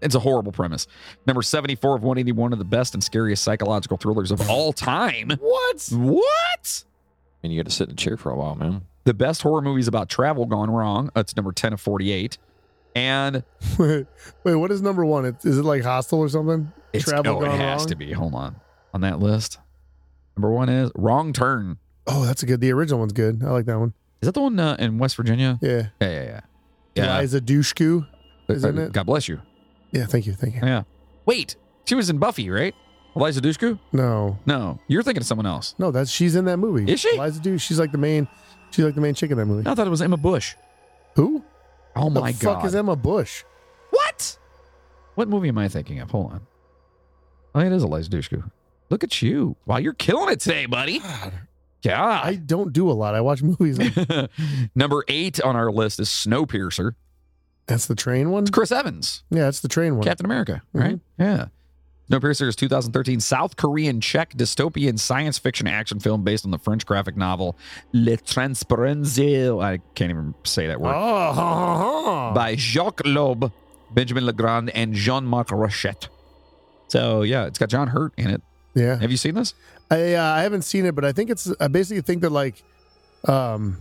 S2: It's a horrible premise. Number 74 of 181 of the best and scariest psychological thrillers of all time. What? What?
S4: I mean, you got to sit in a chair for a while, man.
S2: The best horror movies about travel gone wrong. That's number 10 of 48. And
S3: Wait, wait, what is number one? It- Is it like hostile or something?
S2: it's,
S3: Travel
S2: oh, it
S3: Gone
S2: has
S3: Wrong?
S2: to be. Hold on. On that list. Number one is Wrong Turn.
S3: Oh, that's a good. The original one's good. I like that one.
S2: Is that the one uh, in West Virginia?
S3: Yeah.
S2: Yeah, yeah, yeah. Yeah. Uh,
S3: Eliza Dushku. isn't it?
S2: God bless you.
S3: Yeah. Thank you. Thank you.
S2: Yeah. Wait, she was in Buffy, right? Eliza Dushku?
S3: No.
S2: No, you're thinking of someone else.
S3: No, that's she's in that movie.
S2: Is she?
S3: Eliza Dushku. She's like the main. She's like the main chick in that movie.
S2: I thought it was Emma Bush.
S3: Who?
S2: Oh
S3: the
S2: my
S3: fuck
S2: god.
S3: is Emma Bush?
S2: What? What movie am I thinking of? Hold on. Oh, it is Eliza Dushku. Look at you. Wow, you're killing it today, buddy.
S3: I
S2: God.
S3: don't do a lot. I watch movies.
S2: Number eight on our list is Snowpiercer.
S3: that's the train one.
S2: It's Chris Evans.
S3: Yeah, that's the train one.
S2: Captain America, right? Yeah. Snowpiercer is 2013 South Korean Czech dystopian science fiction action film based on the French graphic novel Le Transparenzel. I can't even say that word.
S3: Oh, ha, ha, ha.
S2: By Jacques Loeb, Benjamin Legrand, and Jean Marc Rochette. So, yeah, it's got John Hurt in it.
S3: yeah.
S2: Have you seen this?
S3: I uh, I haven't seen it, but I think it's. I basically think that like, um,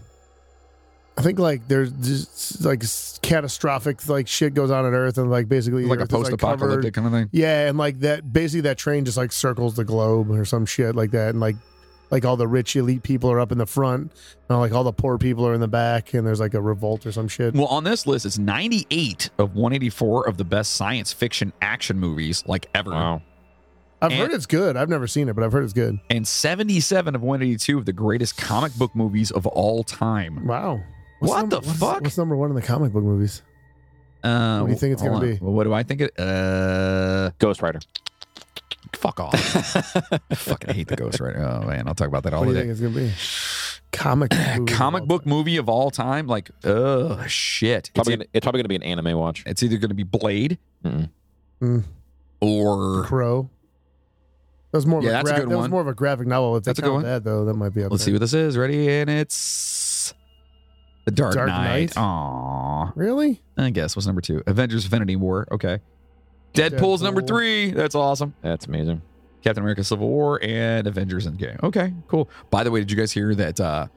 S3: I think like there's just like s- catastrophic like shit goes on at Earth, and like basically
S2: Like a
S3: Earth is,
S2: post
S3: covered-
S2: apocalyptic kind of thing?
S3: yeah, and like that basically that train just like circles the globe or some shit like that, and like like all the rich elite people are up in the front, and like all the poor people are in the back, and there's like a revolt or some shit.
S2: Well, on this list, it's 98 of 184 of the best science fiction action movies like ever.
S4: Wow.
S3: I've
S2: and-
S3: heard it's good. I've never seen it, but I've heard it's good.
S2: and 77 of 182 of the greatest comic book movies of all time.
S3: Wow. What's
S2: What
S3: number-
S2: the
S3: what's-
S2: fuck?
S3: What's number one in the comic book movies?
S2: Uh,
S3: What do you think it's
S2: hold
S3: gonna
S2: on.
S3: be?
S2: Well, what do I think? It, uh,
S4: Ghost Rider.
S2: fuck off. Fucking hate the Ghost Rider. Oh man, I'll talk about that all
S3: What do
S2: day.
S3: you think it's gonna be? Comic book movies of
S2: Comic
S3: all
S2: book
S3: time.
S2: movie of all time, like oh shit. It's,
S4: Probably gonna, it's probably going to be an anime watch.
S2: it's either gonna be Blade
S4: Mm-mm.
S3: Mm.
S2: or
S3: Crow. That was more. Of
S2: Yeah,
S3: a
S2: that's a
S3: gra-
S2: good
S3: That was
S2: one.
S3: more of a graphic novel. If they
S2: That's a good
S3: count
S2: one.
S3: That though, that might be. Up
S2: let's see
S3: there.
S2: what this is. Ready? And it's The Dark,
S3: Dark
S2: Knight.
S3: Knight?
S2: Aw.
S3: Really?
S2: I guess what's number two? Avengers Infinity War. Okay. Deadpool's number
S3: Deadpool.
S2: three. That's awesome.
S4: That's amazing.
S2: Captain America Civil War and Avengers Endgame. Okay, cool. By the way, did you guys hear that uh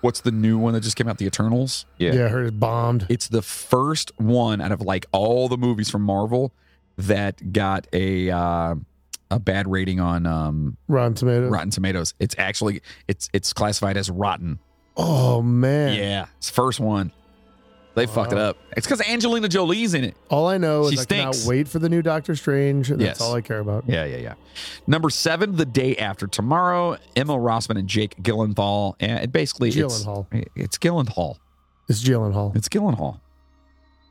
S2: what's the new one that just came out, The Eternals?
S4: Yeah.
S3: Yeah, I heard it bombed.
S2: It's the first one out of like all the movies from Marvel that got a uh, a bad rating on um,
S3: Rotten Tomatoes.
S2: Rotten Tomatoes. It's actually it's it's classified as rotten.
S3: Oh man.
S2: Yeah, it's the first one. They fucked it
S3: Wow.
S2: up. It's because Angelina Jolie's in it.
S3: All I know is
S2: She
S3: I
S2: stinks.
S3: cannot wait for the new Doctor Strange. And
S2: Yes.
S3: That's all I care about.
S2: Yeah, yeah, yeah. Number seven, the day after tomorrow, Emma Rossman and Jake Gyllenhaal. And it basically,
S3: Gyllenhaal.
S2: it's it's Gyllenhaal.
S3: It's Gyllenhaal.
S2: It's Gyllenhaal.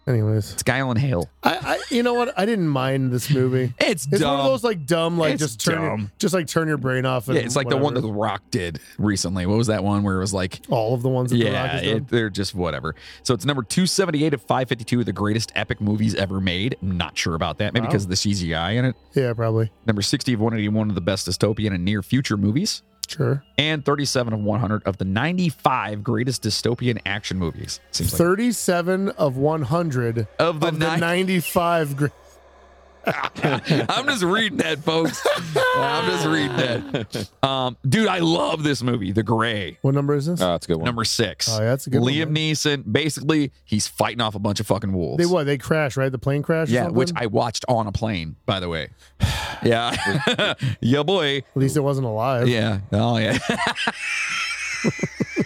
S3: Anyways,
S2: It's Guy Hale.
S3: I, I you know what? I didn't mind this movie.
S2: It's,
S3: It's
S2: dumb.
S3: one of those like dumb, like
S2: It's
S3: just turn, your-
S2: dumb.
S3: just like turn your brain off. And
S2: yeah, it's like the one that
S3: whatever.
S2: The Rock did recently. What was that one where it was like
S3: all of the ones. That the Rock
S2: yeah,
S3: has done.
S2: it, they're just whatever. So it's number 278 of 552 of the greatest epic movies ever made. Not sure about that. Maybe
S3: Wow.
S2: because of the CGI in it.
S3: yeah, probably.
S2: Number 60 of 181 of the best dystopian and near future movies.
S3: Sure.
S2: And 37 of 100 of the 95 greatest dystopian action movies. Seems like.
S3: Thirty-seven of one hundred
S2: Of the,
S3: of the
S2: nine.
S3: ninety-five. Gr-
S2: I'm just reading that, folks. I'm just reading that. Um, dude, I love this movie, The Gray.
S3: what number is this?
S2: Uh,
S4: Oh, that's a good one.
S2: Number six.
S3: Oh, yeah, that's a good one,
S2: Liam
S3: man.
S2: Neeson. Basically, he's fighting off a bunch of fucking wolves.
S3: They what? They crash, right? The plane crash. or
S2: Yeah,
S3: something?
S2: which I watched on a plane, by the way. Yeah. yeah, boy.
S3: at least it wasn't alive.
S2: Yeah. Oh, yeah.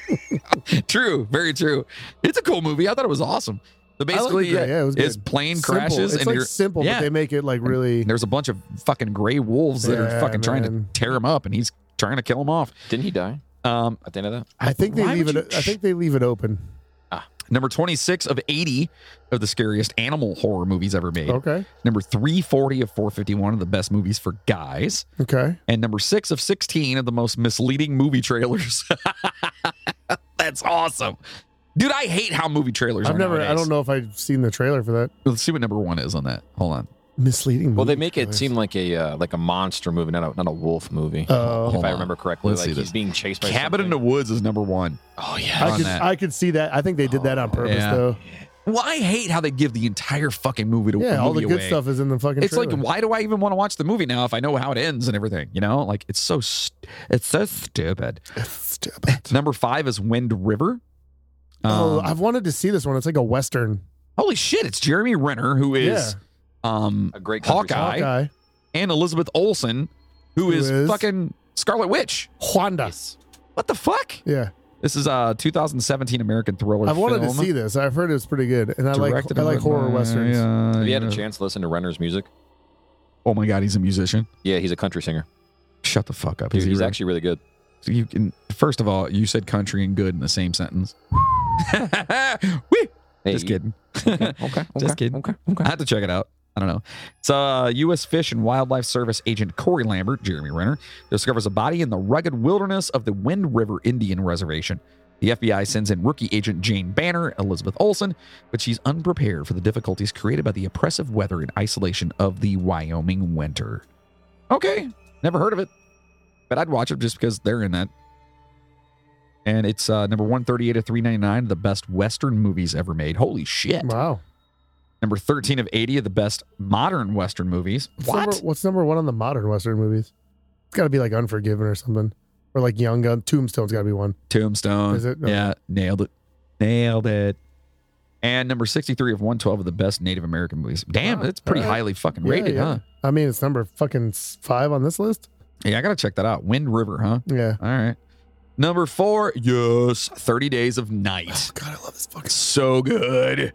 S2: true. Very true. It's a cool movie. I thought it was awesome. So
S3: I like
S2: basically,
S3: the gray. Yeah, it was
S2: his
S3: good.
S2: plane
S3: Simple.
S2: crashes
S3: It's
S2: and
S3: like
S2: you're-
S3: simple,
S2: yeah.
S3: but they make it like really.
S2: and there's a bunch of fucking gray wolves that are
S3: Yeah,
S2: fucking trying to
S3: man.
S2: tear him up, and he's trying to kill him off.
S4: Didn't he die
S2: Um,
S4: at the end of that?
S3: I think they
S2: Why
S3: leave
S2: would
S3: it.
S2: you-
S3: I think they leave it open.
S2: number 26 of 80 of the scariest animal horror movies ever made.
S3: Okay.
S2: Number 340 of 451 of the best movies for guys.
S3: Okay.
S2: and number six of 16 of the most misleading movie trailers. That's awesome. Dude, I hate how movie trailers
S3: I've
S2: are.
S3: never. I don't know if I've seen the trailer for that
S2: Let's see what number one is on that. Hold on.
S3: misleading.
S4: Well, they
S3: movie
S4: make it
S3: trailers.
S4: seem like a uh, like a monster movie, not a not a wolf movie.
S3: Oh.
S4: if I
S2: on.
S4: remember correctly,
S2: Let's
S4: like
S2: see
S4: he's
S2: this.
S4: being chased by
S2: Cabin in the
S4: something.
S2: Woods is number one.
S4: Oh yeah,
S2: on
S3: I could,
S2: that.
S3: I could see that. I think they did that on purpose,
S2: yeah.
S3: though.
S2: Well, I hate how they give the entire fucking movie to
S3: Yeah, all the
S2: movie
S3: good
S2: away.
S3: stuff is in the fucking.
S2: It's like,
S3: trailer.
S2: why do I even want to watch the movie now if I know how it ends and everything? You know, like it's so, st- it's so stupid.
S3: Stupid.
S2: Number five is Wind River.
S3: oh,
S2: Um,
S3: I've wanted to see this one. It's like a western.
S2: holy shit! It's Jeremy Renner who is um,
S4: a great country
S2: Hawkeye.
S3: Hawkeye.
S2: and Elizabeth Olsen, who
S3: Who
S2: is,
S3: is?
S2: fucking Scarlet Witch.
S3: Juanda.
S2: What the fuck?
S3: Yeah,
S2: This is a 2017 American thriller.
S3: I've wanted
S2: film
S3: to see this. I've heard it's pretty good, and I like
S2: directed
S3: I
S2: and
S3: like
S2: written
S3: horror
S2: by-
S3: westerns.
S2: yeah,
S4: Have you had
S2: Oh, yeah.
S4: a chance to listen to Renner's music?
S2: Oh my god, he's a musician.
S4: Yeah, he's a country singer.
S2: Shut the fuck up.
S4: Dude,
S2: Is he
S4: he's
S2: really-
S4: actually really good.
S2: You can. First of all, you said country and good in the same sentence. Whee!
S4: Hey,
S2: Just kidding.
S4: you- Okay,
S2: Just
S4: okay,
S2: kidding.
S4: Okay, okay.
S2: I have to check it out. I don't know. So, uh, U.S. Fish and Wildlife Service agent Corey Lambert, Jeremy Renner, discovers a body in the rugged wilderness of the Wind River Indian Reservation. The FBI sends in rookie agent Jane Banner, Elizabeth Olsen, but she's unprepared for the difficulties created by the oppressive weather and isolation of the Wyoming winter. Okay, never heard of it, but I'd watch it just because they're in that. And it's uh, number 138 of 399, the best Western movies ever made. Holy shit
S3: Wow.
S2: number 13 of 80 of the best modern Western movies.
S3: What's
S2: What?
S3: Number, what's number one on the modern western movies? It's got to be like Unforgiven or something, or like Young Gun. Tombstone's got to be one.
S2: Tombstone.
S3: Is it? No.
S2: Yeah, nailed it. Nailed it. And number 63 of 112 of the best Native American movies. Damn,
S3: Wow.
S2: that's pretty
S3: All right.
S2: highly fucking
S3: Yeah,
S2: rated,
S3: yeah.
S2: huh?
S3: I mean, it's number fucking s- five on this list.
S2: Yeah, I got to check that out. Wind River, huh?
S3: Yeah.
S2: All right. Number four, yes, 30 Days of Night.
S3: Oh, God, I love this fucking.
S2: So good.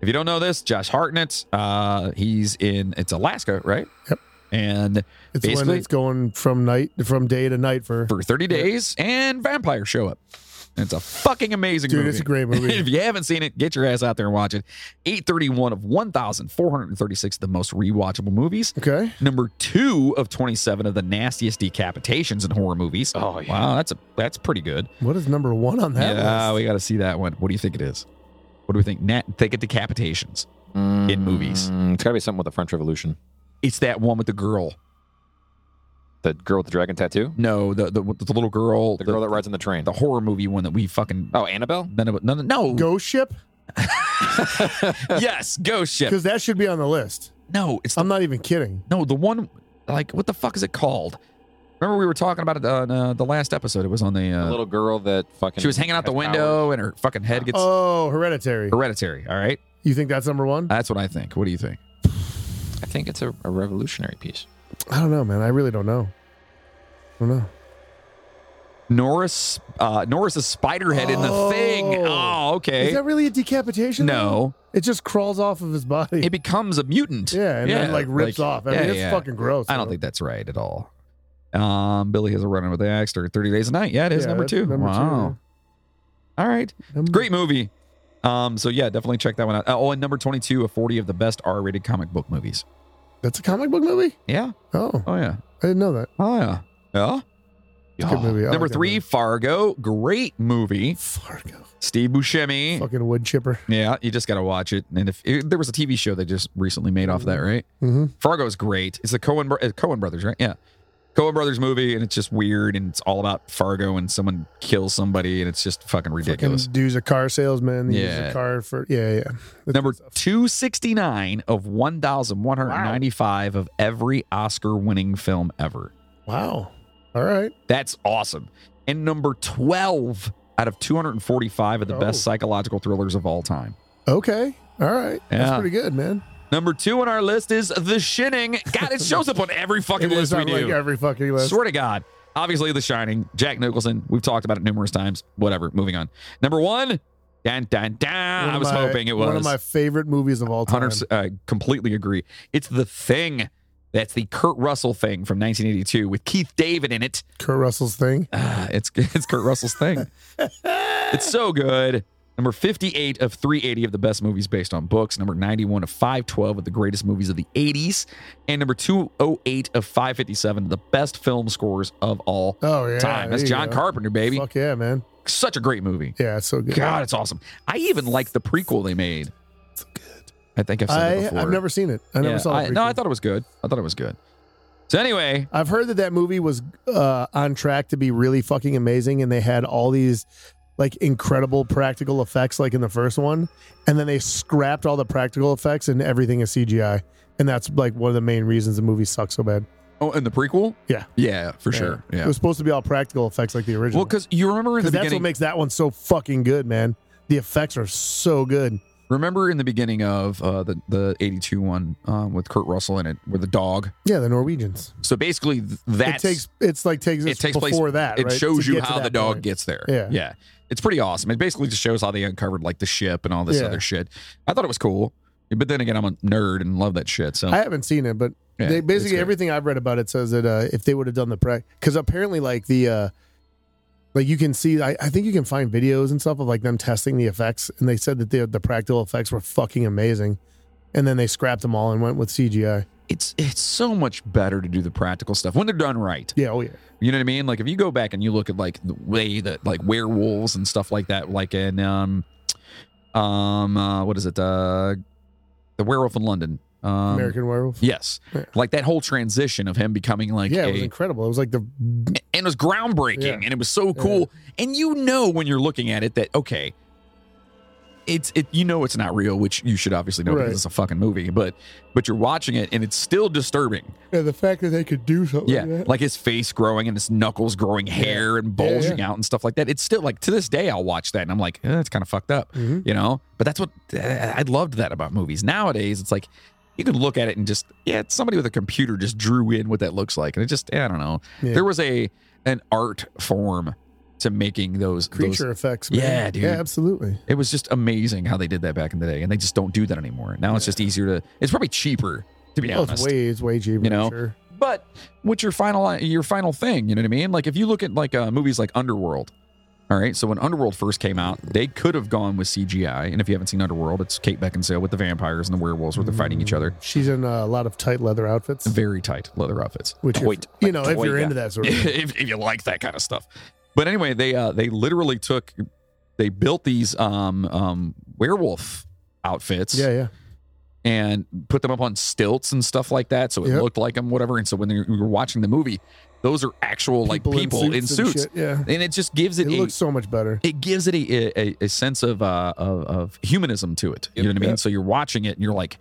S2: If you don't know this, Josh Hartnett, uh, he's in, it's Alaska, right?
S3: Yep.
S2: And
S3: It's
S2: Basically-
S3: when it's going from night from day to night for.
S2: for 30 days, and vampires show up. It's a fucking amazing
S3: Dude,
S2: movie.
S3: it's a great movie.
S2: if you haven't seen it, get your ass out there and watch it. 831 of 1,436 of the most rewatchable movies.
S3: Okay.
S2: Number two of 27 of the nastiest decapitations in horror movies.
S4: Oh, yeah.
S2: Wow, that's a that's pretty good.
S3: What is number one on that
S2: yeah,
S3: list?
S2: we got to see that one. What do you think it is? What do we think? Nat, think of decapitations. In movies.
S4: Mm, it's got to be something with the French Revolution.
S2: It's that one with the girl.
S4: The girl with the dragon tattoo?
S2: No, the the, the little girl.
S4: The, girl that rides on the train.
S2: the horror movie one that we fucking.
S4: oh, Annabelle?
S2: None of it. None of, no.
S3: Ghost Ship?
S2: Yes, Ghost Ship.
S3: Because that should be on the list.
S2: No, it's the,
S3: I'm not even kidding.
S2: no the one. Like what the fuck is it called? Remember we were talking about it on uh, the last episode. It was on the.
S4: The
S2: Uh,
S4: little girl that fucking.
S2: she was hanging out the
S4: has
S2: window and her fucking head gets
S3: Oh, Hereditary.
S2: hereditary. All right,
S3: You think that's number one?
S2: that's what I think. What do you think?
S4: powers. I think it's a, a revolutionary piece.
S3: I don't know, man. I really don't know. I don't know.
S2: Norris, uh, Norris's spider head in the thing.
S3: Oh.
S2: Oh, okay.
S3: Is that really a decapitation? though?
S2: no,
S3: It just crawls off of his body.
S2: it becomes a mutant.
S3: yeah, and then like rips off. I mean,
S2: yeah,
S3: it's
S2: yeah.
S3: fucking gross.
S2: I don't think that's right at all. Um, Billy has a run-in with the axe during 30 days a night. Yeah, it is
S3: Yeah,
S2: number
S3: that's
S2: two.
S3: number two,
S2: wow. All right.
S3: Number-
S2: Great movie. Um, so yeah, definitely check that one out. Uh, Oh, and number 22 of 40 of the best R-rated comic book movies.
S3: That's a comic book movie?
S2: Yeah.
S3: Oh,
S2: Oh yeah.
S3: I didn't know that.
S2: Oh yeah. Yeah.
S3: It's a good
S4: Oh.
S3: movie. I
S2: Number
S3: like that
S2: three,
S3: movie.
S2: Fargo. Great movie.
S3: Fargo.
S2: Steve Buscemi.
S3: Fucking wood chipper.
S2: Yeah, you just got to watch it. And if it, there was a TV show they just recently made off that, right?
S3: Mm-hmm.
S2: Fargo's great. It's the Cohen Cohen brothers, right? Yeah, Cohen brothers movie, and it's just weird, and it's all about Fargo, and someone kills somebody, and it's just fucking
S3: Fucking
S2: ridiculous.
S3: dude's a car salesman. He's
S2: Yeah.
S3: a car for yeah, yeah. That's
S2: Number
S3: good stuff.
S2: two sixty nine of one thousand one hundred ninety five of every Oscar winning film ever.
S3: Wow. All right.
S2: That's awesome. And number twelve out of two hundred and forty five of the
S3: Oh.
S2: best psychological thrillers of all time.
S3: Okay. All right. That's
S2: Yeah.
S3: pretty good, man.
S2: Number two on our list is The Shining. God, it shows up on every fucking
S3: It is
S2: list we
S3: on,
S2: do.
S3: like every fucking list.
S2: Swear to God. Obviously, The Shining, Jack Nicholson. We've talked about it numerous times. Whatever. Moving on. Number one. Dun, dun, dun.
S3: One
S2: I
S3: of
S2: was
S3: my-
S2: hoping it was.
S3: one of my favorite movies of all time.
S2: Hunter, uh, completely agree. It's the thing. That's the Kurt Russell thing from 1982 with Keith David in it.
S3: Kurt Russell's thing.
S2: Ah, it's it's Kurt Russell's thing. it's so good. Number 58 of 380 of the best movies based on books. Number 91 of 512 of the greatest movies of the 80s. And number 208 of 557 of the best film scores of all
S3: Oh yeah.
S2: time. That's
S3: there you
S2: John
S3: go.
S2: Carpenter, baby.
S3: Fuck yeah, man.
S2: Such a great movie.
S3: Yeah, it's so good.
S2: God, it's awesome. I even like the prequel they made. I think I've seen it
S3: I,
S2: before.
S3: I've never seen it. I never
S2: Yeah,
S3: saw it.
S2: I- no, I thought it was good. I thought it was good. So anyway,
S3: I've heard that that movie was uh, on track to be really fucking amazing, and they had all these like incredible practical effects, like in the first one, and then they scrapped all the practical effects and everything is CGI, and that's like one of the main reasons the movie sucks so bad.
S2: oh, and the prequel.
S3: Yeah.
S2: yeah, for sure.
S3: it
S2: Yeah.
S3: was supposed to be all practical effects like the original.
S2: Well, because you remember in the
S3: 'Cause that's
S2: beginning.
S3: what makes that one so fucking good, man. The effects are so good.
S2: Remember in the beginning of uh, the the eighty two one um, with Kurt Russell in it, with the dog.
S3: Yeah, the Norwegians.
S2: So basically, th- that's
S3: it takes it's like takes
S2: it
S3: it
S2: takes place-
S3: before that.
S2: it
S3: right,
S2: shows
S3: to
S2: you
S3: get to
S2: how the
S3: that
S2: dog
S3: point.
S2: gets there.
S3: Yeah.
S2: yeah, it's pretty awesome. It basically just shows how they uncovered like the ship and all this
S3: Yeah.
S2: other shit. I thought it was cool, but then again, I'm a nerd and love that shit. So
S3: I haven't seen it, but
S2: yeah,
S3: they
S2: it's
S3: basically
S2: good.
S3: everything I've read about it says that uh, if they would have done the practice, because apparently like the uh, like you can see, I, I think you can find videos and stuff of like them testing the effects, and they said that the the practical effects were fucking amazing, and then they scrapped them all and went with CGI.
S2: It's it's so much better to do the practical stuff when they're done right.
S3: Yeah, oh yeah,
S2: You know what I mean? Like if you go back and you look at like the way that like werewolves and stuff like that, like in um um uh, what is it? Uh the werewolf in London. Um
S3: American Werewolf.
S2: Yes.
S3: Yeah.
S2: Like that whole transition of him becoming like
S3: yeah,
S2: a
S3: it was incredible. It was like the
S2: and it was groundbreaking
S3: Yeah.
S2: and it was so cool. And you know when you're looking at it that okay, it's it you know it's not real, which you should obviously know
S3: Right.
S2: because it's a fucking movie, but but you're watching it and it's still disturbing.
S3: yeah, the fact that they could do something.
S2: Yeah,
S3: like that.
S2: like his face growing and his knuckles growing hair and
S3: Yeah, yeah.
S2: bulging out and stuff like that. It's still like to this day I'll watch that and I'm like, eh, that's kind of fucked up,
S3: Mhm.
S2: you know. But that's what eh, I loved that about movies. Nowadays, it's like you can look at it and just yeah, it's somebody with a computer just drew in what that looks like, and it just eh, I don't know.
S3: Yeah.
S2: There was a an art form to making those
S3: creature
S2: Those,
S3: effects. Man.
S2: Yeah, dude.
S3: Yeah, absolutely.
S2: it was just amazing how they did that back in the day, and they just don't do that anymore. Now it's just easier to. It's probably cheaper to be
S3: oh,
S2: honest.
S3: it's way it's way cheaper.
S2: You know?
S3: sure.
S2: But what's your final your final thing? You know what I mean? Like if you look at like uh, movies like Underworld, All right. So when Underworld first came out, they could have gone with CGI. And if you haven't seen Underworld, it's Kate Beckinsale with the vampires and the werewolves where they're fighting each other.
S3: She's in a lot of tight leather outfits,
S2: Very tight leather outfits.
S3: which if-
S4: Wait,
S3: you know if
S4: wait,
S3: you're
S4: yeah.
S3: into that sort of thing.
S2: if, if you like that kind of stuff. But anyway, they uh, they literally took they built these um, um, werewolf outfits
S3: yeah, yeah.
S2: and put them up on stilts and stuff like that, so it
S3: Yep.
S2: looked like them, whatever. And so when you were watching the movie, those are actual like people in suits,
S3: and
S2: and,
S3: shit, yeah,
S2: it just gives it,
S3: it
S2: a,
S3: looks so much better.
S2: it gives it a, a, a sense of, uh, of of humanism to it. You know what I mean? So you're watching it and you're like,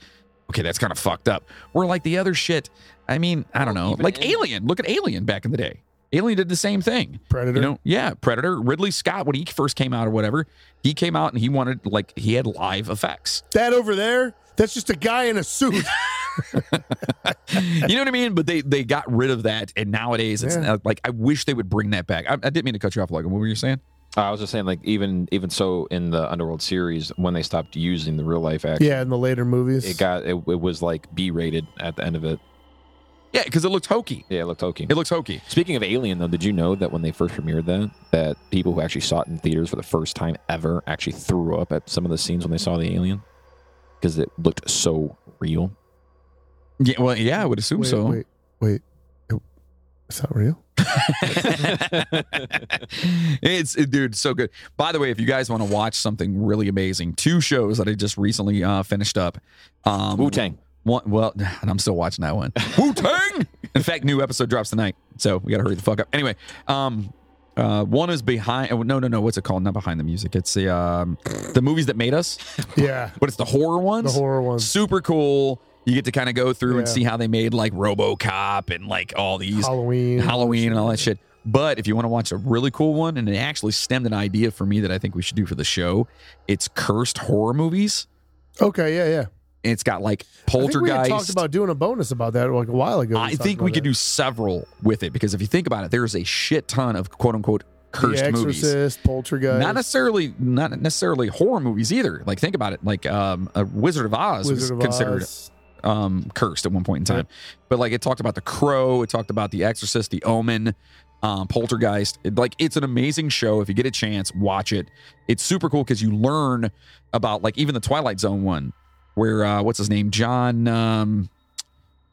S2: okay, that's kind of fucked up. We're like the other shit. I mean, I don't know,
S4: even
S2: like
S4: in-
S2: Alien. Look at Alien back in the day. Alien did the same thing.
S3: Predator.
S2: You know, yeah, Predator. Ridley Scott, when he first came out or whatever, he came out and he wanted like he had live effects.
S3: that over there, that's just a guy in a suit.
S2: you know what I mean? But they they got rid of that, and nowadays it's
S3: Yeah.
S2: uh, like I wish they would bring that back. I, I didn't mean to cut you off, Logan. What were you saying?
S4: Oh, I was just saying, like even even so, in the Underworld series, when they stopped using the real life action,
S3: yeah, in the later movies,
S4: it got it, it was like B rated at the end of it.
S2: Yeah, because it looked hokey.
S4: Yeah, it looked hokey.
S2: It looks hokey.
S4: Speaking of Alien, though, did you know that when they first premiered that, that people who actually saw it in theaters for the first time ever actually threw up at some of the scenes when they saw the Alien because it looked so real.
S2: Yeah, well, yeah, I would assume
S3: wait,
S2: so.
S3: wait, wait, It- is that real?
S2: it's it- dude so good by the way if you guys want to watch something really amazing two shows that i just recently uh finished up um
S4: Wu Tang.
S2: one, well and i'm still watching that one wu-tang in fact new episode drops tonight so we gotta hurry the fuck up anyway um uh one is behind oh, no no no what's it called not behind the music it's the um the movies that made us
S3: Yeah,
S2: but it's the horror ones
S3: the horror ones.
S2: super cool you get to kind of go through and
S3: Yeah.
S2: see how they made like robocop and like all these
S3: Halloween.
S2: Halloween and all that shit. But if you want to watch a really cool one, and it actually stemmed an idea for me that I think we should do for the show, it's cursed horror movies.
S3: Okay, yeah, yeah.
S2: And it's got like
S3: I think we had talked
S2: poltergeist.
S3: about doing a bonus about that like a while ago.
S2: I think we could do several with it because if you think about it, there's a shit ton of quote unquote cursed
S3: the Exorcist,
S2: movies.
S3: Poltergeist,
S2: Not necessarily, not necessarily horror movies either. Like think about it, like um, a Wizard of Oz
S3: Wizard of
S2: was considered
S3: Oz.
S2: um, cursed at one point in time. But like it talked about the Crow, it talked about the Exorcist, the Omen, um, Poltergeist. It- like it's an amazing show. If you get a chance, watch it. It's super cool because you learn about like even the Twilight Zone one, where uh, what's his name, John, um,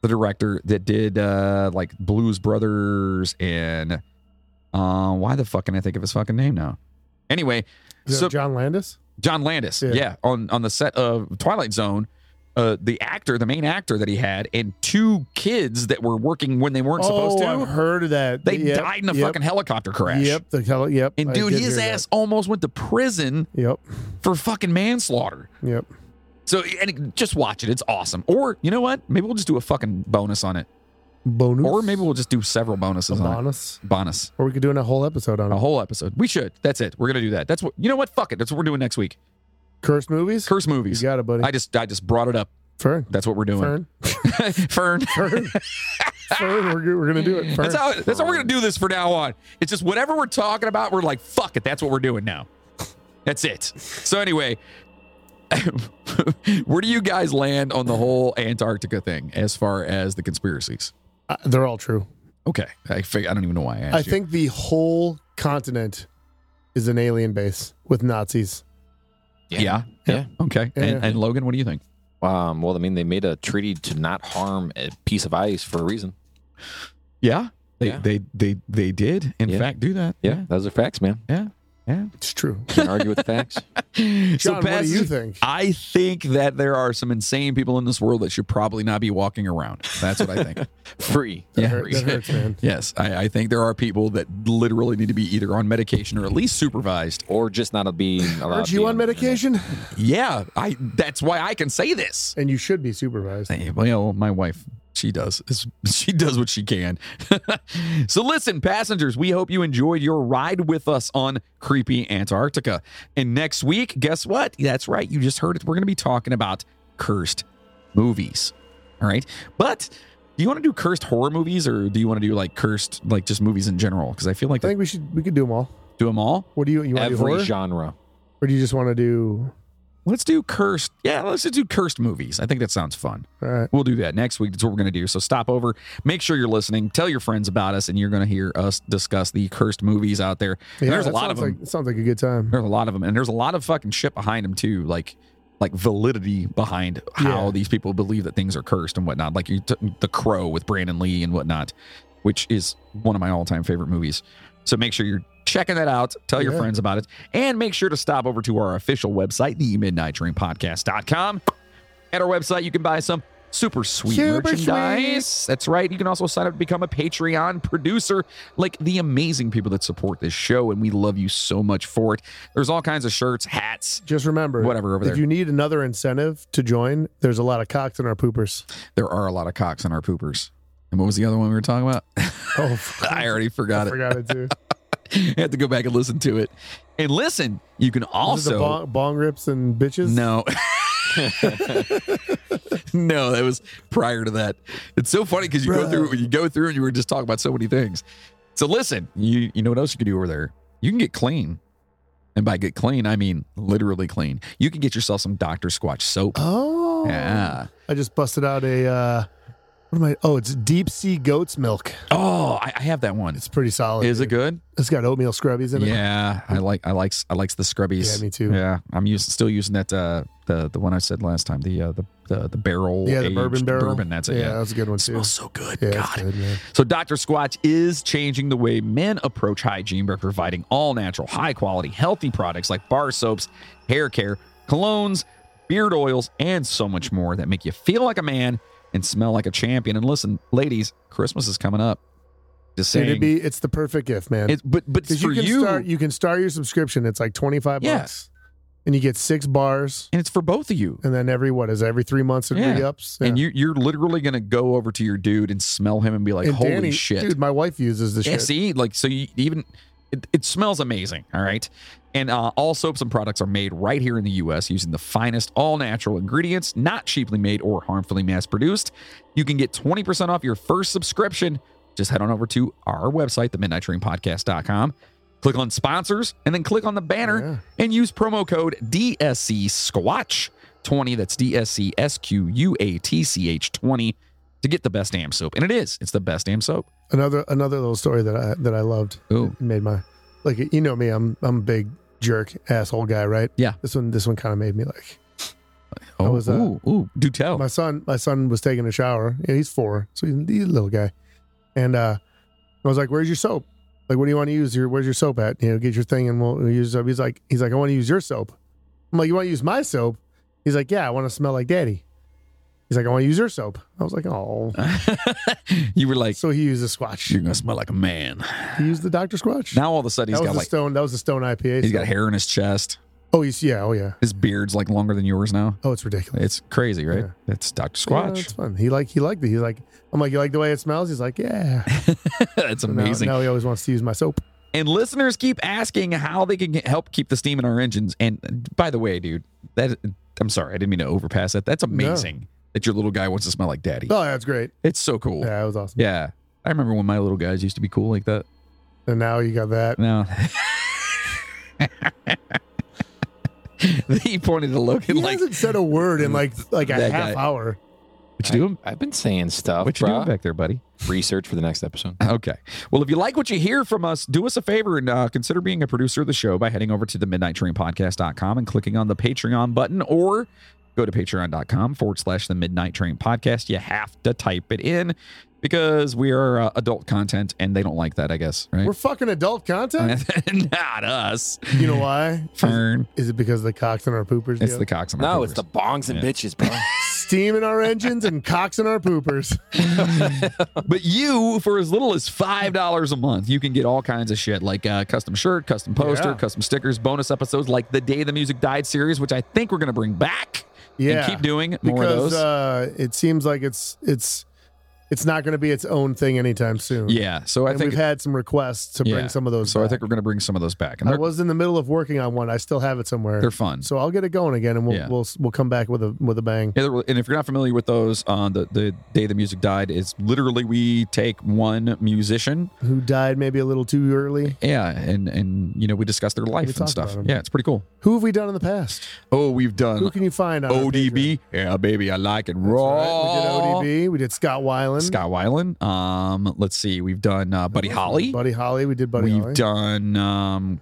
S2: the director that did uh, like Blues Brothers and uh, why the fuck can I think of his fucking name now? Anyway,
S3: Is that
S2: so-
S3: John Landis.
S2: John Landis,
S3: Yeah.
S2: yeah, on on the set of Twilight Zone, uh, the actor, the main actor that he had, and two kids that were working when they weren't supposed
S3: oh, I've
S2: to,
S3: heard of that.
S2: they
S3: Yep,
S2: died in a
S3: yep,
S2: fucking helicopter crash.
S3: Yep, the hell, yep.
S2: And
S3: I
S2: dude,
S3: did
S2: his
S3: hear that.
S2: ass almost went to prison
S3: Yep,
S2: for fucking manslaughter.
S3: yep.
S2: So, and it- just watch it; it's awesome. Or you know what? Maybe we'll just do a fucking bonus on it,
S3: Bonus.
S2: or maybe we'll just do several
S3: a
S2: bonuses on it.
S3: bonus.
S2: Bonus,
S3: Or we could do a whole episode on
S2: a
S3: it.
S2: whole episode. We should. That's it. We're gonna do that. That's what. You know what? Fuck it. That's what we're doing next week.
S3: Cursed movies?
S2: Curse
S3: You
S2: movies.
S3: got it, buddy.
S2: I just, I just brought it up.
S3: Fern.
S2: That's what we're doing.
S3: Fern.
S2: Fern.
S3: Fern. Fern. We're, go- we're going to do it. Fern.
S2: That's how that's how we're gonna do this for now on. It's just whatever we're talking about, we're like, fuck it, that's what we're doing now. That's it. So anyway, where do you guys land on the whole Antarctica thing as far as the conspiracies?
S3: Uh, they're all true.
S2: Okay, I fig- I don't even know why I asked
S3: I
S2: you.
S3: think the whole continent is an alien base with Nazis.
S2: yeah, yeah, okay.
S3: Yeah,
S2: and,
S3: yeah.
S2: and Logan, what do you think?
S4: Um, well, I mean, they made a treaty to not harm a piece of ice for a reason.
S2: Yeah, they
S4: Yeah.
S2: they they they did in
S4: Yeah.
S2: fact do that.
S4: those are facts, man.
S3: It's true.
S4: Can't argue with the facts.
S2: yeah.
S3: John, what do you
S2: Pastor-
S3: think?
S2: I think that there are some insane people in this world that should probably not be walking around. That's what I think.
S4: Free.
S3: That,
S2: yeah.
S3: hurt- that hurts, man.
S2: Yes, I, I think there are people that literally need to be either on medication or at least supervised.
S4: Or just not being allowed.
S3: Aren't
S4: to
S3: you
S4: be
S3: on
S4: the internet.
S3: medication?
S2: Yeah, I. That's why I can say this.
S3: And you should be supervised.
S2: Hey, Well, my wife, she does. It's- She does what she can. so listen, passengers, we hope you enjoyed your ride with us on creepy Antarctica. And next week, guess what? That's right. You just heard it. We're going to be talking about cursed movies. All right, but. Do you want to do cursed horror movies or do you want to do like cursed, like just movies in general? Because I feel like
S3: I
S2: they
S3: think we should we could do them all.
S2: do them all.
S3: What do you you want to do
S4: Every
S3: horror?
S4: genre.
S3: Or do you just want to do
S2: Let's do cursed. Yeah, let's just do cursed movies. I think that sounds fun.
S3: All right.
S2: We'll do that next week. That's what we're going to do. So stop over. Make sure you're listening. Tell your friends about us, and you're going to hear us discuss the cursed movies out there. And
S3: Yeah,
S2: there's a
S3: that
S2: lot of
S3: sounds
S2: them.
S3: Like, sounds like a good time.
S2: There's a lot of them, and there's a lot of fucking shit behind them too. Like, like validity behind how
S3: Yeah.
S2: these people believe that things are cursed and whatnot. Like you t- the Crow with Brandon Lee and whatnot, which is one of my all-time favorite movies. So make sure you're checking that out. Tell your
S3: Yeah.
S2: friends about it, and make sure to stop over to our official website, the Midnight Train Podcast.com. At our website, you can buy some super sweet
S3: Super
S2: merchandise. That's right. You can also sign up to become a Patreon producer, like the amazing people that support this show, and we love you so much for it. There's all kinds of shirts, hats,
S3: Just remember,
S2: Whatever over
S3: if
S2: there.
S3: you need another incentive to join, there's a lot of cocks in our poopers.
S2: There are a lot of cocks in our poopers. And what was the other one we were talking about?
S3: Oh,
S2: I already
S3: I
S2: forgot it.
S3: forgot it too.
S2: I had to go back and listen to it. And listen, you can
S3: Is it the
S2: also
S3: bong, bong rips and bitches.
S2: No. no, that was prior to that. It's so funny because you go
S3: Bruh.
S2: through you go through and you were just talking about so many things. So listen, you you know what else you can do over there? You can get clean. And by get clean, I mean literally clean. You can get yourself some Dr. Squatch soap.
S3: Oh,
S2: Yeah.
S3: I just busted out a. Uh, what am I? Oh, it's deep sea goat's milk.
S2: Oh, I, I have that one.
S3: It's pretty solid.
S2: Is it good?
S3: It's got oatmeal scrubbies in it.
S2: Yeah, I like I likes I likes the scrubbies.
S3: Yeah, me too.
S2: Yeah, I'm using still using that uh the the one I said last time the uh, the, the the barrel
S3: Yeah, the bourbon
S2: aged
S3: barrel.
S2: bourbon that's it
S3: Yeah,
S2: yeah,
S3: that's a good one
S2: It
S3: too.
S2: smells so good
S3: Yeah, it's
S2: God
S3: good, man.
S2: so Dr Squatch is changing the way men approach hygiene by providing all natural high quality healthy products like bar soaps hair care colognes beard oils and so much more that make you feel like a man and smell like a champion and listen ladies Christmas is coming up just
S3: Dude,
S2: saying
S3: it'd be it's the perfect gift, man.
S2: it's, but but
S3: Because
S2: for
S3: you
S2: you,
S3: can start you can start your subscription. It's like twenty five
S2: Yeah.
S3: bucks, and you get six bars,
S2: and it's for both of you
S3: and then every what is it, every three months it
S2: Yeah.
S3: re ups.
S2: And you you're literally gonna go over to your dude and smell him and be like, holy shit.
S3: dude! My wife uses this
S2: yeah,
S3: shit.
S2: see, like so you even it, it smells amazing. All right. And uh, all soaps and products are made right here in the US using the finest all natural ingredients, not cheaply made or harmfully mass produced. You can get 20% off your first subscription. Just head on over to our website, the midnight click on sponsors, and then click on the banner
S3: Yeah.
S2: and use promo code DSC Squatch 20. That's DSC S Q U A T C H 20 to get the best damn soap. And it is. It's the best damn soap.
S3: Another another little story that I that I loved.
S2: Ooh.
S3: It made my like you know me. I'm I'm a big jerk asshole guy, right?
S2: Yeah.
S3: This one this one kind of made me like
S2: Oh,
S3: was, uh,
S2: ooh, ooh, do tell.
S3: my son. My son was taking a shower. Yeah, he's four, so he's, he's a little guy. And uh, I was like, "Where's your soap? Like, what do you want to use? Your where's your soap at? You know, get your thing and we'll, we'll use." It. He's like, "He's like, I want to use your soap." I'm like, "You want to use my soap?" He's like, "Yeah, I want to smell like daddy." He's like, "I want to use your soap." I was like, "Oh."
S2: you were like,
S3: So he used the Squatch.
S2: you're going to smell like a man.
S3: He used the Dr. Squatch.
S2: Now all of a sudden
S3: that
S2: he's
S3: was
S2: got
S3: the
S2: like,
S3: stone. That was the stone IPA.
S2: he's got
S3: soap.
S2: hair in his chest.
S3: Oh, he's yeah. Oh, yeah.
S2: His beard's like longer than yours now.
S3: Oh, it's ridiculous.
S2: It's crazy, right?
S3: Yeah.
S2: It's Dr.
S3: Yeah, it's
S2: Squatch.
S3: fun. He like he liked it. He's like, I'm like, you like the way it smells? He's like, yeah.
S2: That's
S3: So now-
S2: amazing.
S3: Now, he always wants to use my soap.
S2: And listeners keep asking how they can get, help keep the steam in our engines. And by the way, dude, that I'm sorry, I didn't mean to overpass that. That's amazing that your little guy wants to smell like daddy.
S3: Oh, that's great.
S2: It's so cool. Yeah.
S3: Yeah, that was awesome.
S2: I remember when my little guys used to be cool like that.
S3: And now you got that.
S2: No. he pointed to Logan
S3: He
S2: like,
S3: hasn't said a word in like like a
S2: That
S3: half
S2: guy.
S3: hour.
S2: "What you doing?
S4: I've been saying stuff,
S2: What you doing back there, buddy?"
S4: Research for the next episode.
S2: Okay. Well, if you like what you hear from us, do us a favor and uh, consider being a producer of the show by heading over to the midnight train podcast.com and clicking on the Patreon button or go to patreon.com forward slash the midnight train podcast. You have to type it in because we are uh, adult content and they don't like that, I guess, right?
S3: We're fucking adult content.
S2: Not us.
S3: you know why?
S2: Fern.
S3: Is it because of the cocks in our poopers?
S2: It's
S3: deal?
S2: the cocks. and our
S4: No, it's
S2: poopers.
S4: the bongs and
S2: Yeah.
S4: bitches, bro.
S3: steam in our engines and cocks in our poopers.
S2: But you, for as little as five dollars a month, you can get all kinds of shit like uh, custom shirt, custom poster,
S3: Yeah.
S2: custom stickers, bonus episodes like the Day the Music Died series, which I think we're gonna bring back
S3: Yeah.
S2: and keep doing more
S3: because
S2: of those.
S3: Uh, it seems like it's it's it's not going to be its own thing anytime soon.
S2: Yeah. So I
S3: and
S2: think
S3: we've had some requests to
S2: yeah.
S3: bring some of those.
S2: So I
S3: back.
S2: think we're going to bring some of those back, and
S3: I
S2: they're,
S3: was in the middle of working on one. I still have it somewhere.
S2: they're fun.
S3: so I'll get it going again, and we'll
S2: Yeah.
S3: we'll we'll come back with a with a bang.
S2: Yeah, they're- and if you're not familiar with those, on the the day the music died is literally we take one musician,
S3: Who died maybe a little too early?
S2: yeah, and and you know we discuss their life and
S3: talk
S2: stuff.
S3: about 'em.
S2: Yeah, it's pretty cool.
S3: Who have we done in the past?
S2: Oh, we've done
S3: Who can you find? On our Patreon?
S2: ODB, yeah, baby, I like it
S3: That's
S2: raw.
S3: right. We did ODB. We did Scott Weiland.
S2: Scott Weiland. Um, let's see, we've done uh, Buddy Holly.
S3: Buddy Holly. We did Buddy
S2: we've
S3: Holly.
S2: done um,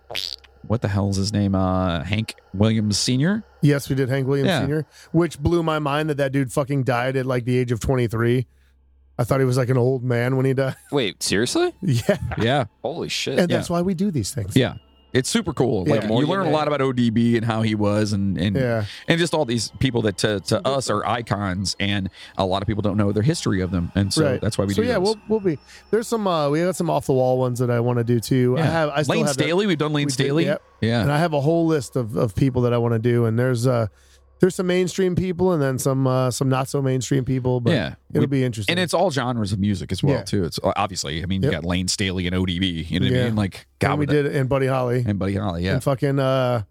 S2: what the hell's his name? Uh, Hank Williams Senior.
S3: Yes, we did Hank Williams
S2: Yeah.
S3: Sr., which blew my mind that that dude fucking died at like the age of 23. I thought he was like an old man when he died.
S4: Wait, seriously?
S3: yeah.
S2: Yeah,
S4: Holy shit!
S3: And that's why we do these things.
S2: yeah. It's super cool. Like
S3: Yeah.
S2: you learn a lot about ODB and how he was, and and
S3: Yeah.
S2: and just all these people that to, to us are icons and a lot of people don't know their history of them and so
S3: right.
S2: that's why we
S3: so
S2: do
S3: yeah,
S2: those.
S3: we'll we'll be there's some uh we got some off the wall ones that I want to do too. I
S2: Yeah.
S3: have I still
S2: Lane
S3: have that-
S2: Staley we've done Lane
S3: we did,
S2: Staley
S3: yep.
S2: yeah
S3: and I have a whole list of, of people that I want to do and there's uh there's some mainstream people and then some uh some not so mainstream people, but
S2: yeah
S3: it'll
S2: We-
S3: be interesting.
S2: and it's all genres of music as well
S3: Yeah.
S2: too it's obviously I mean you
S3: Yep.
S2: got Lane Staley and ODB you know what I
S3: Yeah.
S2: mean like
S3: and
S2: God
S3: we
S2: with
S3: did and Buddy Holly
S2: it. and Buddy Holly yeah
S3: and fucking uh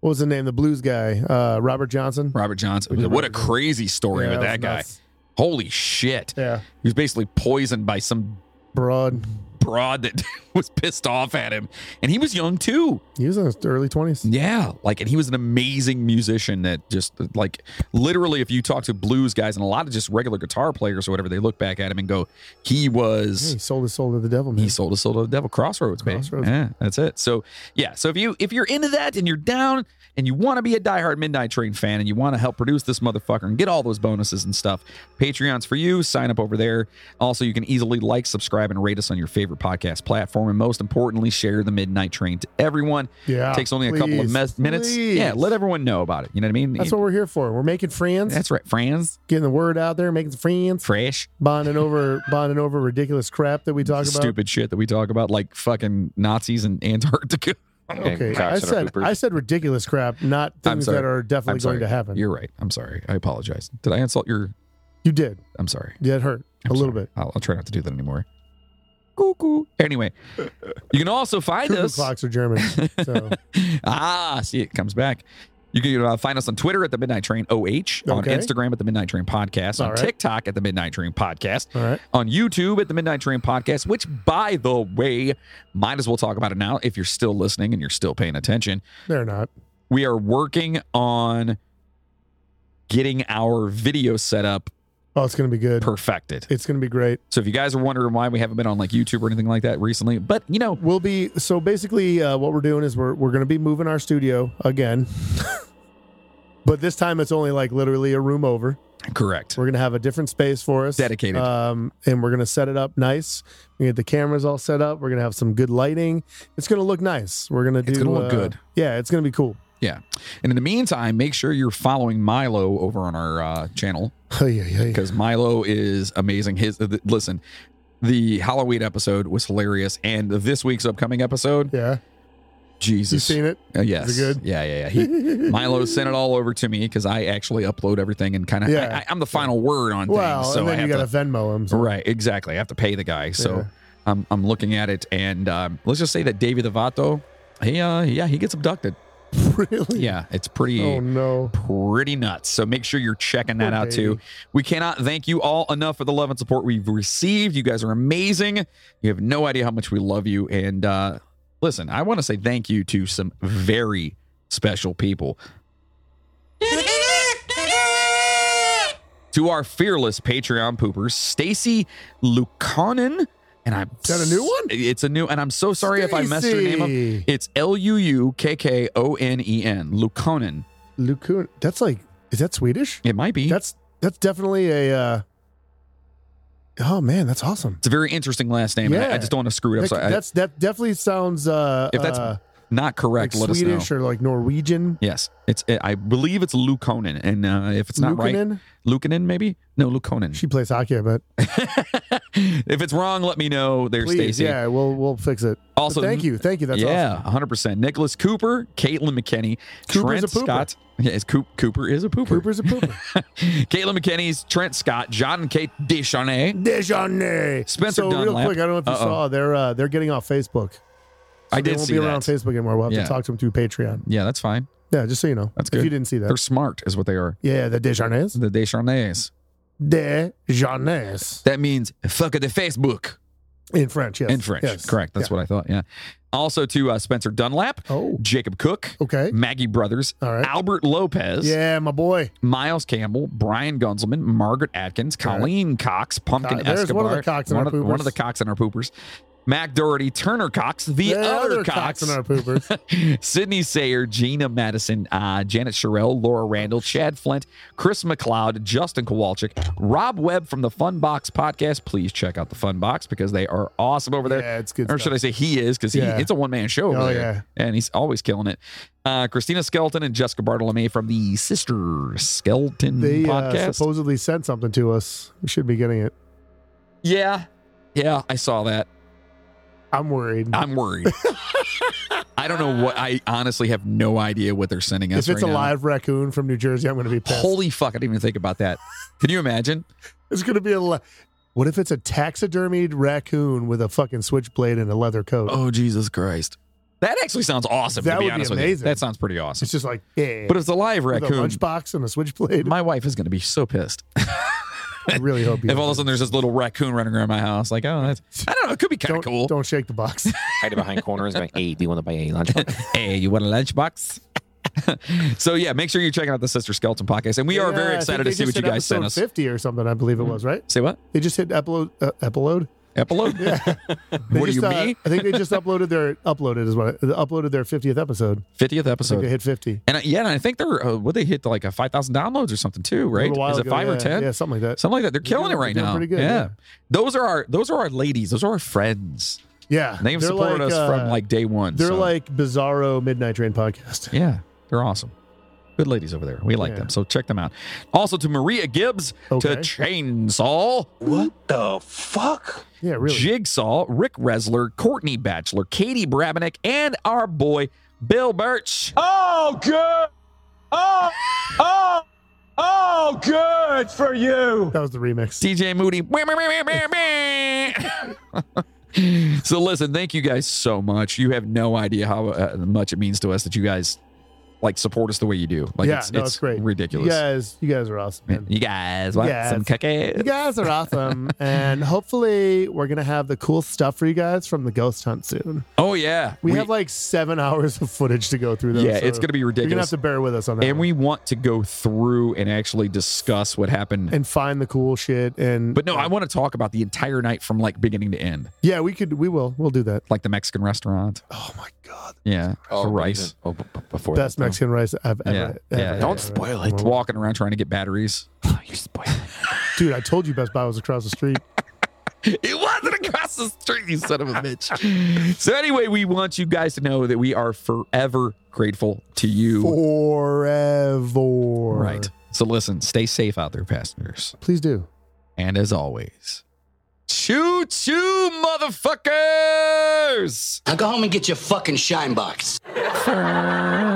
S3: what was the name? The blues guy, uh Robert Johnson.
S2: Robert Johnson
S3: We did
S2: what a
S3: Robert Johnson.
S2: crazy story
S3: Yeah,
S2: with that
S3: that was
S2: guy
S3: nuts.
S2: holy shit
S3: Yeah.
S2: he was basically poisoned by some
S3: Broad.
S2: broad that was pissed off at him and he was young too
S3: He was in his early 20s.
S2: Yeah, like, and he was an amazing musician that just like literally, if you talk to blues guys and a lot of just regular guitar players or whatever, they look back at him and go, "He was."
S3: He sold his soul to the devil, man.
S2: He sold his soul to the devil. Crossroads, baby.
S3: Crossroads.
S2: Yeah, that's it. So, yeah. So if you if you're into that and you're down and you want to be a diehard Midnight Train fan and you want to help produce this motherfucker and get all those bonuses and stuff, Patreon's for you. Sign up over there. Also, you can easily like, subscribe, and rate us on your favorite podcast platform, and most importantly, share the Midnight Train to everyone.
S3: Yeah,
S2: takes only a couple of
S3: please,
S2: mes- minutes. Yeah,
S3: please.
S2: let everyone know about it. You know what I mean?
S3: That's what we're here for. We're making friends,
S2: That's right. Friends,
S3: getting the word out there, making friends,
S2: fresh,
S3: bonding over bonding over ridiculous crap that we talk about.
S2: stupid shit that we talk about, like fucking Nazis in Antarctica.
S3: Okay,
S4: Cocks
S3: I
S4: and our
S3: said
S4: poopers.
S3: I said ridiculous crap, not things
S2: sorry.
S3: that are
S2: I'm
S3: definitely
S2: sorry.
S3: going to happen.
S2: You're right. I'm sorry. I apologize. Did I insult your?
S3: you did.
S2: I'm sorry.
S3: That hurt
S2: I'm
S3: a little
S2: sorry.
S3: bit.
S2: I'll, I'll try not to do that anymore. Cuckoo. Anyway, you can also find
S3: Cuckoo
S2: us.
S3: clocks are German. So
S2: ah, see, it comes back. You can uh, find us on Twitter at the Midnight Train OH, on
S3: Okay.
S2: Instagram at the Midnight Train Podcast, on
S3: All right.
S2: TikTok at the Midnight Train Podcast,
S3: all right,
S2: on YouTube at the Midnight Train Podcast, which, by the way, might as well talk about it now if you're still listening and you're still paying attention.
S3: they're not.
S2: We are working on getting our video setup
S3: Oh, it's gonna be good.
S2: perfected.
S3: It's gonna be great.
S2: So if you guys are wondering why we haven't been on like YouTube or anything like that recently, but you know,
S3: We'll be so basically uh, what we're doing is we're we're gonna be moving our studio again, but this time it's only like literally a room over.
S2: correct.
S3: We're gonna have a different space for us,
S2: Dedicated.
S3: um, and we're gonna set it up nice. We get the cameras all set up. We're gonna have some good lighting. It's gonna look nice. We're gonna do.
S2: It's gonna look
S3: uh,
S2: good.
S3: Yeah, it's gonna be cool.
S2: Yeah. And in the meantime, make sure you're following Milo over on our uh, channel
S3: Ay, ay, ay.
S2: because Milo is amazing. His uh, th- listen, the Halloween episode was hilarious, and this week's upcoming episode,
S3: Yeah, you
S2: Jesus,
S3: seen it?
S2: Uh, yes,
S3: Is it good?
S2: yeah, yeah, yeah. He, Milo sent it all over to me because I actually upload everything and kind of I,
S3: Yeah.
S2: I'm the final word on
S3: Well,
S2: things, so
S3: and
S2: I
S3: then
S2: have
S3: you gotta
S2: to
S3: Venmo him. so-
S2: right exactly. I have to pay the guy, so
S3: Yeah.
S2: I'm I'm looking at it, and um, let's just say that Davey the Vato, he uh yeah he gets abducted.
S3: really?
S2: Yeah, it's pretty
S3: Oh no.
S2: pretty nuts. So make sure you're checking that
S3: Poor
S2: out too.
S3: baby.
S2: We cannot thank you all enough for the love and support we've received. You guys are amazing. You have no idea how much we love you. And uh, listen, I want to say thank you to some very special people. To our fearless Patreon poopers, Stacy Lukonen, and I'm
S3: Is that a new one?
S2: It's a new, and I'm so sorry if I messed your name up.
S3: Stacy
S2: It's L U U K K O N E N, Lukonen.
S3: Lukun. That's like, is that Swedish?
S2: It might be.
S3: That's that's definitely a. uh Oh man, that's awesome.
S2: It's a very interesting last name. and I- I,
S3: Yeah.
S2: just don't want to screw it up.
S3: That-
S2: So I,
S3: that's that definitely sounds. uh
S2: If that's-
S3: uh,
S2: not correct,
S3: like
S2: let us
S3: Swedish
S2: know.
S3: or like Norwegian.
S2: yes, it's. uh, I believe it's Lou Conan, and uh, if it's not right,
S3: Lukanen?
S2: Lukanen maybe no Lou Conan.
S3: She plays hockey, I bet.
S2: if it's wrong, let me know. There's
S3: Please,
S2: Stacy.
S3: yeah, we'll we'll fix it. But
S2: Also,
S3: thank you, thank you. That's
S2: yeah,
S3: awesome.
S2: 100%. Nicholas Cooper, Caitlin McKinney,
S3: Cooper's
S2: Trent
S3: a pooper.
S2: Scott. Yeah, is Coop, Cooper is a pooper.
S3: Cooper's a pooper.
S2: Caitlin McKinney's, Trent Scott, John and Kate Deschanay.
S3: Dejeuner.
S2: Spencer
S3: so real
S2: Dunlap.
S3: quick, I don't know if you
S2: Uh-oh.
S3: saw they're uh, they're getting off Facebook. So
S2: I
S3: they
S2: did
S3: won't
S2: see
S3: be around
S2: that.
S3: Facebook anymore. We'll have
S2: Yeah.
S3: to talk to them through Patreon.
S2: Yeah, that's fine.
S3: Yeah, just so you know.
S2: That's
S3: If
S2: good.
S3: you didn't see that.
S2: They're smart, is what they are.
S3: yeah, the Desjardins.
S2: The Deschanays.
S3: Desjardins.
S2: That means fuck the Facebook
S3: In French, yes.
S2: in French.
S3: Yes.
S2: Correct. That's
S3: yeah.
S2: what I thought. Yeah. Also to uh, Spencer Dunlap,
S3: Oh,
S2: Jacob Cook,
S3: okay.
S2: Maggie Brothers,
S3: All right.
S2: Albert Lopez,
S3: Yeah, my boy.
S2: Miles Campbell, Brian Gunzelman, Margaret Atkins,
S3: right.
S2: Colleen Cox, Pumpkin
S3: Uh, there's
S2: Escobar.
S3: one of the cocks in
S2: one
S3: our
S2: of the- one of
S3: poopers.
S2: the cocks in our poopers. Mac Doherty, Turner Cox, the, other, Cox,
S3: in our poopers.
S2: Sydney Sayer, Gina Madison, uh, Janet Sherrill, Laura Randall, Chad Flint, Chris McLeod, Justin Kowalczyk, Rob Webb from the Fun Box podcast. Please check out the Fun Box because they are awesome over there.
S3: yeah, it's good.
S2: or
S3: stuff.
S2: should I say he is because he
S3: Yeah.
S2: it's a one man show over
S3: Oh,
S2: there, and he's always killing it. Uh, Christina Skelton and Jessica Bartolome from the Sister Skelton
S3: They uh,
S2: podcast.
S3: supposedly sent something to us. We should be getting it.
S2: yeah, yeah, I saw that.
S3: I'm worried.
S2: I'm worried. I don't know what. I honestly have no idea what they're sending us.
S3: if it's
S2: right
S3: a
S2: now.
S3: live raccoon from New Jersey, I'm going to be pissed.
S2: Holy fuck, I didn't even think about that. Can you imagine?
S3: It's gonna be a. Le- what if it's a taxidermied raccoon with a fucking switchblade and a leather coat?
S2: Oh, Jesus Christ. That actually sounds awesome,
S3: That
S2: to be
S3: would be
S2: honest with you.
S3: amazing.
S2: That sounds pretty awesome.
S3: It's just like yeah,
S2: But if it's a live
S3: with a
S2: raccoon,
S3: lunchbox and a switchblade.
S2: my wife is going to be so pissed.
S3: I really hope you.
S2: If all of a
S3: don't.
S2: sudden there's this little raccoon running around my house, like, oh, that's, I don't know, it could be kind of
S3: don't,
S2: cool.
S3: don't shake the box.
S4: Hiding behind corners, going, hey, do you want to buy a lunchbox?
S2: Hey, you want a lunchbox? so, yeah, make sure you're checking out the Sister Skeleton podcast. And we are
S3: Yeah, I
S2: very
S3: think
S2: excited
S3: they
S2: to see
S3: just
S2: what you
S3: hit
S2: guys sent
S3: episode
S2: us. Mm.
S3: Fifty or something, I believe it was. Right?
S2: Say what?
S3: They just hit upload. Uh, upload.
S2: Epilogue?
S3: They
S2: What are
S3: just,
S2: you,
S3: uh,
S2: me?
S3: I think they just uploaded their uploaded is what I- they uploaded their fiftieth episode.
S2: 50th
S3: I think they
S2: episode.
S3: hit fifty.
S2: And I, yeah, and I think they're, uh, what, they hit like a 5,000 downloads or something too,
S3: A
S2: right?
S3: little while
S2: Is it
S3: ago,
S2: 5 or
S3: yeah,
S2: 10?
S3: Yeah, something like that.
S2: something like that. They're
S3: They're
S2: killing
S3: doing-
S2: it right
S3: they're doing
S2: now.
S3: pretty good,
S2: yeah.
S3: yeah.
S2: those are our those are our ladies. Those are our friends.
S3: Yeah,
S2: And They've
S3: They're
S2: supported
S3: like,
S2: us
S3: uh,
S2: from like day one.
S3: They're
S2: so-
S3: like Bizarro Midnight Train podcast.
S2: yeah, they're awesome. Good ladies over there. We like
S3: Yeah.
S2: them, so check them out. Also to Maria Gibbs,
S3: Okay.
S2: to Chainsaw,
S3: Yeah, really.
S2: Jigsaw, Rick Resler, Courtney Batchelor, Katie Brabenick, and our boy Bill Birch.
S5: Oh, good. Oh, oh, oh, good for you.
S3: That was the remix.
S2: DJ Moody. so listen, thank you guys so much. You have no idea how uh, much it means to us that you guys like support us the way you do. Like
S3: yeah,
S2: it's,
S3: no,
S2: it's
S3: it's, great.
S2: ridiculous.
S3: You guys, you guys are awesome, man.
S2: You guys want
S3: Yes.
S2: some cookies?
S3: You guys are awesome, and hopefully we're gonna have the cool stuff for you guys from the ghost hunt soon.
S2: Oh yeah,
S3: We, have like seven hours of footage to go through. Though,
S2: yeah,
S3: so
S2: it's gonna be
S3: You're gonna have
S2: ridiculous.
S3: to bear with us on that,
S2: and
S3: one.
S2: we want to go through and actually discuss what happened.
S3: and find the cool shit. And
S2: but no, I want to talk about the entire night from like beginning to end,
S3: yeah, we could, we will, we'll do that.
S2: like the Mexican restaurant.
S3: Oh my god,
S2: Yeah, the
S4: but
S2: rice.
S4: even- Oh, b- b- before
S3: best
S4: that, though.
S3: Mexican rice I've ever.
S2: Yeah,
S3: ever,
S2: yeah.
S3: ever,
S2: Don't
S3: ever,
S4: spoil
S3: ever.
S4: it.
S2: Walking around trying to get batteries.
S4: Oh, you're spoiling.
S3: dude. I told you Best Buy was across the street.
S2: It wasn't across the street, you son of a bitch. So anyway, we want you guys to know that we are forever grateful to you.
S3: Forever.
S2: Right. So listen, stay safe out there, passengers.
S3: Please do.
S2: And as always, choo choo, motherfuckers!
S7: Now go home and get your fucking shine box.
S2: Fur.